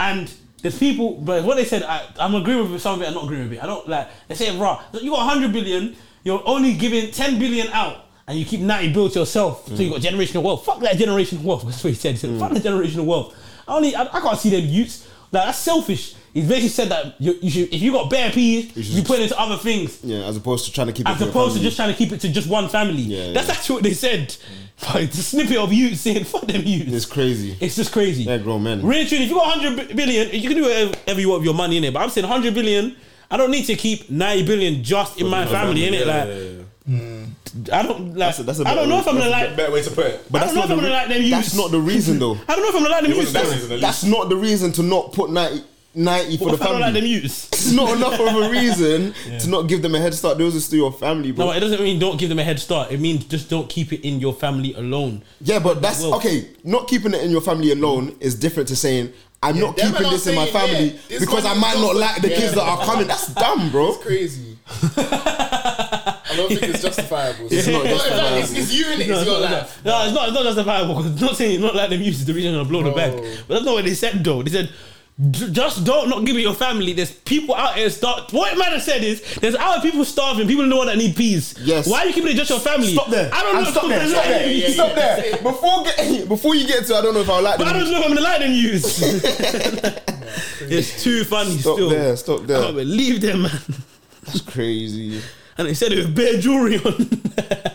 E: And there's people, but what they said, I, I'm agreeing with some of it. I'm not agreeing with it. I don't like. They say, bro, you got 100 billion. You're only giving 10 billion out, and you keep 90 bill to yourself. So you got generational wealth. Fuck that generational wealth. That's what he said. He said, fuck the generational wealth. I only, I, I can't see them youths. Like that's selfish. He's basically said that you, you should, if you got bare peas, you, put it into other things.
D: Yeah, as opposed to trying to keep. it
E: As
D: your
E: opposed to
D: family.
E: just trying to keep it to just one family.
D: Yeah,
E: That's
D: yeah.
E: actually what they said. But it's a snippet of you saying, fuck them youths.
D: It's crazy.
E: It's just crazy.
D: They're grown men.
E: Really, truly, if you got 100 bi- billion, you can do whatever you want with your money in it. But I'm saying 100 billion, I don't need to keep 90 billion just in my family, in it. Like, Mm. I don't like.
D: That's a- that's a
E: I don't
D: better
E: know if I'm gonna
G: That's a
E: like.
G: better way to put it.
E: I don't know if I'm
D: the
E: gonna
D: re-
E: like
D: That's
E: them. youths.
D: not the reason, though.
E: I don't know if I'm gonna like them.
G: It wasn't that
E: Use.
G: season, at least.
D: That's not the reason to not put 90, 90 for
E: What
D: the
E: if I don't like
D: family.
E: them use?
D: it's not enough of a reason to not give them a head start. Those are still your family, bro.
E: No, it doesn't mean don't give them a head start. It means just don't keep it in your family alone.
D: yeah, but that's
E: Well-
D: okay. Not keeping it in your family alone is different to saying I'm not
B: them
D: keeping
B: are
D: this in my
B: not saying,
D: family
B: yeah, this
D: because I
B: one
D: might
B: is
D: not
B: also-
D: like the
B: Yeah.
D: kids that are coming. That's dumb, bro.
B: It's crazy. I don't think it's justifiable. It's
D: not justifiable.
B: It's, it's you in it. It's your life.
E: No, it's not. It's not justifiable. 'cause It's not saying it's not like them use is the reason I'm gonna blow the bag. But that's not what they said though. They said. "J- Just don't not give it your family. There's people out here start. What it might have said is there's out here people starving. People in the world that need peas.
D: Yes.
E: Why are you keeping it just your family?
D: Stop there.
E: I don't know.
D: And
E: if
D: Stop
E: I'm
D: there.
E: gonna
D: Stop
E: like
D: there.
E: them youths.
D: Stop there. Before get, before you get to, I don't know if I like
E: But I
D: them.
E: don't know if I'm gonna like them use. it's too funny.
D: Stop
E: still.
D: there. Stop
E: I
D: there.
E: can't believe them, man.
D: That's crazy.
E: And they said it with bare jewelry on.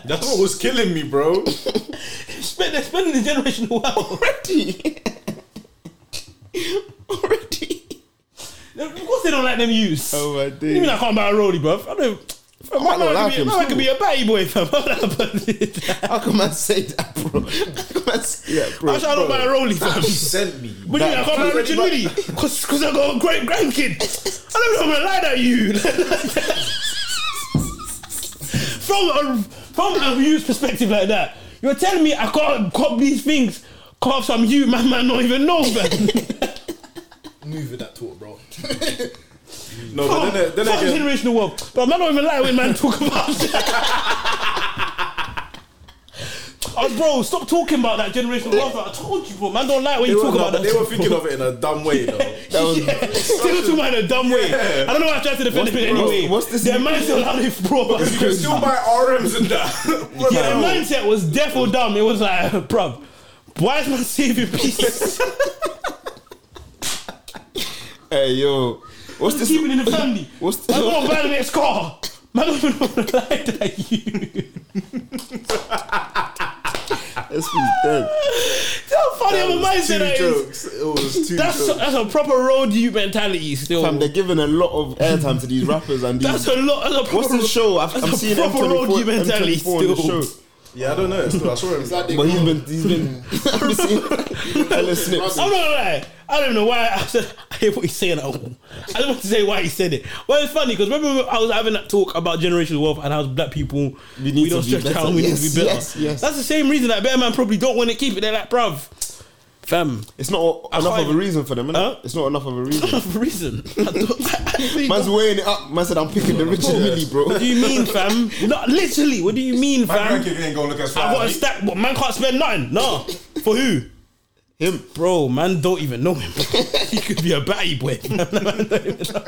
G: That's what was killing me, bro.
E: Spend, they're spending the generational wealth.
D: Already.
E: they don't like them use.
D: Oh my
E: You mean I
D: days.
E: can't buy a rollie, bruv? I don't. Fam,
G: might
E: I
G: not like
E: could be,
G: him
E: man, I
G: still.
E: could be a batty boy, fam. I'm not
G: How come I say that, bro? How come I say that, bro?
E: I'm sure I don't buy a rollie, fam.
C: He sent me.
E: What do you mean I can't buy a Richard Moody? Because I got a great grandkid. I don't know if I'm going to lie to you. from, a, from a youth perspective like that, you're telling me I can't cop these things, cop some you, my man, not even know, man.
B: Move with that talk, bro.
C: No, but then, then
E: Fuck
C: again,
E: generational wealth. But man, don't even lie when man talk about that. Oh, bro, stop talking about that generational wealth. I told you, bro. Man, don't lie when
C: they were,
E: you talk
C: no,
E: about that.
C: they were thinking of it in a dumb way, though.
E: yeah, still too in a dumb way. I don't know why I tried to defend it anyway.
G: what's this-
E: Their mindset, how they bro.
C: You can still buy RMs and that. What
E: Yeah, their
C: about-
E: mindset was deaf or dumb. It was like, bruv, why is man saving peace?
G: Hey, yo. What's
E: Just
G: this?
E: keep it in the family.
G: What's
E: Man,
G: the-
E: go and buy the next car. Man, don't even want to lie at you.
G: This is dead.
E: How funny of a mindset
C: Two
E: that is.
C: jokes. It was two
E: That's
C: jokes.
E: that's a proper road you mentality still.
G: Fam, they're giving a lot of airtime to these rappers and these.
E: that's a lot. That's a proper,
G: What's the show? I've,
E: that's
G: I've
E: a
G: seen
E: proper road you
G: M24,
E: mentality
G: M24 on the
E: still.
G: show.
C: yeah, I don't know. Still, I saw him.
B: That
G: But
B: nigga,
G: he's been, he's been, I've been seeing hella snips.
E: I'm not gonna lie. I don't even know why I said I hear what he's saying at all. I don't want to say why he said it. Well, it's funny because remember I was having that talk about generational wealth and how black people we,
G: need to
E: don't
G: be
E: stretch
G: better.
E: out, we need
G: Yes,
E: to be better.
G: yes, yes.
E: That's the same reason that better man probably don't want to keep it. They're like, bruv, fam,
G: It's not enough
E: can't
G: of a
E: even-
G: reason for them, innit?
E: Huh?
G: It's not enough of a reason.
E: for reason. I don't- I actually
G: Man's
E: don't-
G: weighing it up. Man said, I'm picking the Richard Millie,
E: What
G: bro.
E: do you mean, fam? Not literally. What do you mean,
C: My
E: fam?
C: grandkid ain't gonna look as
E: I got
C: far
E: a
C: as
E: stack, but man can't spend nothing. Nah, for who?
G: Him.
E: Bro, man don't even know him. he could be a batty boy. Man, don't even know. so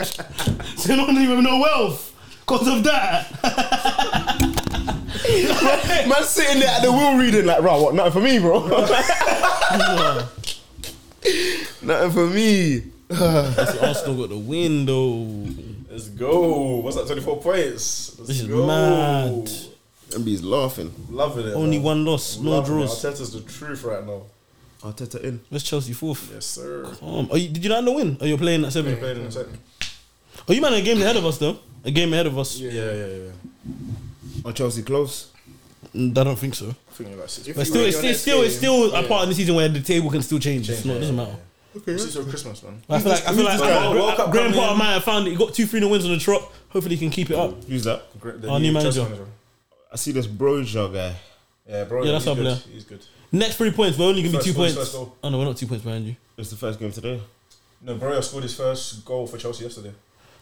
E: you don't even know wealth because of that.
G: Man sitting there at the wheel reading like, right, what? Nothing for me, bro. Nothing for me.
E: Arsenal got the win though.
C: Let's go. What's that? Twenty-four points. Let's
E: This is
C: go.
E: mad.
G: MB's laughing.
C: Loving it.
E: Only
C: man.
E: one loss, no
C: Loving it.
E: draws.
C: Arteta's the truth right now.
G: Arteta in.
E: Where's Chelsea fourth?
C: Yes, sir.
E: Um, are you, did you not know win? Are you playing at seven?
C: Played in a second.
E: Are you man a game ahead of us though? A game ahead of us?
C: Yeah, yeah, yeah. yeah.
G: Are Chelsea close?
E: Mm, I don't think so.
C: I think like six.
E: But still, it's still, it's still, it's still a part of the season where the table can still change. It's not, it doesn't matter.
C: Okay. This is your Christmas, man.
E: I feel like I feel like
C: just got World
E: Graham,
C: Cup
E: Graham
C: coming
E: Potter
C: in.
E: might have found it. He got two three wins on the trot. Hopefully, he can keep it up.
G: Who's that?
C: Great- the
E: Our new
C: chess
E: manager.
G: I see this Broja guy.
C: Yeah, bro.
E: Yeah, that's
C: he's
E: our
C: good.
E: player.
C: He's good.
E: Next three points, we're only gonna
C: First
E: be two
C: goal,
E: points.
C: first goal.
E: Oh no, we're not two points behind you.
G: It's the first game today.
C: No, Broya scored his first goal for Chelsea yesterday.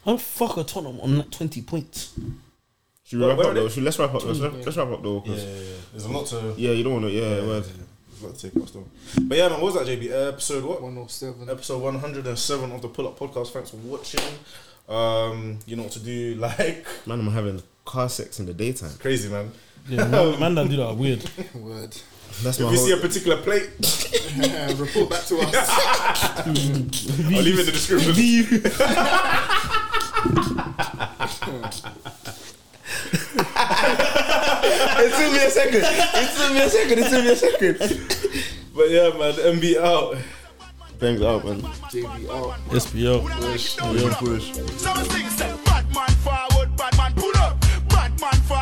E: I'm fuck a Tottenham on that twenty points.
G: Should we
C: Well,
G: wrap
C: where
G: up
C: are they?
G: though? Should, let's wrap up. Let's, wrap- let's wrap up though. 'cause- yeah.
C: There's a lot to.
G: you don't want to. Yeah, word.
C: There's a lot to take off, though. But yeah, man, what was that, JB? Uh, episode what?
B: 107.
C: episode 107 of the Pull Up Podcast. Thanks for watching. Um, you know what to do. Like,
G: Man, I'm having car sex in the daytime.
C: crazy, man.
E: Yeah, man, man that do that are weird.
B: Word.
G: That's
C: If
G: my
C: you see a
G: whole.
C: particular plate,
B: Report back to us.
C: I'll leave it in the description.
G: It took me a second. It took me a second. It took me a second.
C: But yeah, man, MB out.
G: Thanks out, man.
B: JB out.
E: SPL.
A: Push, push. Some things say, Batman forward, Batman pull up. Batman forward.